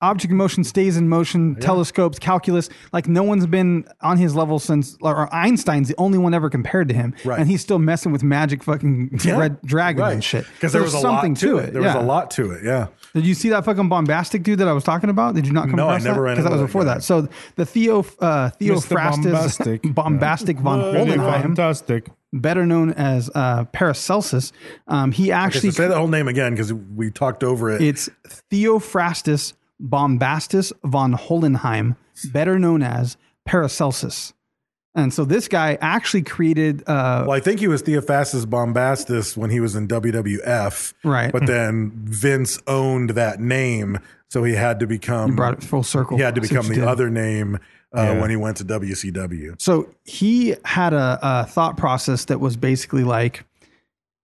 [SPEAKER 2] object in motion stays in motion, telescopes, calculus. Like no one's been on his level since, or Einstein's the only one ever compared to him,
[SPEAKER 3] Right.
[SPEAKER 2] and he's still messing with magic, fucking
[SPEAKER 3] Yeah.
[SPEAKER 2] red dragon and shit.
[SPEAKER 3] Because there
[SPEAKER 2] There's
[SPEAKER 3] was a lot to it. There
[SPEAKER 2] yeah.
[SPEAKER 3] was a lot to it. Yeah.
[SPEAKER 2] Did you see that fucking bombastic dude that I was talking about? Did you not come
[SPEAKER 3] No, I
[SPEAKER 2] across
[SPEAKER 3] never
[SPEAKER 2] that?
[SPEAKER 3] ran
[SPEAKER 2] that
[SPEAKER 3] into
[SPEAKER 2] was
[SPEAKER 3] that
[SPEAKER 2] before
[SPEAKER 3] guy.
[SPEAKER 2] that. So the Theo uh, Theophrastus
[SPEAKER 1] Bombastic.
[SPEAKER 2] bombastic, von Hohenheim,
[SPEAKER 1] Fantastic.
[SPEAKER 2] better known as uh, Paracelsus, um,
[SPEAKER 3] Okay,
[SPEAKER 2] he actually
[SPEAKER 3] so say the whole name again because we talked over it.
[SPEAKER 2] it's Theophrastus Bombastus von Hohenheim, better known as Paracelsus. And so this guy actually created uh,
[SPEAKER 3] well, I think he was Theophrastus Bombastus when he was in WWF.
[SPEAKER 2] Right.
[SPEAKER 3] But then Vince owned that name, so he had to become
[SPEAKER 2] brought it full circle.
[SPEAKER 3] he had to
[SPEAKER 2] See what
[SPEAKER 3] become the
[SPEAKER 2] you did.
[SPEAKER 3] other name uh,
[SPEAKER 1] Yeah.
[SPEAKER 3] when he went to WCW.
[SPEAKER 2] So he had a, a thought process that was basically like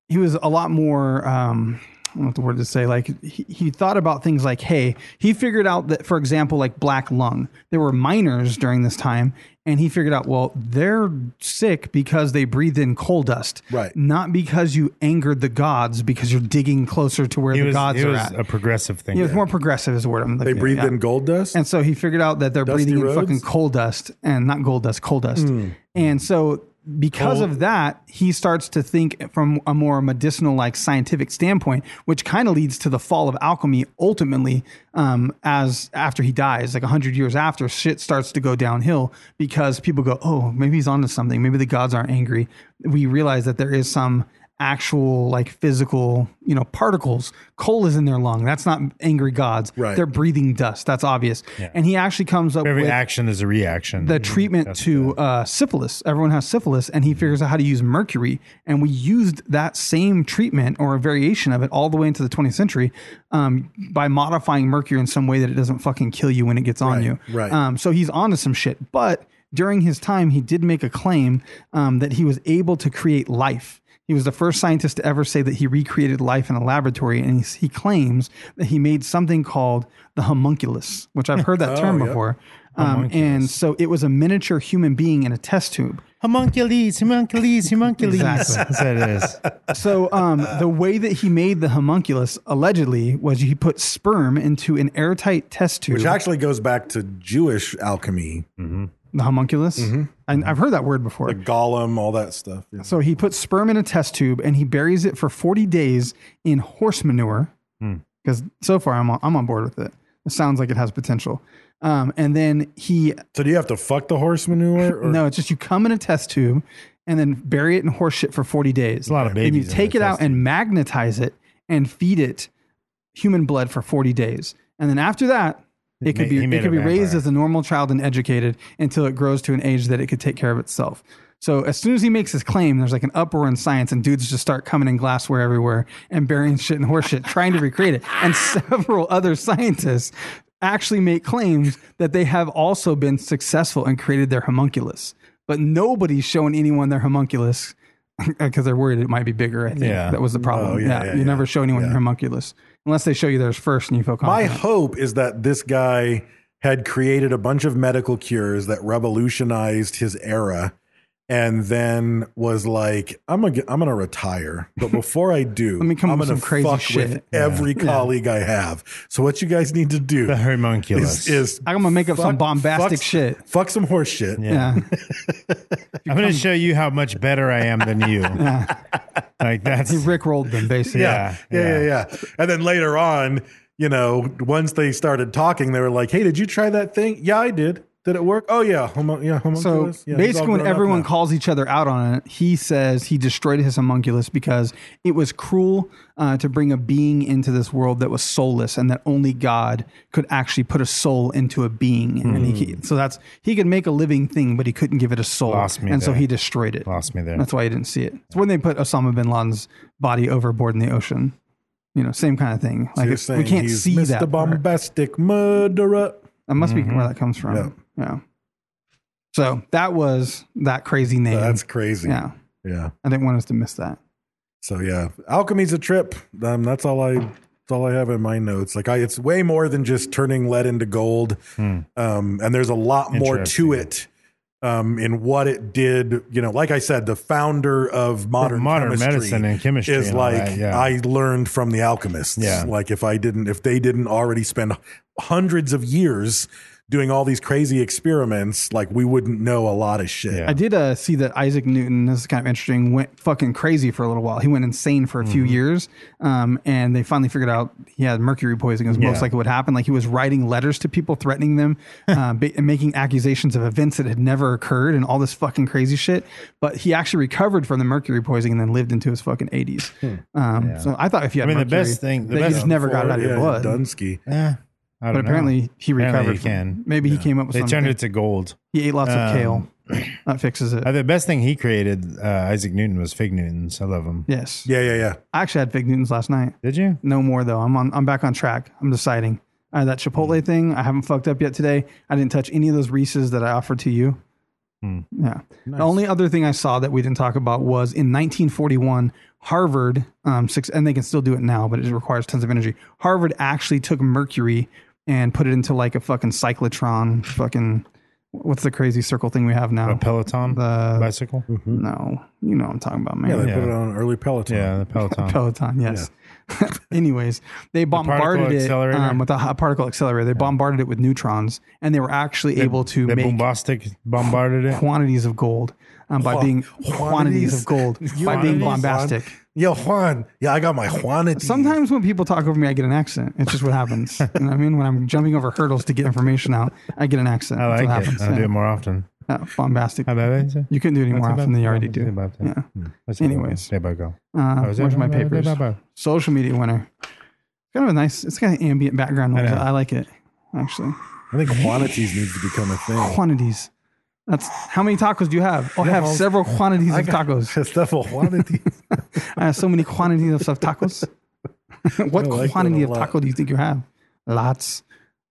[SPEAKER 2] he was a lot more. Um, I don't know what the word to say. Like he, he thought about things like, hey, he figured out that, for example, like black lung, there were miners during this time, and he figured out, well, they're sick because they breathe in coal dust,
[SPEAKER 3] Right.
[SPEAKER 2] Not because you angered the gods because you're digging closer to where
[SPEAKER 1] He
[SPEAKER 2] the
[SPEAKER 1] was,
[SPEAKER 2] gods
[SPEAKER 1] he
[SPEAKER 2] are
[SPEAKER 1] was
[SPEAKER 2] at.
[SPEAKER 1] a progressive thing.
[SPEAKER 2] He was more progressive, is the word I'm
[SPEAKER 3] They
[SPEAKER 2] looking at,
[SPEAKER 3] breathed
[SPEAKER 2] yeah.
[SPEAKER 3] in gold dust.
[SPEAKER 2] And so he figured out that they're
[SPEAKER 3] Dusty
[SPEAKER 2] breathing
[SPEAKER 3] roads? Hmm.
[SPEAKER 2] in fucking coal dust and not gold dust, coal dust. And so because of that, he starts to think from a more medicinal, like scientific standpoint, which kind of leads to the fall of alchemy ultimately. Um, as after he dies, like hundred years after, shit starts to go downhill because people go, "Oh, maybe he's onto something. Maybe the gods aren't angry." We realize that there is some actual like physical you know particles coal is in their lung that's not angry gods
[SPEAKER 3] Right.
[SPEAKER 2] they're breathing dust that's obvious and he actually comes up
[SPEAKER 1] Every
[SPEAKER 2] with
[SPEAKER 1] action is a reaction.
[SPEAKER 2] the treatment to uh, syphilis everyone has syphilis and he figures out how to use mercury and we used that same treatment or a variation of it all the way into the 20th century um, by modifying mercury in some way that it doesn't fucking kill you when it gets on you
[SPEAKER 3] right.
[SPEAKER 2] um, so he's onto some shit but during his time he did make a claim um, that he was able to create life he was the first scientist to ever say that he recreated life in a laboratory, and he, he claims that he made something called the homunculus, which I've heard that term
[SPEAKER 3] Oh, yeah.
[SPEAKER 2] before. Um, and so it was a miniature human being in a test tube.
[SPEAKER 1] homuncules, homuncules, homuncules.
[SPEAKER 2] Exactly.
[SPEAKER 1] That's what it is.
[SPEAKER 2] So um, the way that he made the homunculus allegedly was he put sperm into an airtight test tube.
[SPEAKER 3] which actually goes back to Jewish alchemy,
[SPEAKER 2] the homunculus,
[SPEAKER 3] Mm-hmm.
[SPEAKER 2] and I've heard that word before.
[SPEAKER 3] the golem, all that stuff. Yeah.
[SPEAKER 2] So he puts sperm in a test tube and he buries it for 40 days in horse manure.
[SPEAKER 1] Hmm.
[SPEAKER 2] Because so far I'm on, I'm on board with it. It sounds like it has potential. Um, and then he,
[SPEAKER 3] So do you have to fuck the horse manure? Or?
[SPEAKER 2] no, it's just you come in a test tube and then bury it in horse shit for 40 days.
[SPEAKER 1] a lot of
[SPEAKER 2] Then you
[SPEAKER 1] babies in
[SPEAKER 2] take
[SPEAKER 1] the
[SPEAKER 2] it out
[SPEAKER 1] test
[SPEAKER 2] and magnetize it and feed it human blood for 40 days. And then after that, it could
[SPEAKER 1] ma- he
[SPEAKER 2] be
[SPEAKER 1] made
[SPEAKER 2] it could
[SPEAKER 1] a
[SPEAKER 2] be raised
[SPEAKER 1] vampire.
[SPEAKER 2] as a normal child and educated until it grows to an age that it could take care of itself. So as soon as he makes his claim, there's like an uproar in science, and dudes just start coming in glassware everywhere and burying shit in horseshit, trying to recreate it. And several other scientists actually make claims that they have also been successful and created their homunculus, but nobody's showing anyone their homunculus because they're worried it might be bigger. I think
[SPEAKER 1] Yeah.
[SPEAKER 2] that was the problem.
[SPEAKER 3] Oh, yeah,
[SPEAKER 2] yeah,
[SPEAKER 3] yeah,
[SPEAKER 2] you
[SPEAKER 3] yeah.
[SPEAKER 2] never show anyone your homunculus unless they show you theirs first, and you feel
[SPEAKER 3] My
[SPEAKER 2] confident.
[SPEAKER 3] hope is that this guy had created a bunch of medical cures that revolutionized his era and then was like, I'm gonna, get- I'm gonna retire. But before I do,
[SPEAKER 2] Let me come
[SPEAKER 3] I'm
[SPEAKER 2] up with
[SPEAKER 3] gonna
[SPEAKER 2] some crazy
[SPEAKER 3] fuck with
[SPEAKER 2] shit.
[SPEAKER 3] every colleague I have. So what you guys need to do
[SPEAKER 1] The homunculus.
[SPEAKER 3] is, is
[SPEAKER 2] I'm gonna make up some bombastic
[SPEAKER 3] fuck-
[SPEAKER 2] shit.
[SPEAKER 3] Fuck some horse shit.
[SPEAKER 2] Yeah.
[SPEAKER 1] I'm going to show you how much better I am than you. Like that's
[SPEAKER 2] He Rick rolled them basically.
[SPEAKER 1] yeah,
[SPEAKER 3] yeah, yeah, yeah, And then later on, you know, once they started talking, they were like, "Hey, did you try that thing? Yeah, I did. Did it work? Oh yeah, homo- yeah,
[SPEAKER 2] So
[SPEAKER 3] homunculus. yeah, he's all
[SPEAKER 2] basically,
[SPEAKER 3] grown
[SPEAKER 2] when
[SPEAKER 3] up
[SPEAKER 2] everyone
[SPEAKER 3] now."
[SPEAKER 2] calls each other out on it, he says he destroyed his homunculus because it was cruel uh, to bring a being into this world that was soulless, and that only God could actually put a soul into a being. And
[SPEAKER 3] Hmm.
[SPEAKER 2] he, so that's he could make a living thing, but he couldn't give it a soul,
[SPEAKER 1] Lost me
[SPEAKER 2] and so
[SPEAKER 1] there.
[SPEAKER 2] he destroyed it.
[SPEAKER 1] Lost me there.
[SPEAKER 2] That's why you didn't see it. It's when they put Osama bin Laden's body overboard in the ocean. You know, same kind of thing. Like
[SPEAKER 3] You're
[SPEAKER 2] it's, we
[SPEAKER 3] saying
[SPEAKER 2] can't
[SPEAKER 3] he's
[SPEAKER 2] see
[SPEAKER 3] Mr.
[SPEAKER 2] that. part.
[SPEAKER 3] bombastic murderer.
[SPEAKER 2] That must be where that comes from.
[SPEAKER 3] Yeah.
[SPEAKER 2] Yeah. So that was that crazy name.
[SPEAKER 3] That's crazy.
[SPEAKER 2] Yeah.
[SPEAKER 3] Yeah.
[SPEAKER 2] I didn't want us to miss that.
[SPEAKER 3] So yeah, alchemy's a trip. Um, that's all I. That's all I have in my notes. Like I, it's way more than just turning lead into gold. Um, and there's a lot more to
[SPEAKER 1] Hmm. Interesting.
[SPEAKER 3] it. um, in what it did. You know, like I said, the founder of modern
[SPEAKER 1] modern
[SPEAKER 3] chemistry
[SPEAKER 1] medicine and chemistry
[SPEAKER 3] is
[SPEAKER 1] and all
[SPEAKER 3] like
[SPEAKER 1] that, yeah.
[SPEAKER 3] I learned from the alchemists.
[SPEAKER 1] Yeah.
[SPEAKER 3] like if I didn't, if they didn't already spend hundreds of years doing all these crazy experiments, like we wouldn't know a lot of shit.
[SPEAKER 2] I did uh, see that Isaac Newton. This is kind of interesting. Went fucking crazy for a little while. He went insane for a
[SPEAKER 1] Mm-hmm.
[SPEAKER 2] few years, um, and they finally figured out he had mercury poisoning. Is
[SPEAKER 1] Yeah.
[SPEAKER 2] most likely what happened. Like he was writing letters to people, threatening them, uh, ba- and making accusations of events that had never occurred, and all this fucking crazy shit. But he actually recovered from the mercury poisoning and then lived into his fucking eighties. Um, So I thought if you
[SPEAKER 1] Hmm. I
[SPEAKER 2] had
[SPEAKER 1] mean, the
[SPEAKER 2] mercury,
[SPEAKER 1] best thing- the
[SPEAKER 2] that you
[SPEAKER 1] best-
[SPEAKER 2] just never got it out of your
[SPEAKER 3] Yeah,
[SPEAKER 2] blood.
[SPEAKER 3] Dunsky.
[SPEAKER 1] Eh, I
[SPEAKER 2] But
[SPEAKER 1] don't know.
[SPEAKER 2] apparently he
[SPEAKER 1] Apparently
[SPEAKER 2] recovered.
[SPEAKER 1] you
[SPEAKER 2] from-
[SPEAKER 1] can.
[SPEAKER 2] Maybe he came up with
[SPEAKER 1] They
[SPEAKER 2] something.
[SPEAKER 1] turned it to gold.
[SPEAKER 2] he ate lots of
[SPEAKER 1] Um,
[SPEAKER 2] kale. That fixes it.
[SPEAKER 1] Uh, the best thing he created, uh, Isaac Newton, was fig Newtons. I love them.
[SPEAKER 2] Yes.
[SPEAKER 3] Yeah, yeah, yeah.
[SPEAKER 2] I actually had fig Newtons last night.
[SPEAKER 1] Did you?
[SPEAKER 2] No more though. I'm on. I'm back on track. I'm deciding. I had that Chipotle thing. I haven't fucked up yet today. I didn't touch any of those Reese's that I offered to you. Yeah. The only other thing I saw that we didn't talk about was in 1941, Harvard, um, six, and they can still do it now, but it requires tons of energy. Harvard actually took mercury and put it into like a fucking cyclotron. Fucking, what's the crazy circle thing we have
[SPEAKER 1] A
[SPEAKER 2] now?
[SPEAKER 1] Peloton
[SPEAKER 2] The-
[SPEAKER 1] bicycle.
[SPEAKER 2] No, you know what I'm talking about, man.
[SPEAKER 3] Yeah, they
[SPEAKER 1] Yeah.
[SPEAKER 3] put it on an early Peloton.
[SPEAKER 1] Yeah, the Peloton.
[SPEAKER 2] Peloton, yes. Anyways, they bombarded it
[SPEAKER 1] accelerator?
[SPEAKER 2] um, with a hot particle accelerator. They bombarded it with neutrons, and they were actually able to
[SPEAKER 1] They
[SPEAKER 2] make
[SPEAKER 1] bombastic bombarded it.
[SPEAKER 2] quantities of gold um, by being
[SPEAKER 3] Quantities?
[SPEAKER 2] quantities, of gold by being bombastic.
[SPEAKER 3] Yo, Juan. Yeah, I got my Juanity.
[SPEAKER 2] Sometimes when people talk over me, I get an accent. It's just what happens. you know what I mean? When I'm jumping over hurdles to get information out, I get an accent.
[SPEAKER 1] I
[SPEAKER 2] That's
[SPEAKER 1] like
[SPEAKER 2] what
[SPEAKER 1] it.
[SPEAKER 2] happens.
[SPEAKER 1] I'll
[SPEAKER 2] yeah.
[SPEAKER 1] do it more often.
[SPEAKER 2] Yeah, bombastic.
[SPEAKER 1] How about it?
[SPEAKER 2] You couldn't do it any more
[SPEAKER 1] That's
[SPEAKER 2] often than you already
[SPEAKER 1] about-
[SPEAKER 2] do.
[SPEAKER 1] about that.
[SPEAKER 2] Yeah.
[SPEAKER 1] Hmm. That's
[SPEAKER 2] Anyways.
[SPEAKER 1] about- there we go.
[SPEAKER 2] Uh,
[SPEAKER 1] Oh, is that
[SPEAKER 2] where's my
[SPEAKER 1] right? There,
[SPEAKER 2] papers?
[SPEAKER 1] there, there.
[SPEAKER 2] Social media winner. Kind of a nice. It's got an ambient background noise.
[SPEAKER 1] know.
[SPEAKER 2] I like it actually.
[SPEAKER 3] I think quantities needs to become a thing.
[SPEAKER 2] Quantities. That's how many tacos do you have? Oh, I have
[SPEAKER 3] No.
[SPEAKER 2] several quantities
[SPEAKER 3] I
[SPEAKER 2] of
[SPEAKER 3] got-
[SPEAKER 2] tacos.
[SPEAKER 3] Stuff of quantities.
[SPEAKER 2] I have so many quantities of stuff tacos. what
[SPEAKER 3] I like that
[SPEAKER 2] quantity
[SPEAKER 3] a
[SPEAKER 2] of
[SPEAKER 3] lot.
[SPEAKER 2] taco do you think you have? Lots.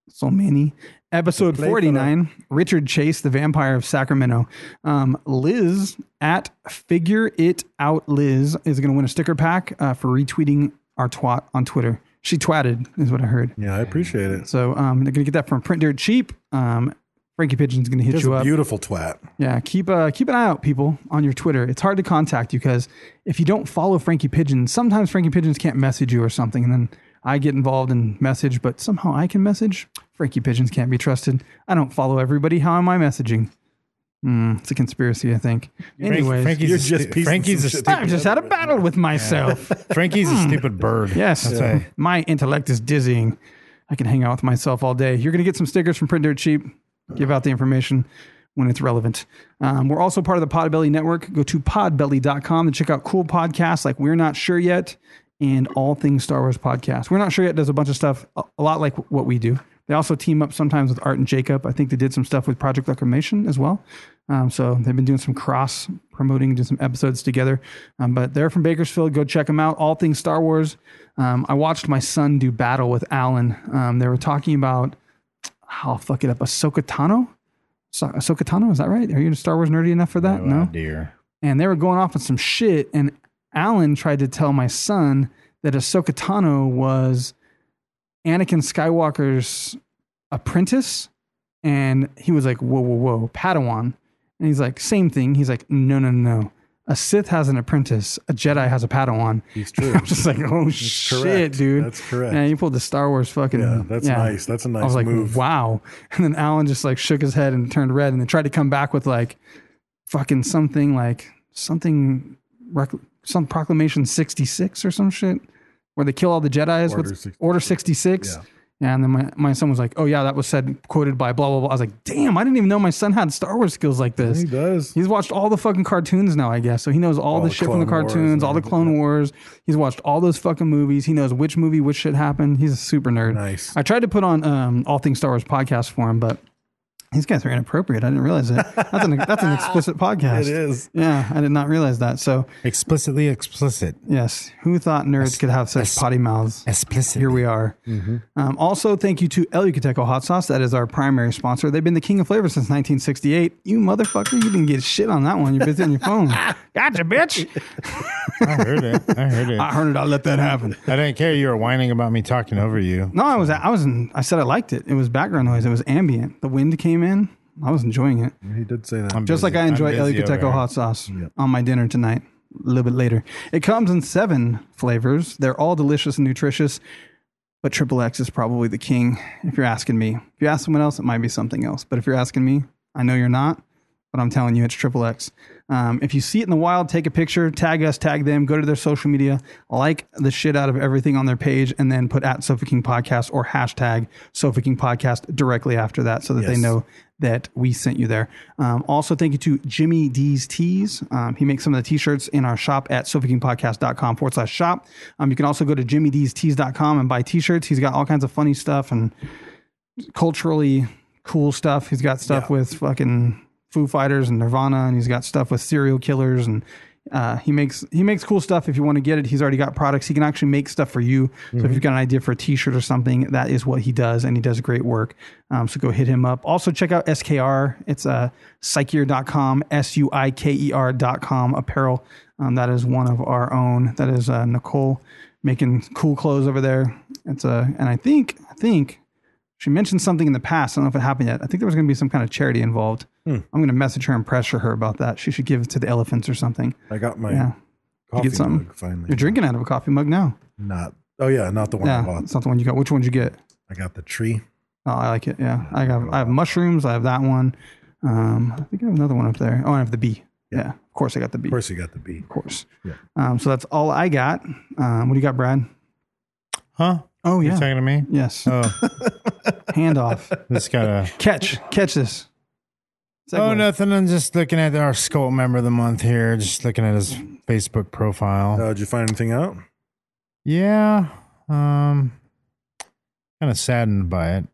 [SPEAKER 2] So many. Episode
[SPEAKER 3] plate
[SPEAKER 2] 49 Richard Chase, the vampire of Sacramento. Um, Liz at Figure It Out Liz is going to win a sticker pack uh, for retweeting our twat on Twitter. She twatted, is what I heard.
[SPEAKER 3] Yeah, I appreciate it.
[SPEAKER 2] So um, they're going to get that from Print Dirt Cheap. Um, Frankie Pigeon's going to hit
[SPEAKER 3] It's
[SPEAKER 2] you
[SPEAKER 3] a
[SPEAKER 2] up.
[SPEAKER 3] beautiful twat.
[SPEAKER 2] Yeah, keep uh, keep an eye out, people, on your Twitter. It's hard to contact you because if you don't follow Frankie Pigeon, sometimes Frankie Pigeons can't message you or something, and then I get involved and message, but somehow I can message. Frankie Pigeons can't be trusted. I don't follow everybody. How am I messaging? Mm, it's a conspiracy, I think. Anyways,
[SPEAKER 1] Frankie's
[SPEAKER 3] You're
[SPEAKER 1] a
[SPEAKER 3] just
[SPEAKER 1] stu-
[SPEAKER 3] piecing
[SPEAKER 1] Frankie's
[SPEAKER 3] some
[SPEAKER 1] a
[SPEAKER 3] shit
[SPEAKER 1] stupid.
[SPEAKER 2] I've just had a battle with myself.
[SPEAKER 1] Frankie's a stupid bird.
[SPEAKER 2] Hmm. Yes.
[SPEAKER 1] That's right.
[SPEAKER 2] My intellect is dizzying. I can hang out with myself all day. You're going to get some stickers from Print Dirt Cheap. Give out the information when it's relevant. Um, we're also part of the Podbelly Network. Go to podbelly.com and check out cool podcasts like We're Not Sure Yet and All Things Star Wars Podcast. We're Not Sure Yet does a bunch of stuff, a a lot like what we do. They also team up sometimes with Art and Jacob. I think they did some stuff with Project Reclamation as well. Um, so they've been doing some cross promoting, doing some episodes together. Um, but they're from Bakersfield. Go check them out. All things Star Wars. Um, I watched my son do battle with Alan. Um, they were talking about, I'll fuck it up, Ahsoka Tano? So- Ahsoka Tano, is that right? Are you a Star Wars nerdy enough for that?
[SPEAKER 1] Oh,
[SPEAKER 2] no?
[SPEAKER 1] dear.
[SPEAKER 2] and they were going off on some shit. And Alan tried to tell my son that Ahsoka Tano was Anakin Skywalker's apprentice, and he was like, "Whoa, whoa, whoa, Padawan," and he's like, "Same thing." He's like, "No, no, no." A Sith has an apprentice. A Jedi has a Padawan.
[SPEAKER 3] He's true.
[SPEAKER 2] I'm just like, oh shit,
[SPEAKER 3] correct.
[SPEAKER 2] dude.
[SPEAKER 3] That's correct.
[SPEAKER 2] Yeah, you pulled the Star Wars fucking.
[SPEAKER 3] Yeah, that's nice. That's a
[SPEAKER 2] I was
[SPEAKER 3] nice
[SPEAKER 2] like,
[SPEAKER 3] move.
[SPEAKER 2] wow. And then Alan just like shook his head and turned red, and then tried to come back with like, fucking something like something, rec- some Proclamation sixty six or some shit, where they kill all the Jedi's
[SPEAKER 3] Order
[SPEAKER 2] with
[SPEAKER 3] 66.
[SPEAKER 2] Order sixty six.
[SPEAKER 3] Yeah.
[SPEAKER 2] Yeah, and then my, my son was like, "Oh yeah, that was said quoted by blah blah blah." I was like, "Damn, I didn't even know my son had Star Wars skills like this."
[SPEAKER 3] He does.
[SPEAKER 2] He's watched all the fucking cartoons now, I guess. So he knows all, the,
[SPEAKER 3] the
[SPEAKER 2] shit from the
[SPEAKER 3] Clone Wars
[SPEAKER 2] cartoons,
[SPEAKER 3] and
[SPEAKER 2] all the
[SPEAKER 3] everything,
[SPEAKER 2] Clone Wars. He's watched all those fucking movies. He knows which movie, which shit happened. He's a super nerd.
[SPEAKER 3] Nice.
[SPEAKER 2] I tried to put on um, All Things Star Wars podcast for him, but these guys are inappropriate. I didn't realize it. That's an that's an explicit podcast.
[SPEAKER 3] It is.
[SPEAKER 2] Yeah, I did not realize that. So
[SPEAKER 1] Explicitly explicit.
[SPEAKER 2] yes, who thought nerds could have such potty mouths?
[SPEAKER 1] Explicit.
[SPEAKER 2] Here we are. Um, also, thank you to El Yucateco Hot Sauce. That is our primary sponsor. They've been the king of flavor since 1968. You motherfucker, you didn't get shit on that one. You're busy on your phone. Gotcha, bitch.
[SPEAKER 1] I heard it. I heard it.
[SPEAKER 2] I heard it. I let that happen.
[SPEAKER 1] I didn't care. You were whining about me talking over you.
[SPEAKER 2] No, I was. I was. in- I said I liked it. It was background noise. It was ambient. The wind came in. I was enjoying it.
[SPEAKER 3] He did say that.
[SPEAKER 1] I'm
[SPEAKER 2] Just
[SPEAKER 1] busy.
[SPEAKER 2] like
[SPEAKER 1] I'm
[SPEAKER 2] I enjoy El
[SPEAKER 1] busy over
[SPEAKER 2] Yucateco
[SPEAKER 1] here.
[SPEAKER 2] hot sauce on my dinner tonight, a little bit later. It comes in seven flavors. They're all delicious and nutritious, but Triple X is probably the king if you're asking me. If you ask someone else, it might be something else. But if you're asking me, I know you're not, but I'm telling you, it's Triple X. Um, if you see it in the wild, take a picture, tag us, tag them, go to their social media, like the shit out of everything on their page, and then put at Sofa King Podcast or hashtag Sofa King Podcast directly after that so that they
[SPEAKER 3] Yes.
[SPEAKER 2] know that we sent you there. Um, also, thank you to Jimmy D's Tees. Um, he makes some of the t-shirts in our shop at sophiekingpodcast.com forward slash shop. Um, you can also go to jimmydstees.com and buy t-shirts. He's got all kinds of funny stuff and culturally cool stuff. He's got stuff with fucking Foo Fighters and Nirvana, and he's got stuff with serial killers and uh, he makes he makes cool stuff. If you want to get it, he's already got products. He can actually make stuff for you. So if you've got an idea for a T-shirt or something, that is what he does, and he does great work. Um, so go hit him up. Also check out SKR. It's uh, psycheer.com, s u i k e r dot com apparel. Um, that is one of our own. That is uh, Nicole making cool clothes over there. It's uh, and I think I think she mentioned something in the past. I don't know if it happened yet. I think there was going to be some kind of charity involved.
[SPEAKER 3] Hmm.
[SPEAKER 2] I'm going to message her and pressure her about that. She should give it to the elephants or something.
[SPEAKER 3] I got my
[SPEAKER 2] Yeah.
[SPEAKER 3] coffee
[SPEAKER 2] get something?
[SPEAKER 3] mug finally.
[SPEAKER 2] You're drinking out of a coffee mug now.
[SPEAKER 3] Not. Oh yeah, not the one I
[SPEAKER 2] yeah,
[SPEAKER 3] bought.
[SPEAKER 2] it's not the one you got. Which one did you get?
[SPEAKER 3] I got the tree.
[SPEAKER 2] Oh, I like it. Yeah, I have I have mushrooms. I have that one. Um, I think I have another one up there. Oh, I have the bee. Yeah, of course I got the bee.
[SPEAKER 3] Of course, you got the bee.
[SPEAKER 2] Of course.
[SPEAKER 3] Yeah.
[SPEAKER 2] Um, so that's all I got. Um, what do you got, Brad?
[SPEAKER 1] Huh?
[SPEAKER 2] Oh
[SPEAKER 1] You
[SPEAKER 2] yeah.
[SPEAKER 1] talking to me?
[SPEAKER 2] Yes.
[SPEAKER 3] Uh,
[SPEAKER 1] Oh,
[SPEAKER 2] Handoff.
[SPEAKER 1] just got a.
[SPEAKER 2] Catch. Catch this.
[SPEAKER 1] Oh,
[SPEAKER 2] Segue.
[SPEAKER 1] nothing. I'm just looking at our Skull member of the month here. Just looking at his Facebook profile.
[SPEAKER 3] Uh, did you find anything out?
[SPEAKER 1] yeah. Um. Kind of saddened by it.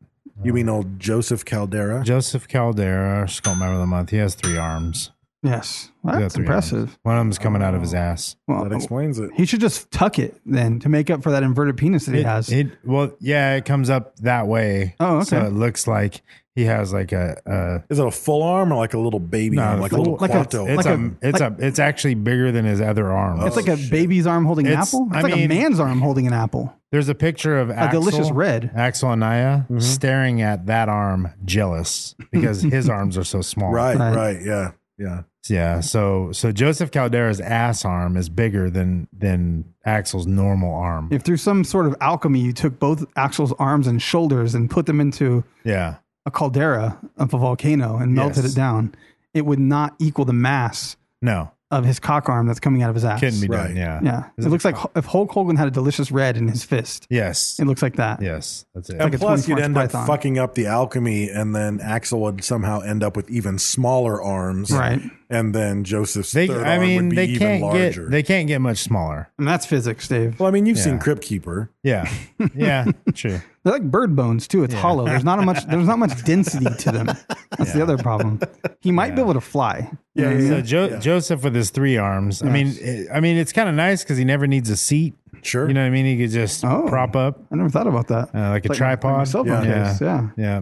[SPEAKER 3] You mean old Joseph Caldera?
[SPEAKER 1] Joseph Caldera, our Skull member of the month. He has three arms.
[SPEAKER 2] Yes.
[SPEAKER 1] He's
[SPEAKER 2] Well,
[SPEAKER 1] got
[SPEAKER 2] that's
[SPEAKER 1] three arms.
[SPEAKER 2] impressive.
[SPEAKER 1] One of them's coming out of his ass.
[SPEAKER 2] Well,
[SPEAKER 3] that explains it.
[SPEAKER 2] He should just tuck it then to make up for that inverted penis that he
[SPEAKER 1] It-
[SPEAKER 2] has.
[SPEAKER 1] It, well, yeah, it comes up that way.
[SPEAKER 2] Oh, okay.
[SPEAKER 1] So it looks like he has like a, a
[SPEAKER 3] Is it a full arm or like a little baby?
[SPEAKER 1] No,
[SPEAKER 3] arm, like,
[SPEAKER 1] it's
[SPEAKER 3] a little
[SPEAKER 2] like- like a-
[SPEAKER 3] quarto.
[SPEAKER 1] it's
[SPEAKER 2] Like
[SPEAKER 1] a,
[SPEAKER 2] a-
[SPEAKER 1] it's
[SPEAKER 2] like- Oh.
[SPEAKER 1] a it's actually bigger than his other arm.
[SPEAKER 2] it's like a baby's arm holding an
[SPEAKER 1] Oh, It's-
[SPEAKER 2] apple. It's
[SPEAKER 1] I
[SPEAKER 2] like a
[SPEAKER 1] mean-
[SPEAKER 2] man's arm holding an apple.
[SPEAKER 1] There's a picture of Axel,
[SPEAKER 2] delicious red. Mm-hmm.
[SPEAKER 1] Axel and Naya staring at that arm, jealous because his arms are so small.
[SPEAKER 3] right,
[SPEAKER 2] Right.
[SPEAKER 3] right, yeah, yeah.
[SPEAKER 1] Yeah. So so Joseph Caldera's ass arm is bigger than than Axel's normal arm.
[SPEAKER 2] If through some sort of alchemy you took both Axel's arms and shoulders and put them into
[SPEAKER 1] yeah.
[SPEAKER 2] a caldera of a volcano and melted
[SPEAKER 1] Yes.
[SPEAKER 2] it down, it would not equal the mass
[SPEAKER 1] No.
[SPEAKER 2] of his cock arm that's coming out of his ass.
[SPEAKER 1] Couldn't be
[SPEAKER 3] Right.
[SPEAKER 1] done. Yeah.
[SPEAKER 2] Yeah. It looks like H- if Hulk Hogan had a delicious red in his fist.
[SPEAKER 1] Yes.
[SPEAKER 2] It looks like that.
[SPEAKER 1] Yes. That's it.
[SPEAKER 3] And
[SPEAKER 2] like a
[SPEAKER 3] plus,
[SPEAKER 2] 24
[SPEAKER 3] you'd end
[SPEAKER 2] inch
[SPEAKER 3] up
[SPEAKER 2] python.
[SPEAKER 3] fucking up the alchemy, and then Axel would somehow end up with even smaller arms,
[SPEAKER 2] Right.
[SPEAKER 3] And then Joseph's
[SPEAKER 1] They,
[SPEAKER 3] third
[SPEAKER 1] I
[SPEAKER 3] arm
[SPEAKER 1] mean,
[SPEAKER 3] would be
[SPEAKER 1] they
[SPEAKER 3] even
[SPEAKER 1] can't
[SPEAKER 3] larger.
[SPEAKER 1] get they can't get much smaller.
[SPEAKER 2] And that's physics, Dave.
[SPEAKER 3] well, I mean, you've seen
[SPEAKER 1] Yeah.
[SPEAKER 3] Crypt Keeper.
[SPEAKER 1] Yeah, yeah, true.
[SPEAKER 2] They're like bird bones too. It's hollow. There's not a much. There's not much density to them. That's the other problem. He might be able to fly. You know what I mean?
[SPEAKER 1] So jo- Joseph with his three arms. I mean, it, I mean, it's kind of nice because he never needs a seat.
[SPEAKER 3] Sure.
[SPEAKER 1] You know what I mean? He could just
[SPEAKER 2] Oh.
[SPEAKER 1] prop up
[SPEAKER 2] I never thought about that.
[SPEAKER 3] Oh,
[SPEAKER 1] uh, like a
[SPEAKER 2] Like- like
[SPEAKER 1] tripod.
[SPEAKER 2] my cell phone
[SPEAKER 1] yeah.
[SPEAKER 2] case, yeah.
[SPEAKER 1] yeah.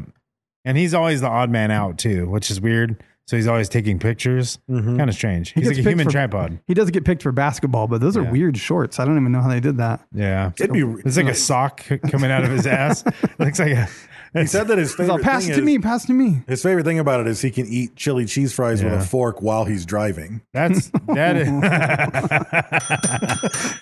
[SPEAKER 1] And he's always the odd man out too, which is weird. So he's always taking pictures. Kind of strange. He's like
[SPEAKER 2] gets
[SPEAKER 1] a
[SPEAKER 2] picked
[SPEAKER 1] human
[SPEAKER 2] for-
[SPEAKER 1] tripod.
[SPEAKER 2] He does get picked for basketball, but those are weird shorts. I don't even know how they did that.
[SPEAKER 1] Yeah.
[SPEAKER 3] It'd be.
[SPEAKER 1] It's like a sock c- coming out of his ass. It looks like a.
[SPEAKER 3] he said that his
[SPEAKER 2] He's
[SPEAKER 3] favorite
[SPEAKER 2] all, pass
[SPEAKER 3] thing
[SPEAKER 2] it to
[SPEAKER 3] is-
[SPEAKER 2] me, pass it to me.
[SPEAKER 3] His favorite thing about it is he can eat chili cheese fries with
[SPEAKER 1] Yeah.
[SPEAKER 3] a fork while he's driving.
[SPEAKER 1] That's that is.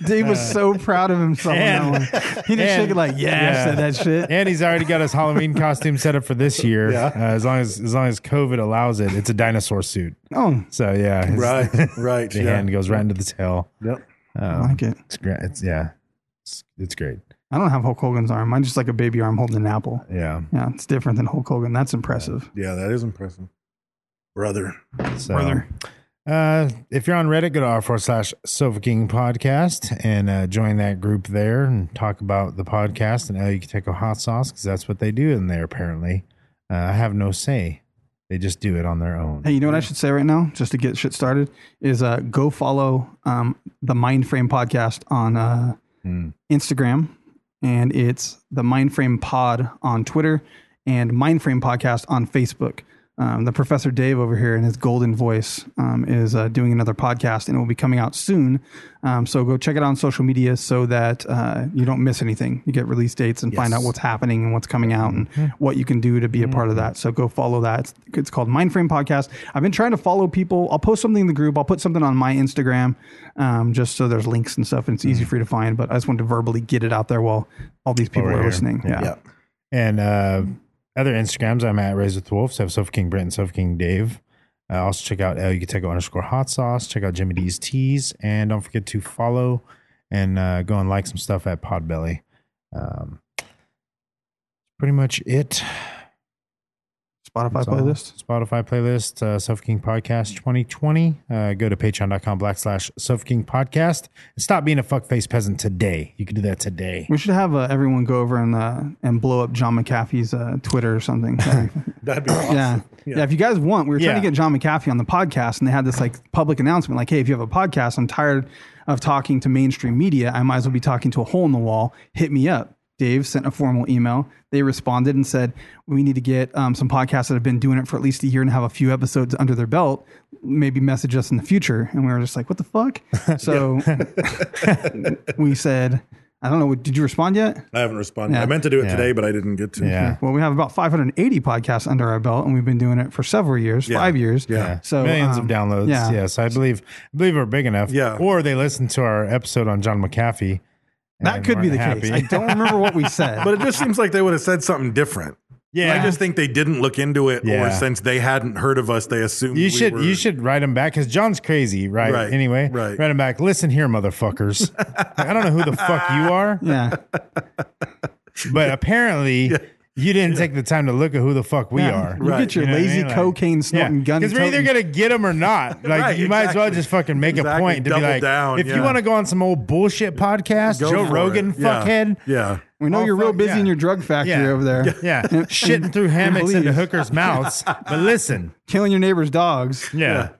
[SPEAKER 2] Dave
[SPEAKER 3] Uh,
[SPEAKER 2] was so proud of himself. on
[SPEAKER 1] And-
[SPEAKER 2] that one. He just
[SPEAKER 1] and-
[SPEAKER 2] shook it like, yeah,
[SPEAKER 1] yeah.
[SPEAKER 2] I said that shit.
[SPEAKER 1] And he's already got his Halloween costume set up for this year.
[SPEAKER 3] Yeah.
[SPEAKER 1] Uh, as long as as long as COVID allows it, it's a dinosaur suit.
[SPEAKER 2] oh,
[SPEAKER 1] So yeah, his-
[SPEAKER 3] Right, right.
[SPEAKER 1] The hand goes right into the tail.
[SPEAKER 3] Yep.
[SPEAKER 2] I like it.
[SPEAKER 1] It's great. It's yeah. It's, it's great.
[SPEAKER 2] I don't have Hulk Hogan's arm. Mine's just like a baby arm holding an apple.
[SPEAKER 1] Yeah.
[SPEAKER 2] Yeah, it's different than Hulk Hogan. That's impressive.
[SPEAKER 3] Yeah, that is impressive, brother.
[SPEAKER 1] So,
[SPEAKER 2] Brother.
[SPEAKER 1] Uh, if you're on Reddit, go to r forward slash Sofa King Podcast and uh, join that group there and talk about the podcast and El Yucateco hot sauce because that's what they do in there. Apparently, uh, I have no say; they just do it on their own.
[SPEAKER 2] Hey, you know what I should say right now, just to get shit started, is uh, go follow um, the Mindframe podcast on uh, Instagram, and it's the Mindframe Pod on Twitter, and Mindframe Podcast on Facebook. Um, the Professor Dave over here in his golden voice um, is uh, doing another podcast and it will be coming out soon. Um, so go check it out on social media so that uh, you don't miss anything. You get release dates and find out what's happening and what's coming out and what you can do to be a part of
[SPEAKER 1] Mm-hmm.
[SPEAKER 2] that. So go follow that. It's, it's called Mindframe Podcast. I've been trying to follow people. I'll post something in the group. I'll put something on my Instagram um, just so there's links and stuff and it's easy
[SPEAKER 1] Mm-hmm.
[SPEAKER 2] for you to find. But I just wanted to verbally get it out there while all these people
[SPEAKER 1] Over
[SPEAKER 2] are
[SPEAKER 1] here.
[SPEAKER 2] listening. Yeah.
[SPEAKER 1] And uh, other Instagrams, I'm at Raise with the Wolves. I have Sofa King Brent and Sofa King Dave. Uh, also check out El Yucateco underscore hot sauce. Check out Jimmy D's teas. And don't forget to follow and uh, go and like some stuff at Podbelly. Um, pretty much it.
[SPEAKER 2] Spotify
[SPEAKER 1] That's all.
[SPEAKER 2] playlist.
[SPEAKER 1] Spotify playlist, uh, Sofa King Podcast 2020. Uh, go to patreon.com backslash Sofa King Podcast. And stop being a fuckface peasant today. You can do that today.
[SPEAKER 2] We should have uh, everyone go over and uh, and blow up John McAfee's uh, Twitter or something. That'd
[SPEAKER 3] be awesome.
[SPEAKER 2] Yeah. yeah, If you guys want, we were trying
[SPEAKER 1] Yeah.
[SPEAKER 2] to get John McAfee on the podcast, and they had this like public announcement, like, "Hey, if you have a podcast, I'm tired of talking to mainstream media. I might as well be talking to a hole in the wall. Hit me up." Dave sent a formal email. They responded and said, "We need to get um, some podcasts that have been doing it for at least a year and have a few episodes under their belt. Maybe message us in the future." And we were just like, "What the fuck?" So we said, "I don't know. Did you respond yet?"
[SPEAKER 3] I haven't responded.
[SPEAKER 2] Yeah.
[SPEAKER 3] I meant to do it
[SPEAKER 1] Yeah.
[SPEAKER 3] today, but I didn't get to.
[SPEAKER 1] Yeah.
[SPEAKER 2] Well, we have about 580 podcasts under our belt, and we've been doing it for several years, five years.
[SPEAKER 3] Yeah.
[SPEAKER 2] So
[SPEAKER 1] millions of
[SPEAKER 2] um,
[SPEAKER 1] downloads.
[SPEAKER 2] Yeah.
[SPEAKER 1] Yes, I believe I believe we're big enough.
[SPEAKER 3] Yeah.
[SPEAKER 1] Or they listen to our episode on John McAfee.
[SPEAKER 2] That
[SPEAKER 1] and
[SPEAKER 2] could be
[SPEAKER 1] weren't
[SPEAKER 2] the
[SPEAKER 1] happy.
[SPEAKER 2] case. I don't remember what we said.
[SPEAKER 3] But it just seems like they would have said something different.
[SPEAKER 1] Yeah.
[SPEAKER 3] I just think they didn't look into it, or
[SPEAKER 1] Yeah.
[SPEAKER 3] since they hadn't heard of us, they assumed
[SPEAKER 1] you
[SPEAKER 3] we
[SPEAKER 1] should
[SPEAKER 3] were-
[SPEAKER 1] you should write him back because John's crazy, right?
[SPEAKER 3] Right,
[SPEAKER 1] Anyway,
[SPEAKER 3] right.
[SPEAKER 1] Write him back. Listen here, motherfuckers. I don't know who the fuck you are,
[SPEAKER 2] yeah.
[SPEAKER 1] but apparently. You didn't take the time to look at who the fuck we
[SPEAKER 2] Yeah.
[SPEAKER 1] are.
[SPEAKER 2] You Right. get your
[SPEAKER 1] know what
[SPEAKER 2] lazy cocaine snorting gun
[SPEAKER 1] Because we're either
[SPEAKER 2] toting-
[SPEAKER 1] gonna get them or not. Like
[SPEAKER 3] Right,
[SPEAKER 1] you might as well
[SPEAKER 3] exactly.
[SPEAKER 1] just fucking make a
[SPEAKER 3] Exactly.
[SPEAKER 1] point to
[SPEAKER 3] Double
[SPEAKER 1] be like,
[SPEAKER 3] down,
[SPEAKER 1] if
[SPEAKER 3] yeah.
[SPEAKER 1] you want to go on some old bullshit podcast,
[SPEAKER 3] Go
[SPEAKER 1] Joe
[SPEAKER 3] for
[SPEAKER 1] Rogan,
[SPEAKER 3] it. Yeah.
[SPEAKER 1] fuckhead,
[SPEAKER 3] Yeah.
[SPEAKER 2] We know
[SPEAKER 1] Oh,
[SPEAKER 2] you're real
[SPEAKER 1] fuck,
[SPEAKER 2] busy
[SPEAKER 1] yeah.
[SPEAKER 2] in your drug factory over there,
[SPEAKER 1] Yeah, shitting through hammocks into hookers' mouths. But listen,
[SPEAKER 2] killing your neighbor's dogs.
[SPEAKER 1] yeah,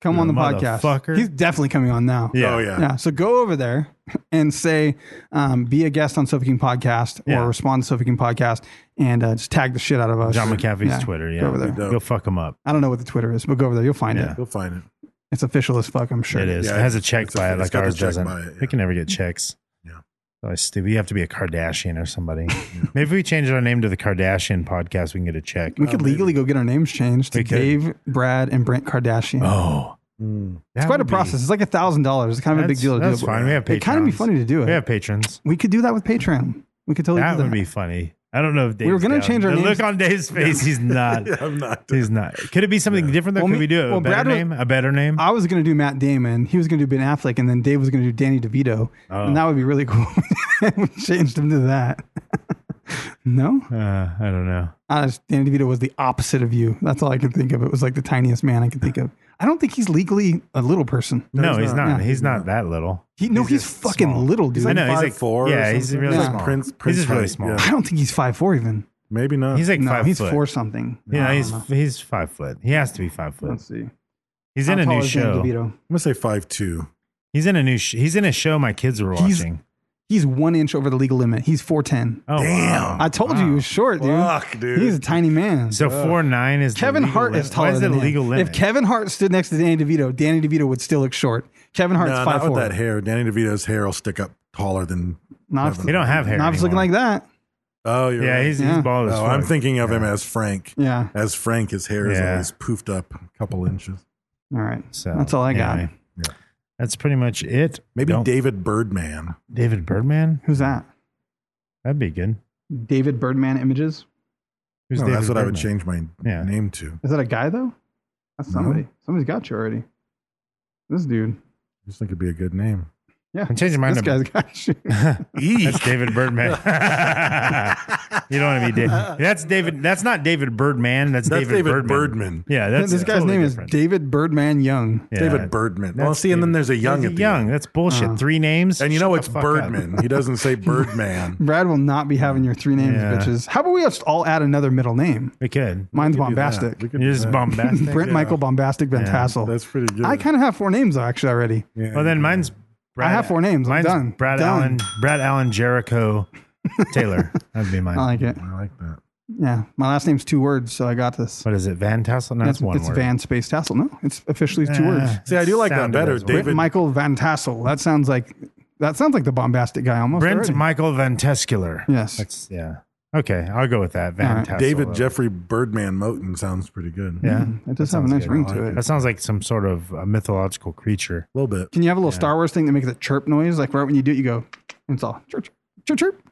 [SPEAKER 2] Come
[SPEAKER 1] You
[SPEAKER 2] on the podcast.
[SPEAKER 1] motherfucker.
[SPEAKER 2] He's definitely coming on now.
[SPEAKER 1] yeah,
[SPEAKER 3] Oh yeah.
[SPEAKER 2] Yeah. So go over there and say, um, be a guest on Sofa King Podcast
[SPEAKER 1] Yeah.
[SPEAKER 2] or respond to Sofa King Podcast and uh, just tag the shit out of us.
[SPEAKER 1] John McAfee's Twitter. Yeah,
[SPEAKER 2] Go over there.
[SPEAKER 3] dope.
[SPEAKER 1] go fuck him up.
[SPEAKER 2] I don't know what the Twitter is, but go over there. You'll find
[SPEAKER 1] Yeah.
[SPEAKER 2] it.
[SPEAKER 3] You'll find it.
[SPEAKER 2] It's official as fuck, I'm sure.
[SPEAKER 1] It is.
[SPEAKER 3] Yeah,
[SPEAKER 1] it has a
[SPEAKER 3] it's-
[SPEAKER 1] check
[SPEAKER 3] it's a-
[SPEAKER 1] by it,
[SPEAKER 3] it's
[SPEAKER 1] like
[SPEAKER 3] got the
[SPEAKER 1] ours
[SPEAKER 3] check
[SPEAKER 1] doesn't.
[SPEAKER 3] by it,
[SPEAKER 1] We
[SPEAKER 3] yeah.
[SPEAKER 1] can never get checks.
[SPEAKER 3] Yeah.
[SPEAKER 1] Always stupid. You have to be a Kardashian or somebody. Maybe if we change our name to the Kardashian Podcast, we can get a check.
[SPEAKER 2] We could legally go get our names changed
[SPEAKER 1] Oh,
[SPEAKER 2] to
[SPEAKER 1] We could.
[SPEAKER 2] Dave, Brad, and Brent Kardashian.
[SPEAKER 1] Oh,
[SPEAKER 2] Mm. it's quite a process. It's like a thousand dollars. It's kind of a big deal to do.
[SPEAKER 1] That's
[SPEAKER 2] but
[SPEAKER 1] fine. We have
[SPEAKER 2] It'd kind of be
[SPEAKER 1] patrons.
[SPEAKER 2] funny to do it.
[SPEAKER 1] We have patrons.
[SPEAKER 2] We could do that with Patreon. We could totally
[SPEAKER 1] That
[SPEAKER 2] do that.
[SPEAKER 1] would be funny. I don't know if Dave's
[SPEAKER 2] were gonna
[SPEAKER 1] down.
[SPEAKER 2] change our
[SPEAKER 1] the
[SPEAKER 2] names-
[SPEAKER 1] look on Dave's face. He's not.
[SPEAKER 3] I'm not.
[SPEAKER 1] He's not. Could it be something different? Though?
[SPEAKER 2] Well,
[SPEAKER 1] Could
[SPEAKER 2] me-
[SPEAKER 1] we do a
[SPEAKER 2] well,
[SPEAKER 1] better
[SPEAKER 2] Brad was-
[SPEAKER 1] name? A better name?
[SPEAKER 2] I was going to do Matt Damon. He was going to do Ben Affleck, and then Dave was going to do Danny DeVito,
[SPEAKER 1] Oh.
[SPEAKER 2] and that would be really cool. we changed him to that. no,
[SPEAKER 1] Uh, I don't know.
[SPEAKER 2] I just, Danny DeVito was the opposite of you. That's all I could think of. It was like the tiniest man I could think of. I don't think he's legally a little person.
[SPEAKER 1] No, he's, not.
[SPEAKER 2] Yeah.
[SPEAKER 1] He's not that little.
[SPEAKER 2] He, no, he's,
[SPEAKER 1] just
[SPEAKER 2] fucking
[SPEAKER 1] small.
[SPEAKER 2] little, dude.
[SPEAKER 1] I know. He's like
[SPEAKER 3] four or
[SPEAKER 1] Yeah, he's
[SPEAKER 3] something.
[SPEAKER 1] really
[SPEAKER 2] Yeah.
[SPEAKER 1] small.
[SPEAKER 3] Prince-
[SPEAKER 1] he's
[SPEAKER 3] Prince
[SPEAKER 1] just really
[SPEAKER 3] height,
[SPEAKER 1] small.
[SPEAKER 3] yeah.
[SPEAKER 2] I don't think he's five four even.
[SPEAKER 3] Maybe not.
[SPEAKER 1] He's like
[SPEAKER 2] No,
[SPEAKER 1] five
[SPEAKER 2] he's
[SPEAKER 1] foot.
[SPEAKER 2] four something.
[SPEAKER 1] Yeah,
[SPEAKER 2] I don't
[SPEAKER 1] he's
[SPEAKER 2] know.
[SPEAKER 1] he's five foot. He has to be five foot.
[SPEAKER 2] Let's see.
[SPEAKER 1] He's in
[SPEAKER 2] How
[SPEAKER 1] a
[SPEAKER 2] tall
[SPEAKER 1] new
[SPEAKER 2] is Danny
[SPEAKER 1] show.
[SPEAKER 2] DeVito?
[SPEAKER 3] I'm gonna say five two.
[SPEAKER 1] He's in a new. Sh- he's in a show my kids were
[SPEAKER 2] He's-
[SPEAKER 1] watching.
[SPEAKER 2] He's one inch over the legal limit. He's four ten.
[SPEAKER 1] Oh
[SPEAKER 3] Damn.
[SPEAKER 1] wow.
[SPEAKER 2] I told you he was short, dude.
[SPEAKER 3] Fuck, dude.
[SPEAKER 2] He's a tiny man.
[SPEAKER 1] So four nine is the
[SPEAKER 2] Kevin
[SPEAKER 1] legal
[SPEAKER 2] Hart
[SPEAKER 1] limit.
[SPEAKER 2] is taller
[SPEAKER 1] Why is it
[SPEAKER 2] than
[SPEAKER 1] a
[SPEAKER 2] him.
[SPEAKER 1] legal limit?
[SPEAKER 2] If Kevin Hart stood next to Danny DeVito, Danny DeVito would still look short. Kevin Hart's
[SPEAKER 3] No,
[SPEAKER 2] five
[SPEAKER 3] not
[SPEAKER 2] four.
[SPEAKER 3] with that hair. Danny DeVito's hair will stick up taller than.
[SPEAKER 2] Not if-
[SPEAKER 3] Kevin.
[SPEAKER 1] He don't have hair
[SPEAKER 2] not if it's looking like
[SPEAKER 1] anymore.
[SPEAKER 2] that.
[SPEAKER 3] Oh, you're
[SPEAKER 1] Yeah,
[SPEAKER 3] right.
[SPEAKER 1] he's,
[SPEAKER 2] Yeah.
[SPEAKER 1] he's bald as
[SPEAKER 3] Oh,
[SPEAKER 1] fuck.
[SPEAKER 3] I'm thinking of him as Frank.
[SPEAKER 2] Yeah.
[SPEAKER 3] As Frank, his hair is
[SPEAKER 1] Yeah.
[SPEAKER 3] always poofed up a couple inches.
[SPEAKER 2] All right.
[SPEAKER 1] So,
[SPEAKER 2] That's all I got.
[SPEAKER 1] anyway. That's pretty much it.
[SPEAKER 3] Maybe
[SPEAKER 1] Don't-
[SPEAKER 3] David Birdman.
[SPEAKER 1] David Birdman.
[SPEAKER 2] Who's that?
[SPEAKER 1] That'd be good.
[SPEAKER 2] David Birdman Images.
[SPEAKER 1] Who's
[SPEAKER 3] No,
[SPEAKER 1] David
[SPEAKER 3] that's what I would
[SPEAKER 1] Birdman?
[SPEAKER 3] change my
[SPEAKER 1] Yeah.
[SPEAKER 3] name to.
[SPEAKER 2] Is that a guy though? That's
[SPEAKER 3] No.
[SPEAKER 2] somebody. Somebody's got you already. This
[SPEAKER 3] I
[SPEAKER 2] dude.
[SPEAKER 3] just think it'd be a good name.
[SPEAKER 2] Yeah.
[SPEAKER 1] I'm changing mine
[SPEAKER 2] This
[SPEAKER 1] to-
[SPEAKER 2] guy's got you.
[SPEAKER 1] That's David Birdman. you don't want to be David. That's David. That's not David Birdman. That's,
[SPEAKER 3] That's
[SPEAKER 1] David,
[SPEAKER 3] David
[SPEAKER 1] Birdman.
[SPEAKER 3] Birdman.
[SPEAKER 1] Yeah, that's
[SPEAKER 2] this guy's
[SPEAKER 1] totally
[SPEAKER 2] name
[SPEAKER 1] different.
[SPEAKER 2] is David Birdman Young.
[SPEAKER 1] Yeah.
[SPEAKER 3] David Birdman.
[SPEAKER 1] That's
[SPEAKER 3] Well, see, and then
[SPEAKER 1] David-
[SPEAKER 3] there's a young
[SPEAKER 1] There's
[SPEAKER 3] at
[SPEAKER 1] a
[SPEAKER 3] the
[SPEAKER 1] young.
[SPEAKER 3] end.
[SPEAKER 1] That's bullshit.
[SPEAKER 2] Uh-huh.
[SPEAKER 1] Three names.
[SPEAKER 3] And you know
[SPEAKER 1] Shut
[SPEAKER 3] it's
[SPEAKER 1] the fuck up.
[SPEAKER 3] Birdman. He doesn't say Birdman.
[SPEAKER 2] Brad will not be having your three names,
[SPEAKER 1] Yeah.
[SPEAKER 2] bitches. How about we just all add another middle name?
[SPEAKER 1] We could.
[SPEAKER 2] Mine's
[SPEAKER 3] could do that.
[SPEAKER 2] bombastic.
[SPEAKER 3] We could do
[SPEAKER 1] You're just
[SPEAKER 3] that.
[SPEAKER 1] bombastic.
[SPEAKER 2] Brent Michael Bombastic Van
[SPEAKER 1] Yeah,
[SPEAKER 2] Tassel.
[SPEAKER 3] That's pretty good.
[SPEAKER 2] I kind of have four names though, actually already.
[SPEAKER 3] Yeah.
[SPEAKER 1] Well, then mine's. Brad,
[SPEAKER 2] I have four names. I'm
[SPEAKER 1] Mine's
[SPEAKER 2] done.
[SPEAKER 1] Brad
[SPEAKER 2] Done.
[SPEAKER 1] Allen. Brad Allen Jericho Taylor. That'd be mine.
[SPEAKER 2] I like it.
[SPEAKER 3] I like that.
[SPEAKER 2] Yeah, my last name's two words, so I got this.
[SPEAKER 1] What is it, Van Tassel? No,
[SPEAKER 2] it's,
[SPEAKER 1] it's one
[SPEAKER 2] it's
[SPEAKER 1] word.
[SPEAKER 2] Van Space Tassel. No, it's officially two
[SPEAKER 1] Ah,
[SPEAKER 2] words.
[SPEAKER 3] See, I do like that
[SPEAKER 1] sounded
[SPEAKER 3] better,
[SPEAKER 1] as well.
[SPEAKER 3] David.
[SPEAKER 2] Michael Van Tassel. That sounds like that sounds like the bombastic guy almost.
[SPEAKER 1] Brent
[SPEAKER 2] already.
[SPEAKER 1] Michael Van Tescular.
[SPEAKER 2] Yes.
[SPEAKER 1] That's, yeah. Okay, I'll go with that.
[SPEAKER 2] All
[SPEAKER 1] Van
[SPEAKER 2] right.
[SPEAKER 1] Tassel.
[SPEAKER 3] David Jeffrey Birdman Moten sounds pretty good.
[SPEAKER 1] Yeah.
[SPEAKER 2] Hmm. it does have a nice
[SPEAKER 1] sounds
[SPEAKER 2] ring
[SPEAKER 1] good.
[SPEAKER 2] to it.
[SPEAKER 1] That sounds like some sort of a mythological creature.
[SPEAKER 3] A little bit.
[SPEAKER 2] Can you have a little Star Wars thing that makes a chirp noise? Like right when you do it, you go, and it's all chirp, chirp, chirp, chirp.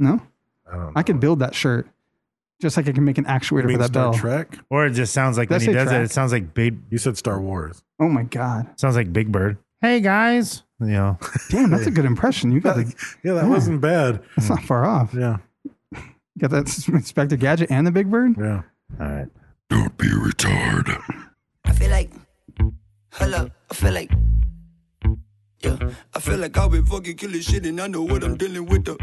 [SPEAKER 2] No,
[SPEAKER 3] I don't know.
[SPEAKER 2] I could build that shirt, just like I can make an
[SPEAKER 3] You
[SPEAKER 2] actuator for
[SPEAKER 3] mean
[SPEAKER 2] that
[SPEAKER 3] Star
[SPEAKER 2] bell.
[SPEAKER 3] Trek?
[SPEAKER 1] Or it just sounds like
[SPEAKER 2] Did I
[SPEAKER 1] when he
[SPEAKER 2] say
[SPEAKER 1] does
[SPEAKER 2] track?
[SPEAKER 1] it, it sounds like Big
[SPEAKER 3] You said Star Wars.
[SPEAKER 2] Oh my god!
[SPEAKER 1] sounds like Big Bird. Hey guys. You know.
[SPEAKER 2] Damn, that's a good impression. You got the,
[SPEAKER 3] Yeah, that wasn't bad.
[SPEAKER 2] that's not far off.
[SPEAKER 3] Yeah,
[SPEAKER 2] You got that Inspector Gadget and the Big Bird.
[SPEAKER 3] yeah.
[SPEAKER 1] All right.
[SPEAKER 6] Don't be retarded.
[SPEAKER 7] I feel like, hold up, I feel like, yeah, I feel like I've been fucking killing shit and I know what I'm dealing with. The,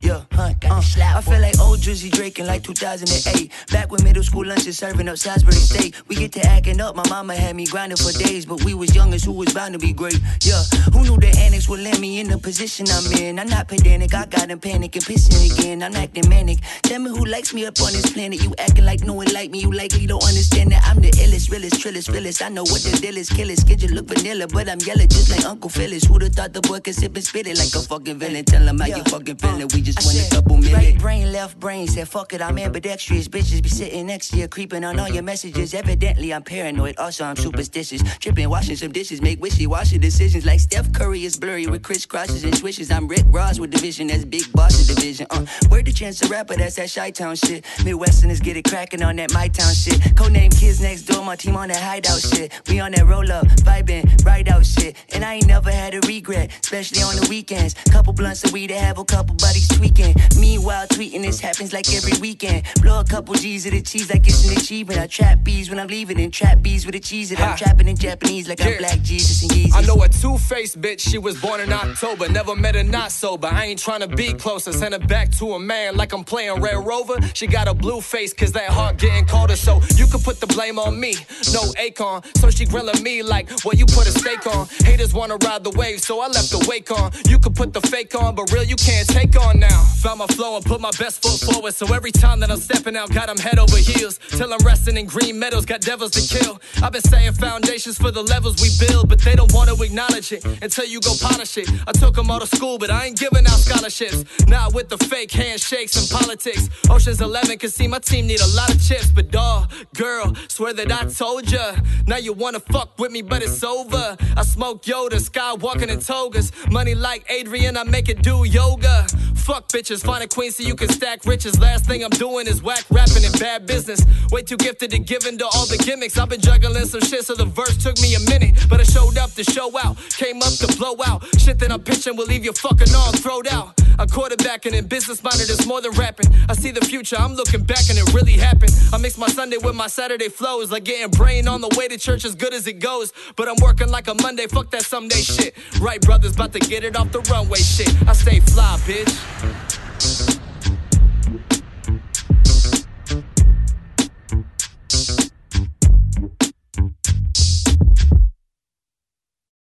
[SPEAKER 7] yeah, huh, got uh, slap. I feel like old Drizzy Drake in like 2008. Back when middle school lunches serving up Salisbury steak. We get to acting up, my mama had me grinding for days, but we was youngest who was bound to be great. Yeah, who knew the annex would land me in the position I'm in? I'm not pedantic, I got in panic and pissing again. I'm acting manic. Tell me who likes me up on this planet. You acting like no one like me, you likely don't understand that I'm the illest, realest, trillest, realest. I know what the deal is, kill it, schedule look vanilla, but I'm yellow just like Uncle Phyllis. Who'da thought the boy could sip and spit it like a fucking villain? Tell him how you fucking feeling. We just want a couple minutes. Right brain, left brain, said fuck it, I'm ambidextrous. Bitches be sitting next to you, creeping on all your messages. Evidently, I'm paranoid, also I'm superstitious. Tripping, washing some dishes, make wishy-washy decisions. Like Steph Curry is blurry with crisscrosses and swishes. I'm Rick Ross with division, that's big boss's division. Uh, where the chance to rapper, that's that shy town shit. Midwesterners get it cracking on that my town shit. Codename kids next door, my team on that hideout shit. We on that roll up, vibing, ride out shit. And I ain't never had a regret, especially on the weekends. Couple blunts of weed to have a couple buddies tweaking. Meanwhile, tweeting this happens like every weekend. Blow a couple G's of the cheese like it's an achievement. I trap bees when I'm leaving and trap bees with the cheese. And I'm
[SPEAKER 4] Ha.
[SPEAKER 7] trapping in Japanese like I'm
[SPEAKER 4] Yeah.
[SPEAKER 7] Black Jesus and Yeezy.
[SPEAKER 4] I know a two-faced bitch, she was born in October. Never met her not sober. I ain't tryna be close. I Send her back to a man like I'm playing Red Rover. She got a blue face, cause that heart getting colder. So you can put the blame on me. No Akon. So she grilling me like, well, you put a steak on. Haters wanna ride the wave, so I left the wake on. You can put the fake on, but real you can't take on now. Found my flow and put my best foot forward. So every time that I'm stepping out, got 'em head over heels. Till I'm resting in green meadows, got devils to kill. I've been saying foundations for the levels we build, but they don't wanna acknowledge it until you go polish it. I took 'em out of school, but I ain't giving out scholarships. Not with the fake handshakes and politics. Ocean's 11 can see my team need a lot of chips, but dawg, girl, swear that I told ya. Now you wanna fuck with me, but it's over. I smoke Yoda, skywalking in togas. Money like Adrian, I make it do yoga. Fuck bitches, find a queen so you can stack riches. Last thing I'm doing is whack rapping and bad business. Way too gifted to give into all the gimmicks. I've been juggling some shit, so the verse took me a minute. But I showed up to show out, came up to blow out. Shit that I'm pitching will leave your fucking arm throwed out. I'm quarterbacking and business minded is more than rapping. I see the future, I'm looking back and it really happened. I mix my Sunday with my Saturday flows, like getting brain on the way to church as good as it goes. But I'm working like a Monday, fuck that someday shit. Right, brothers, about to get it off the runway shit. I stay fly, bitch.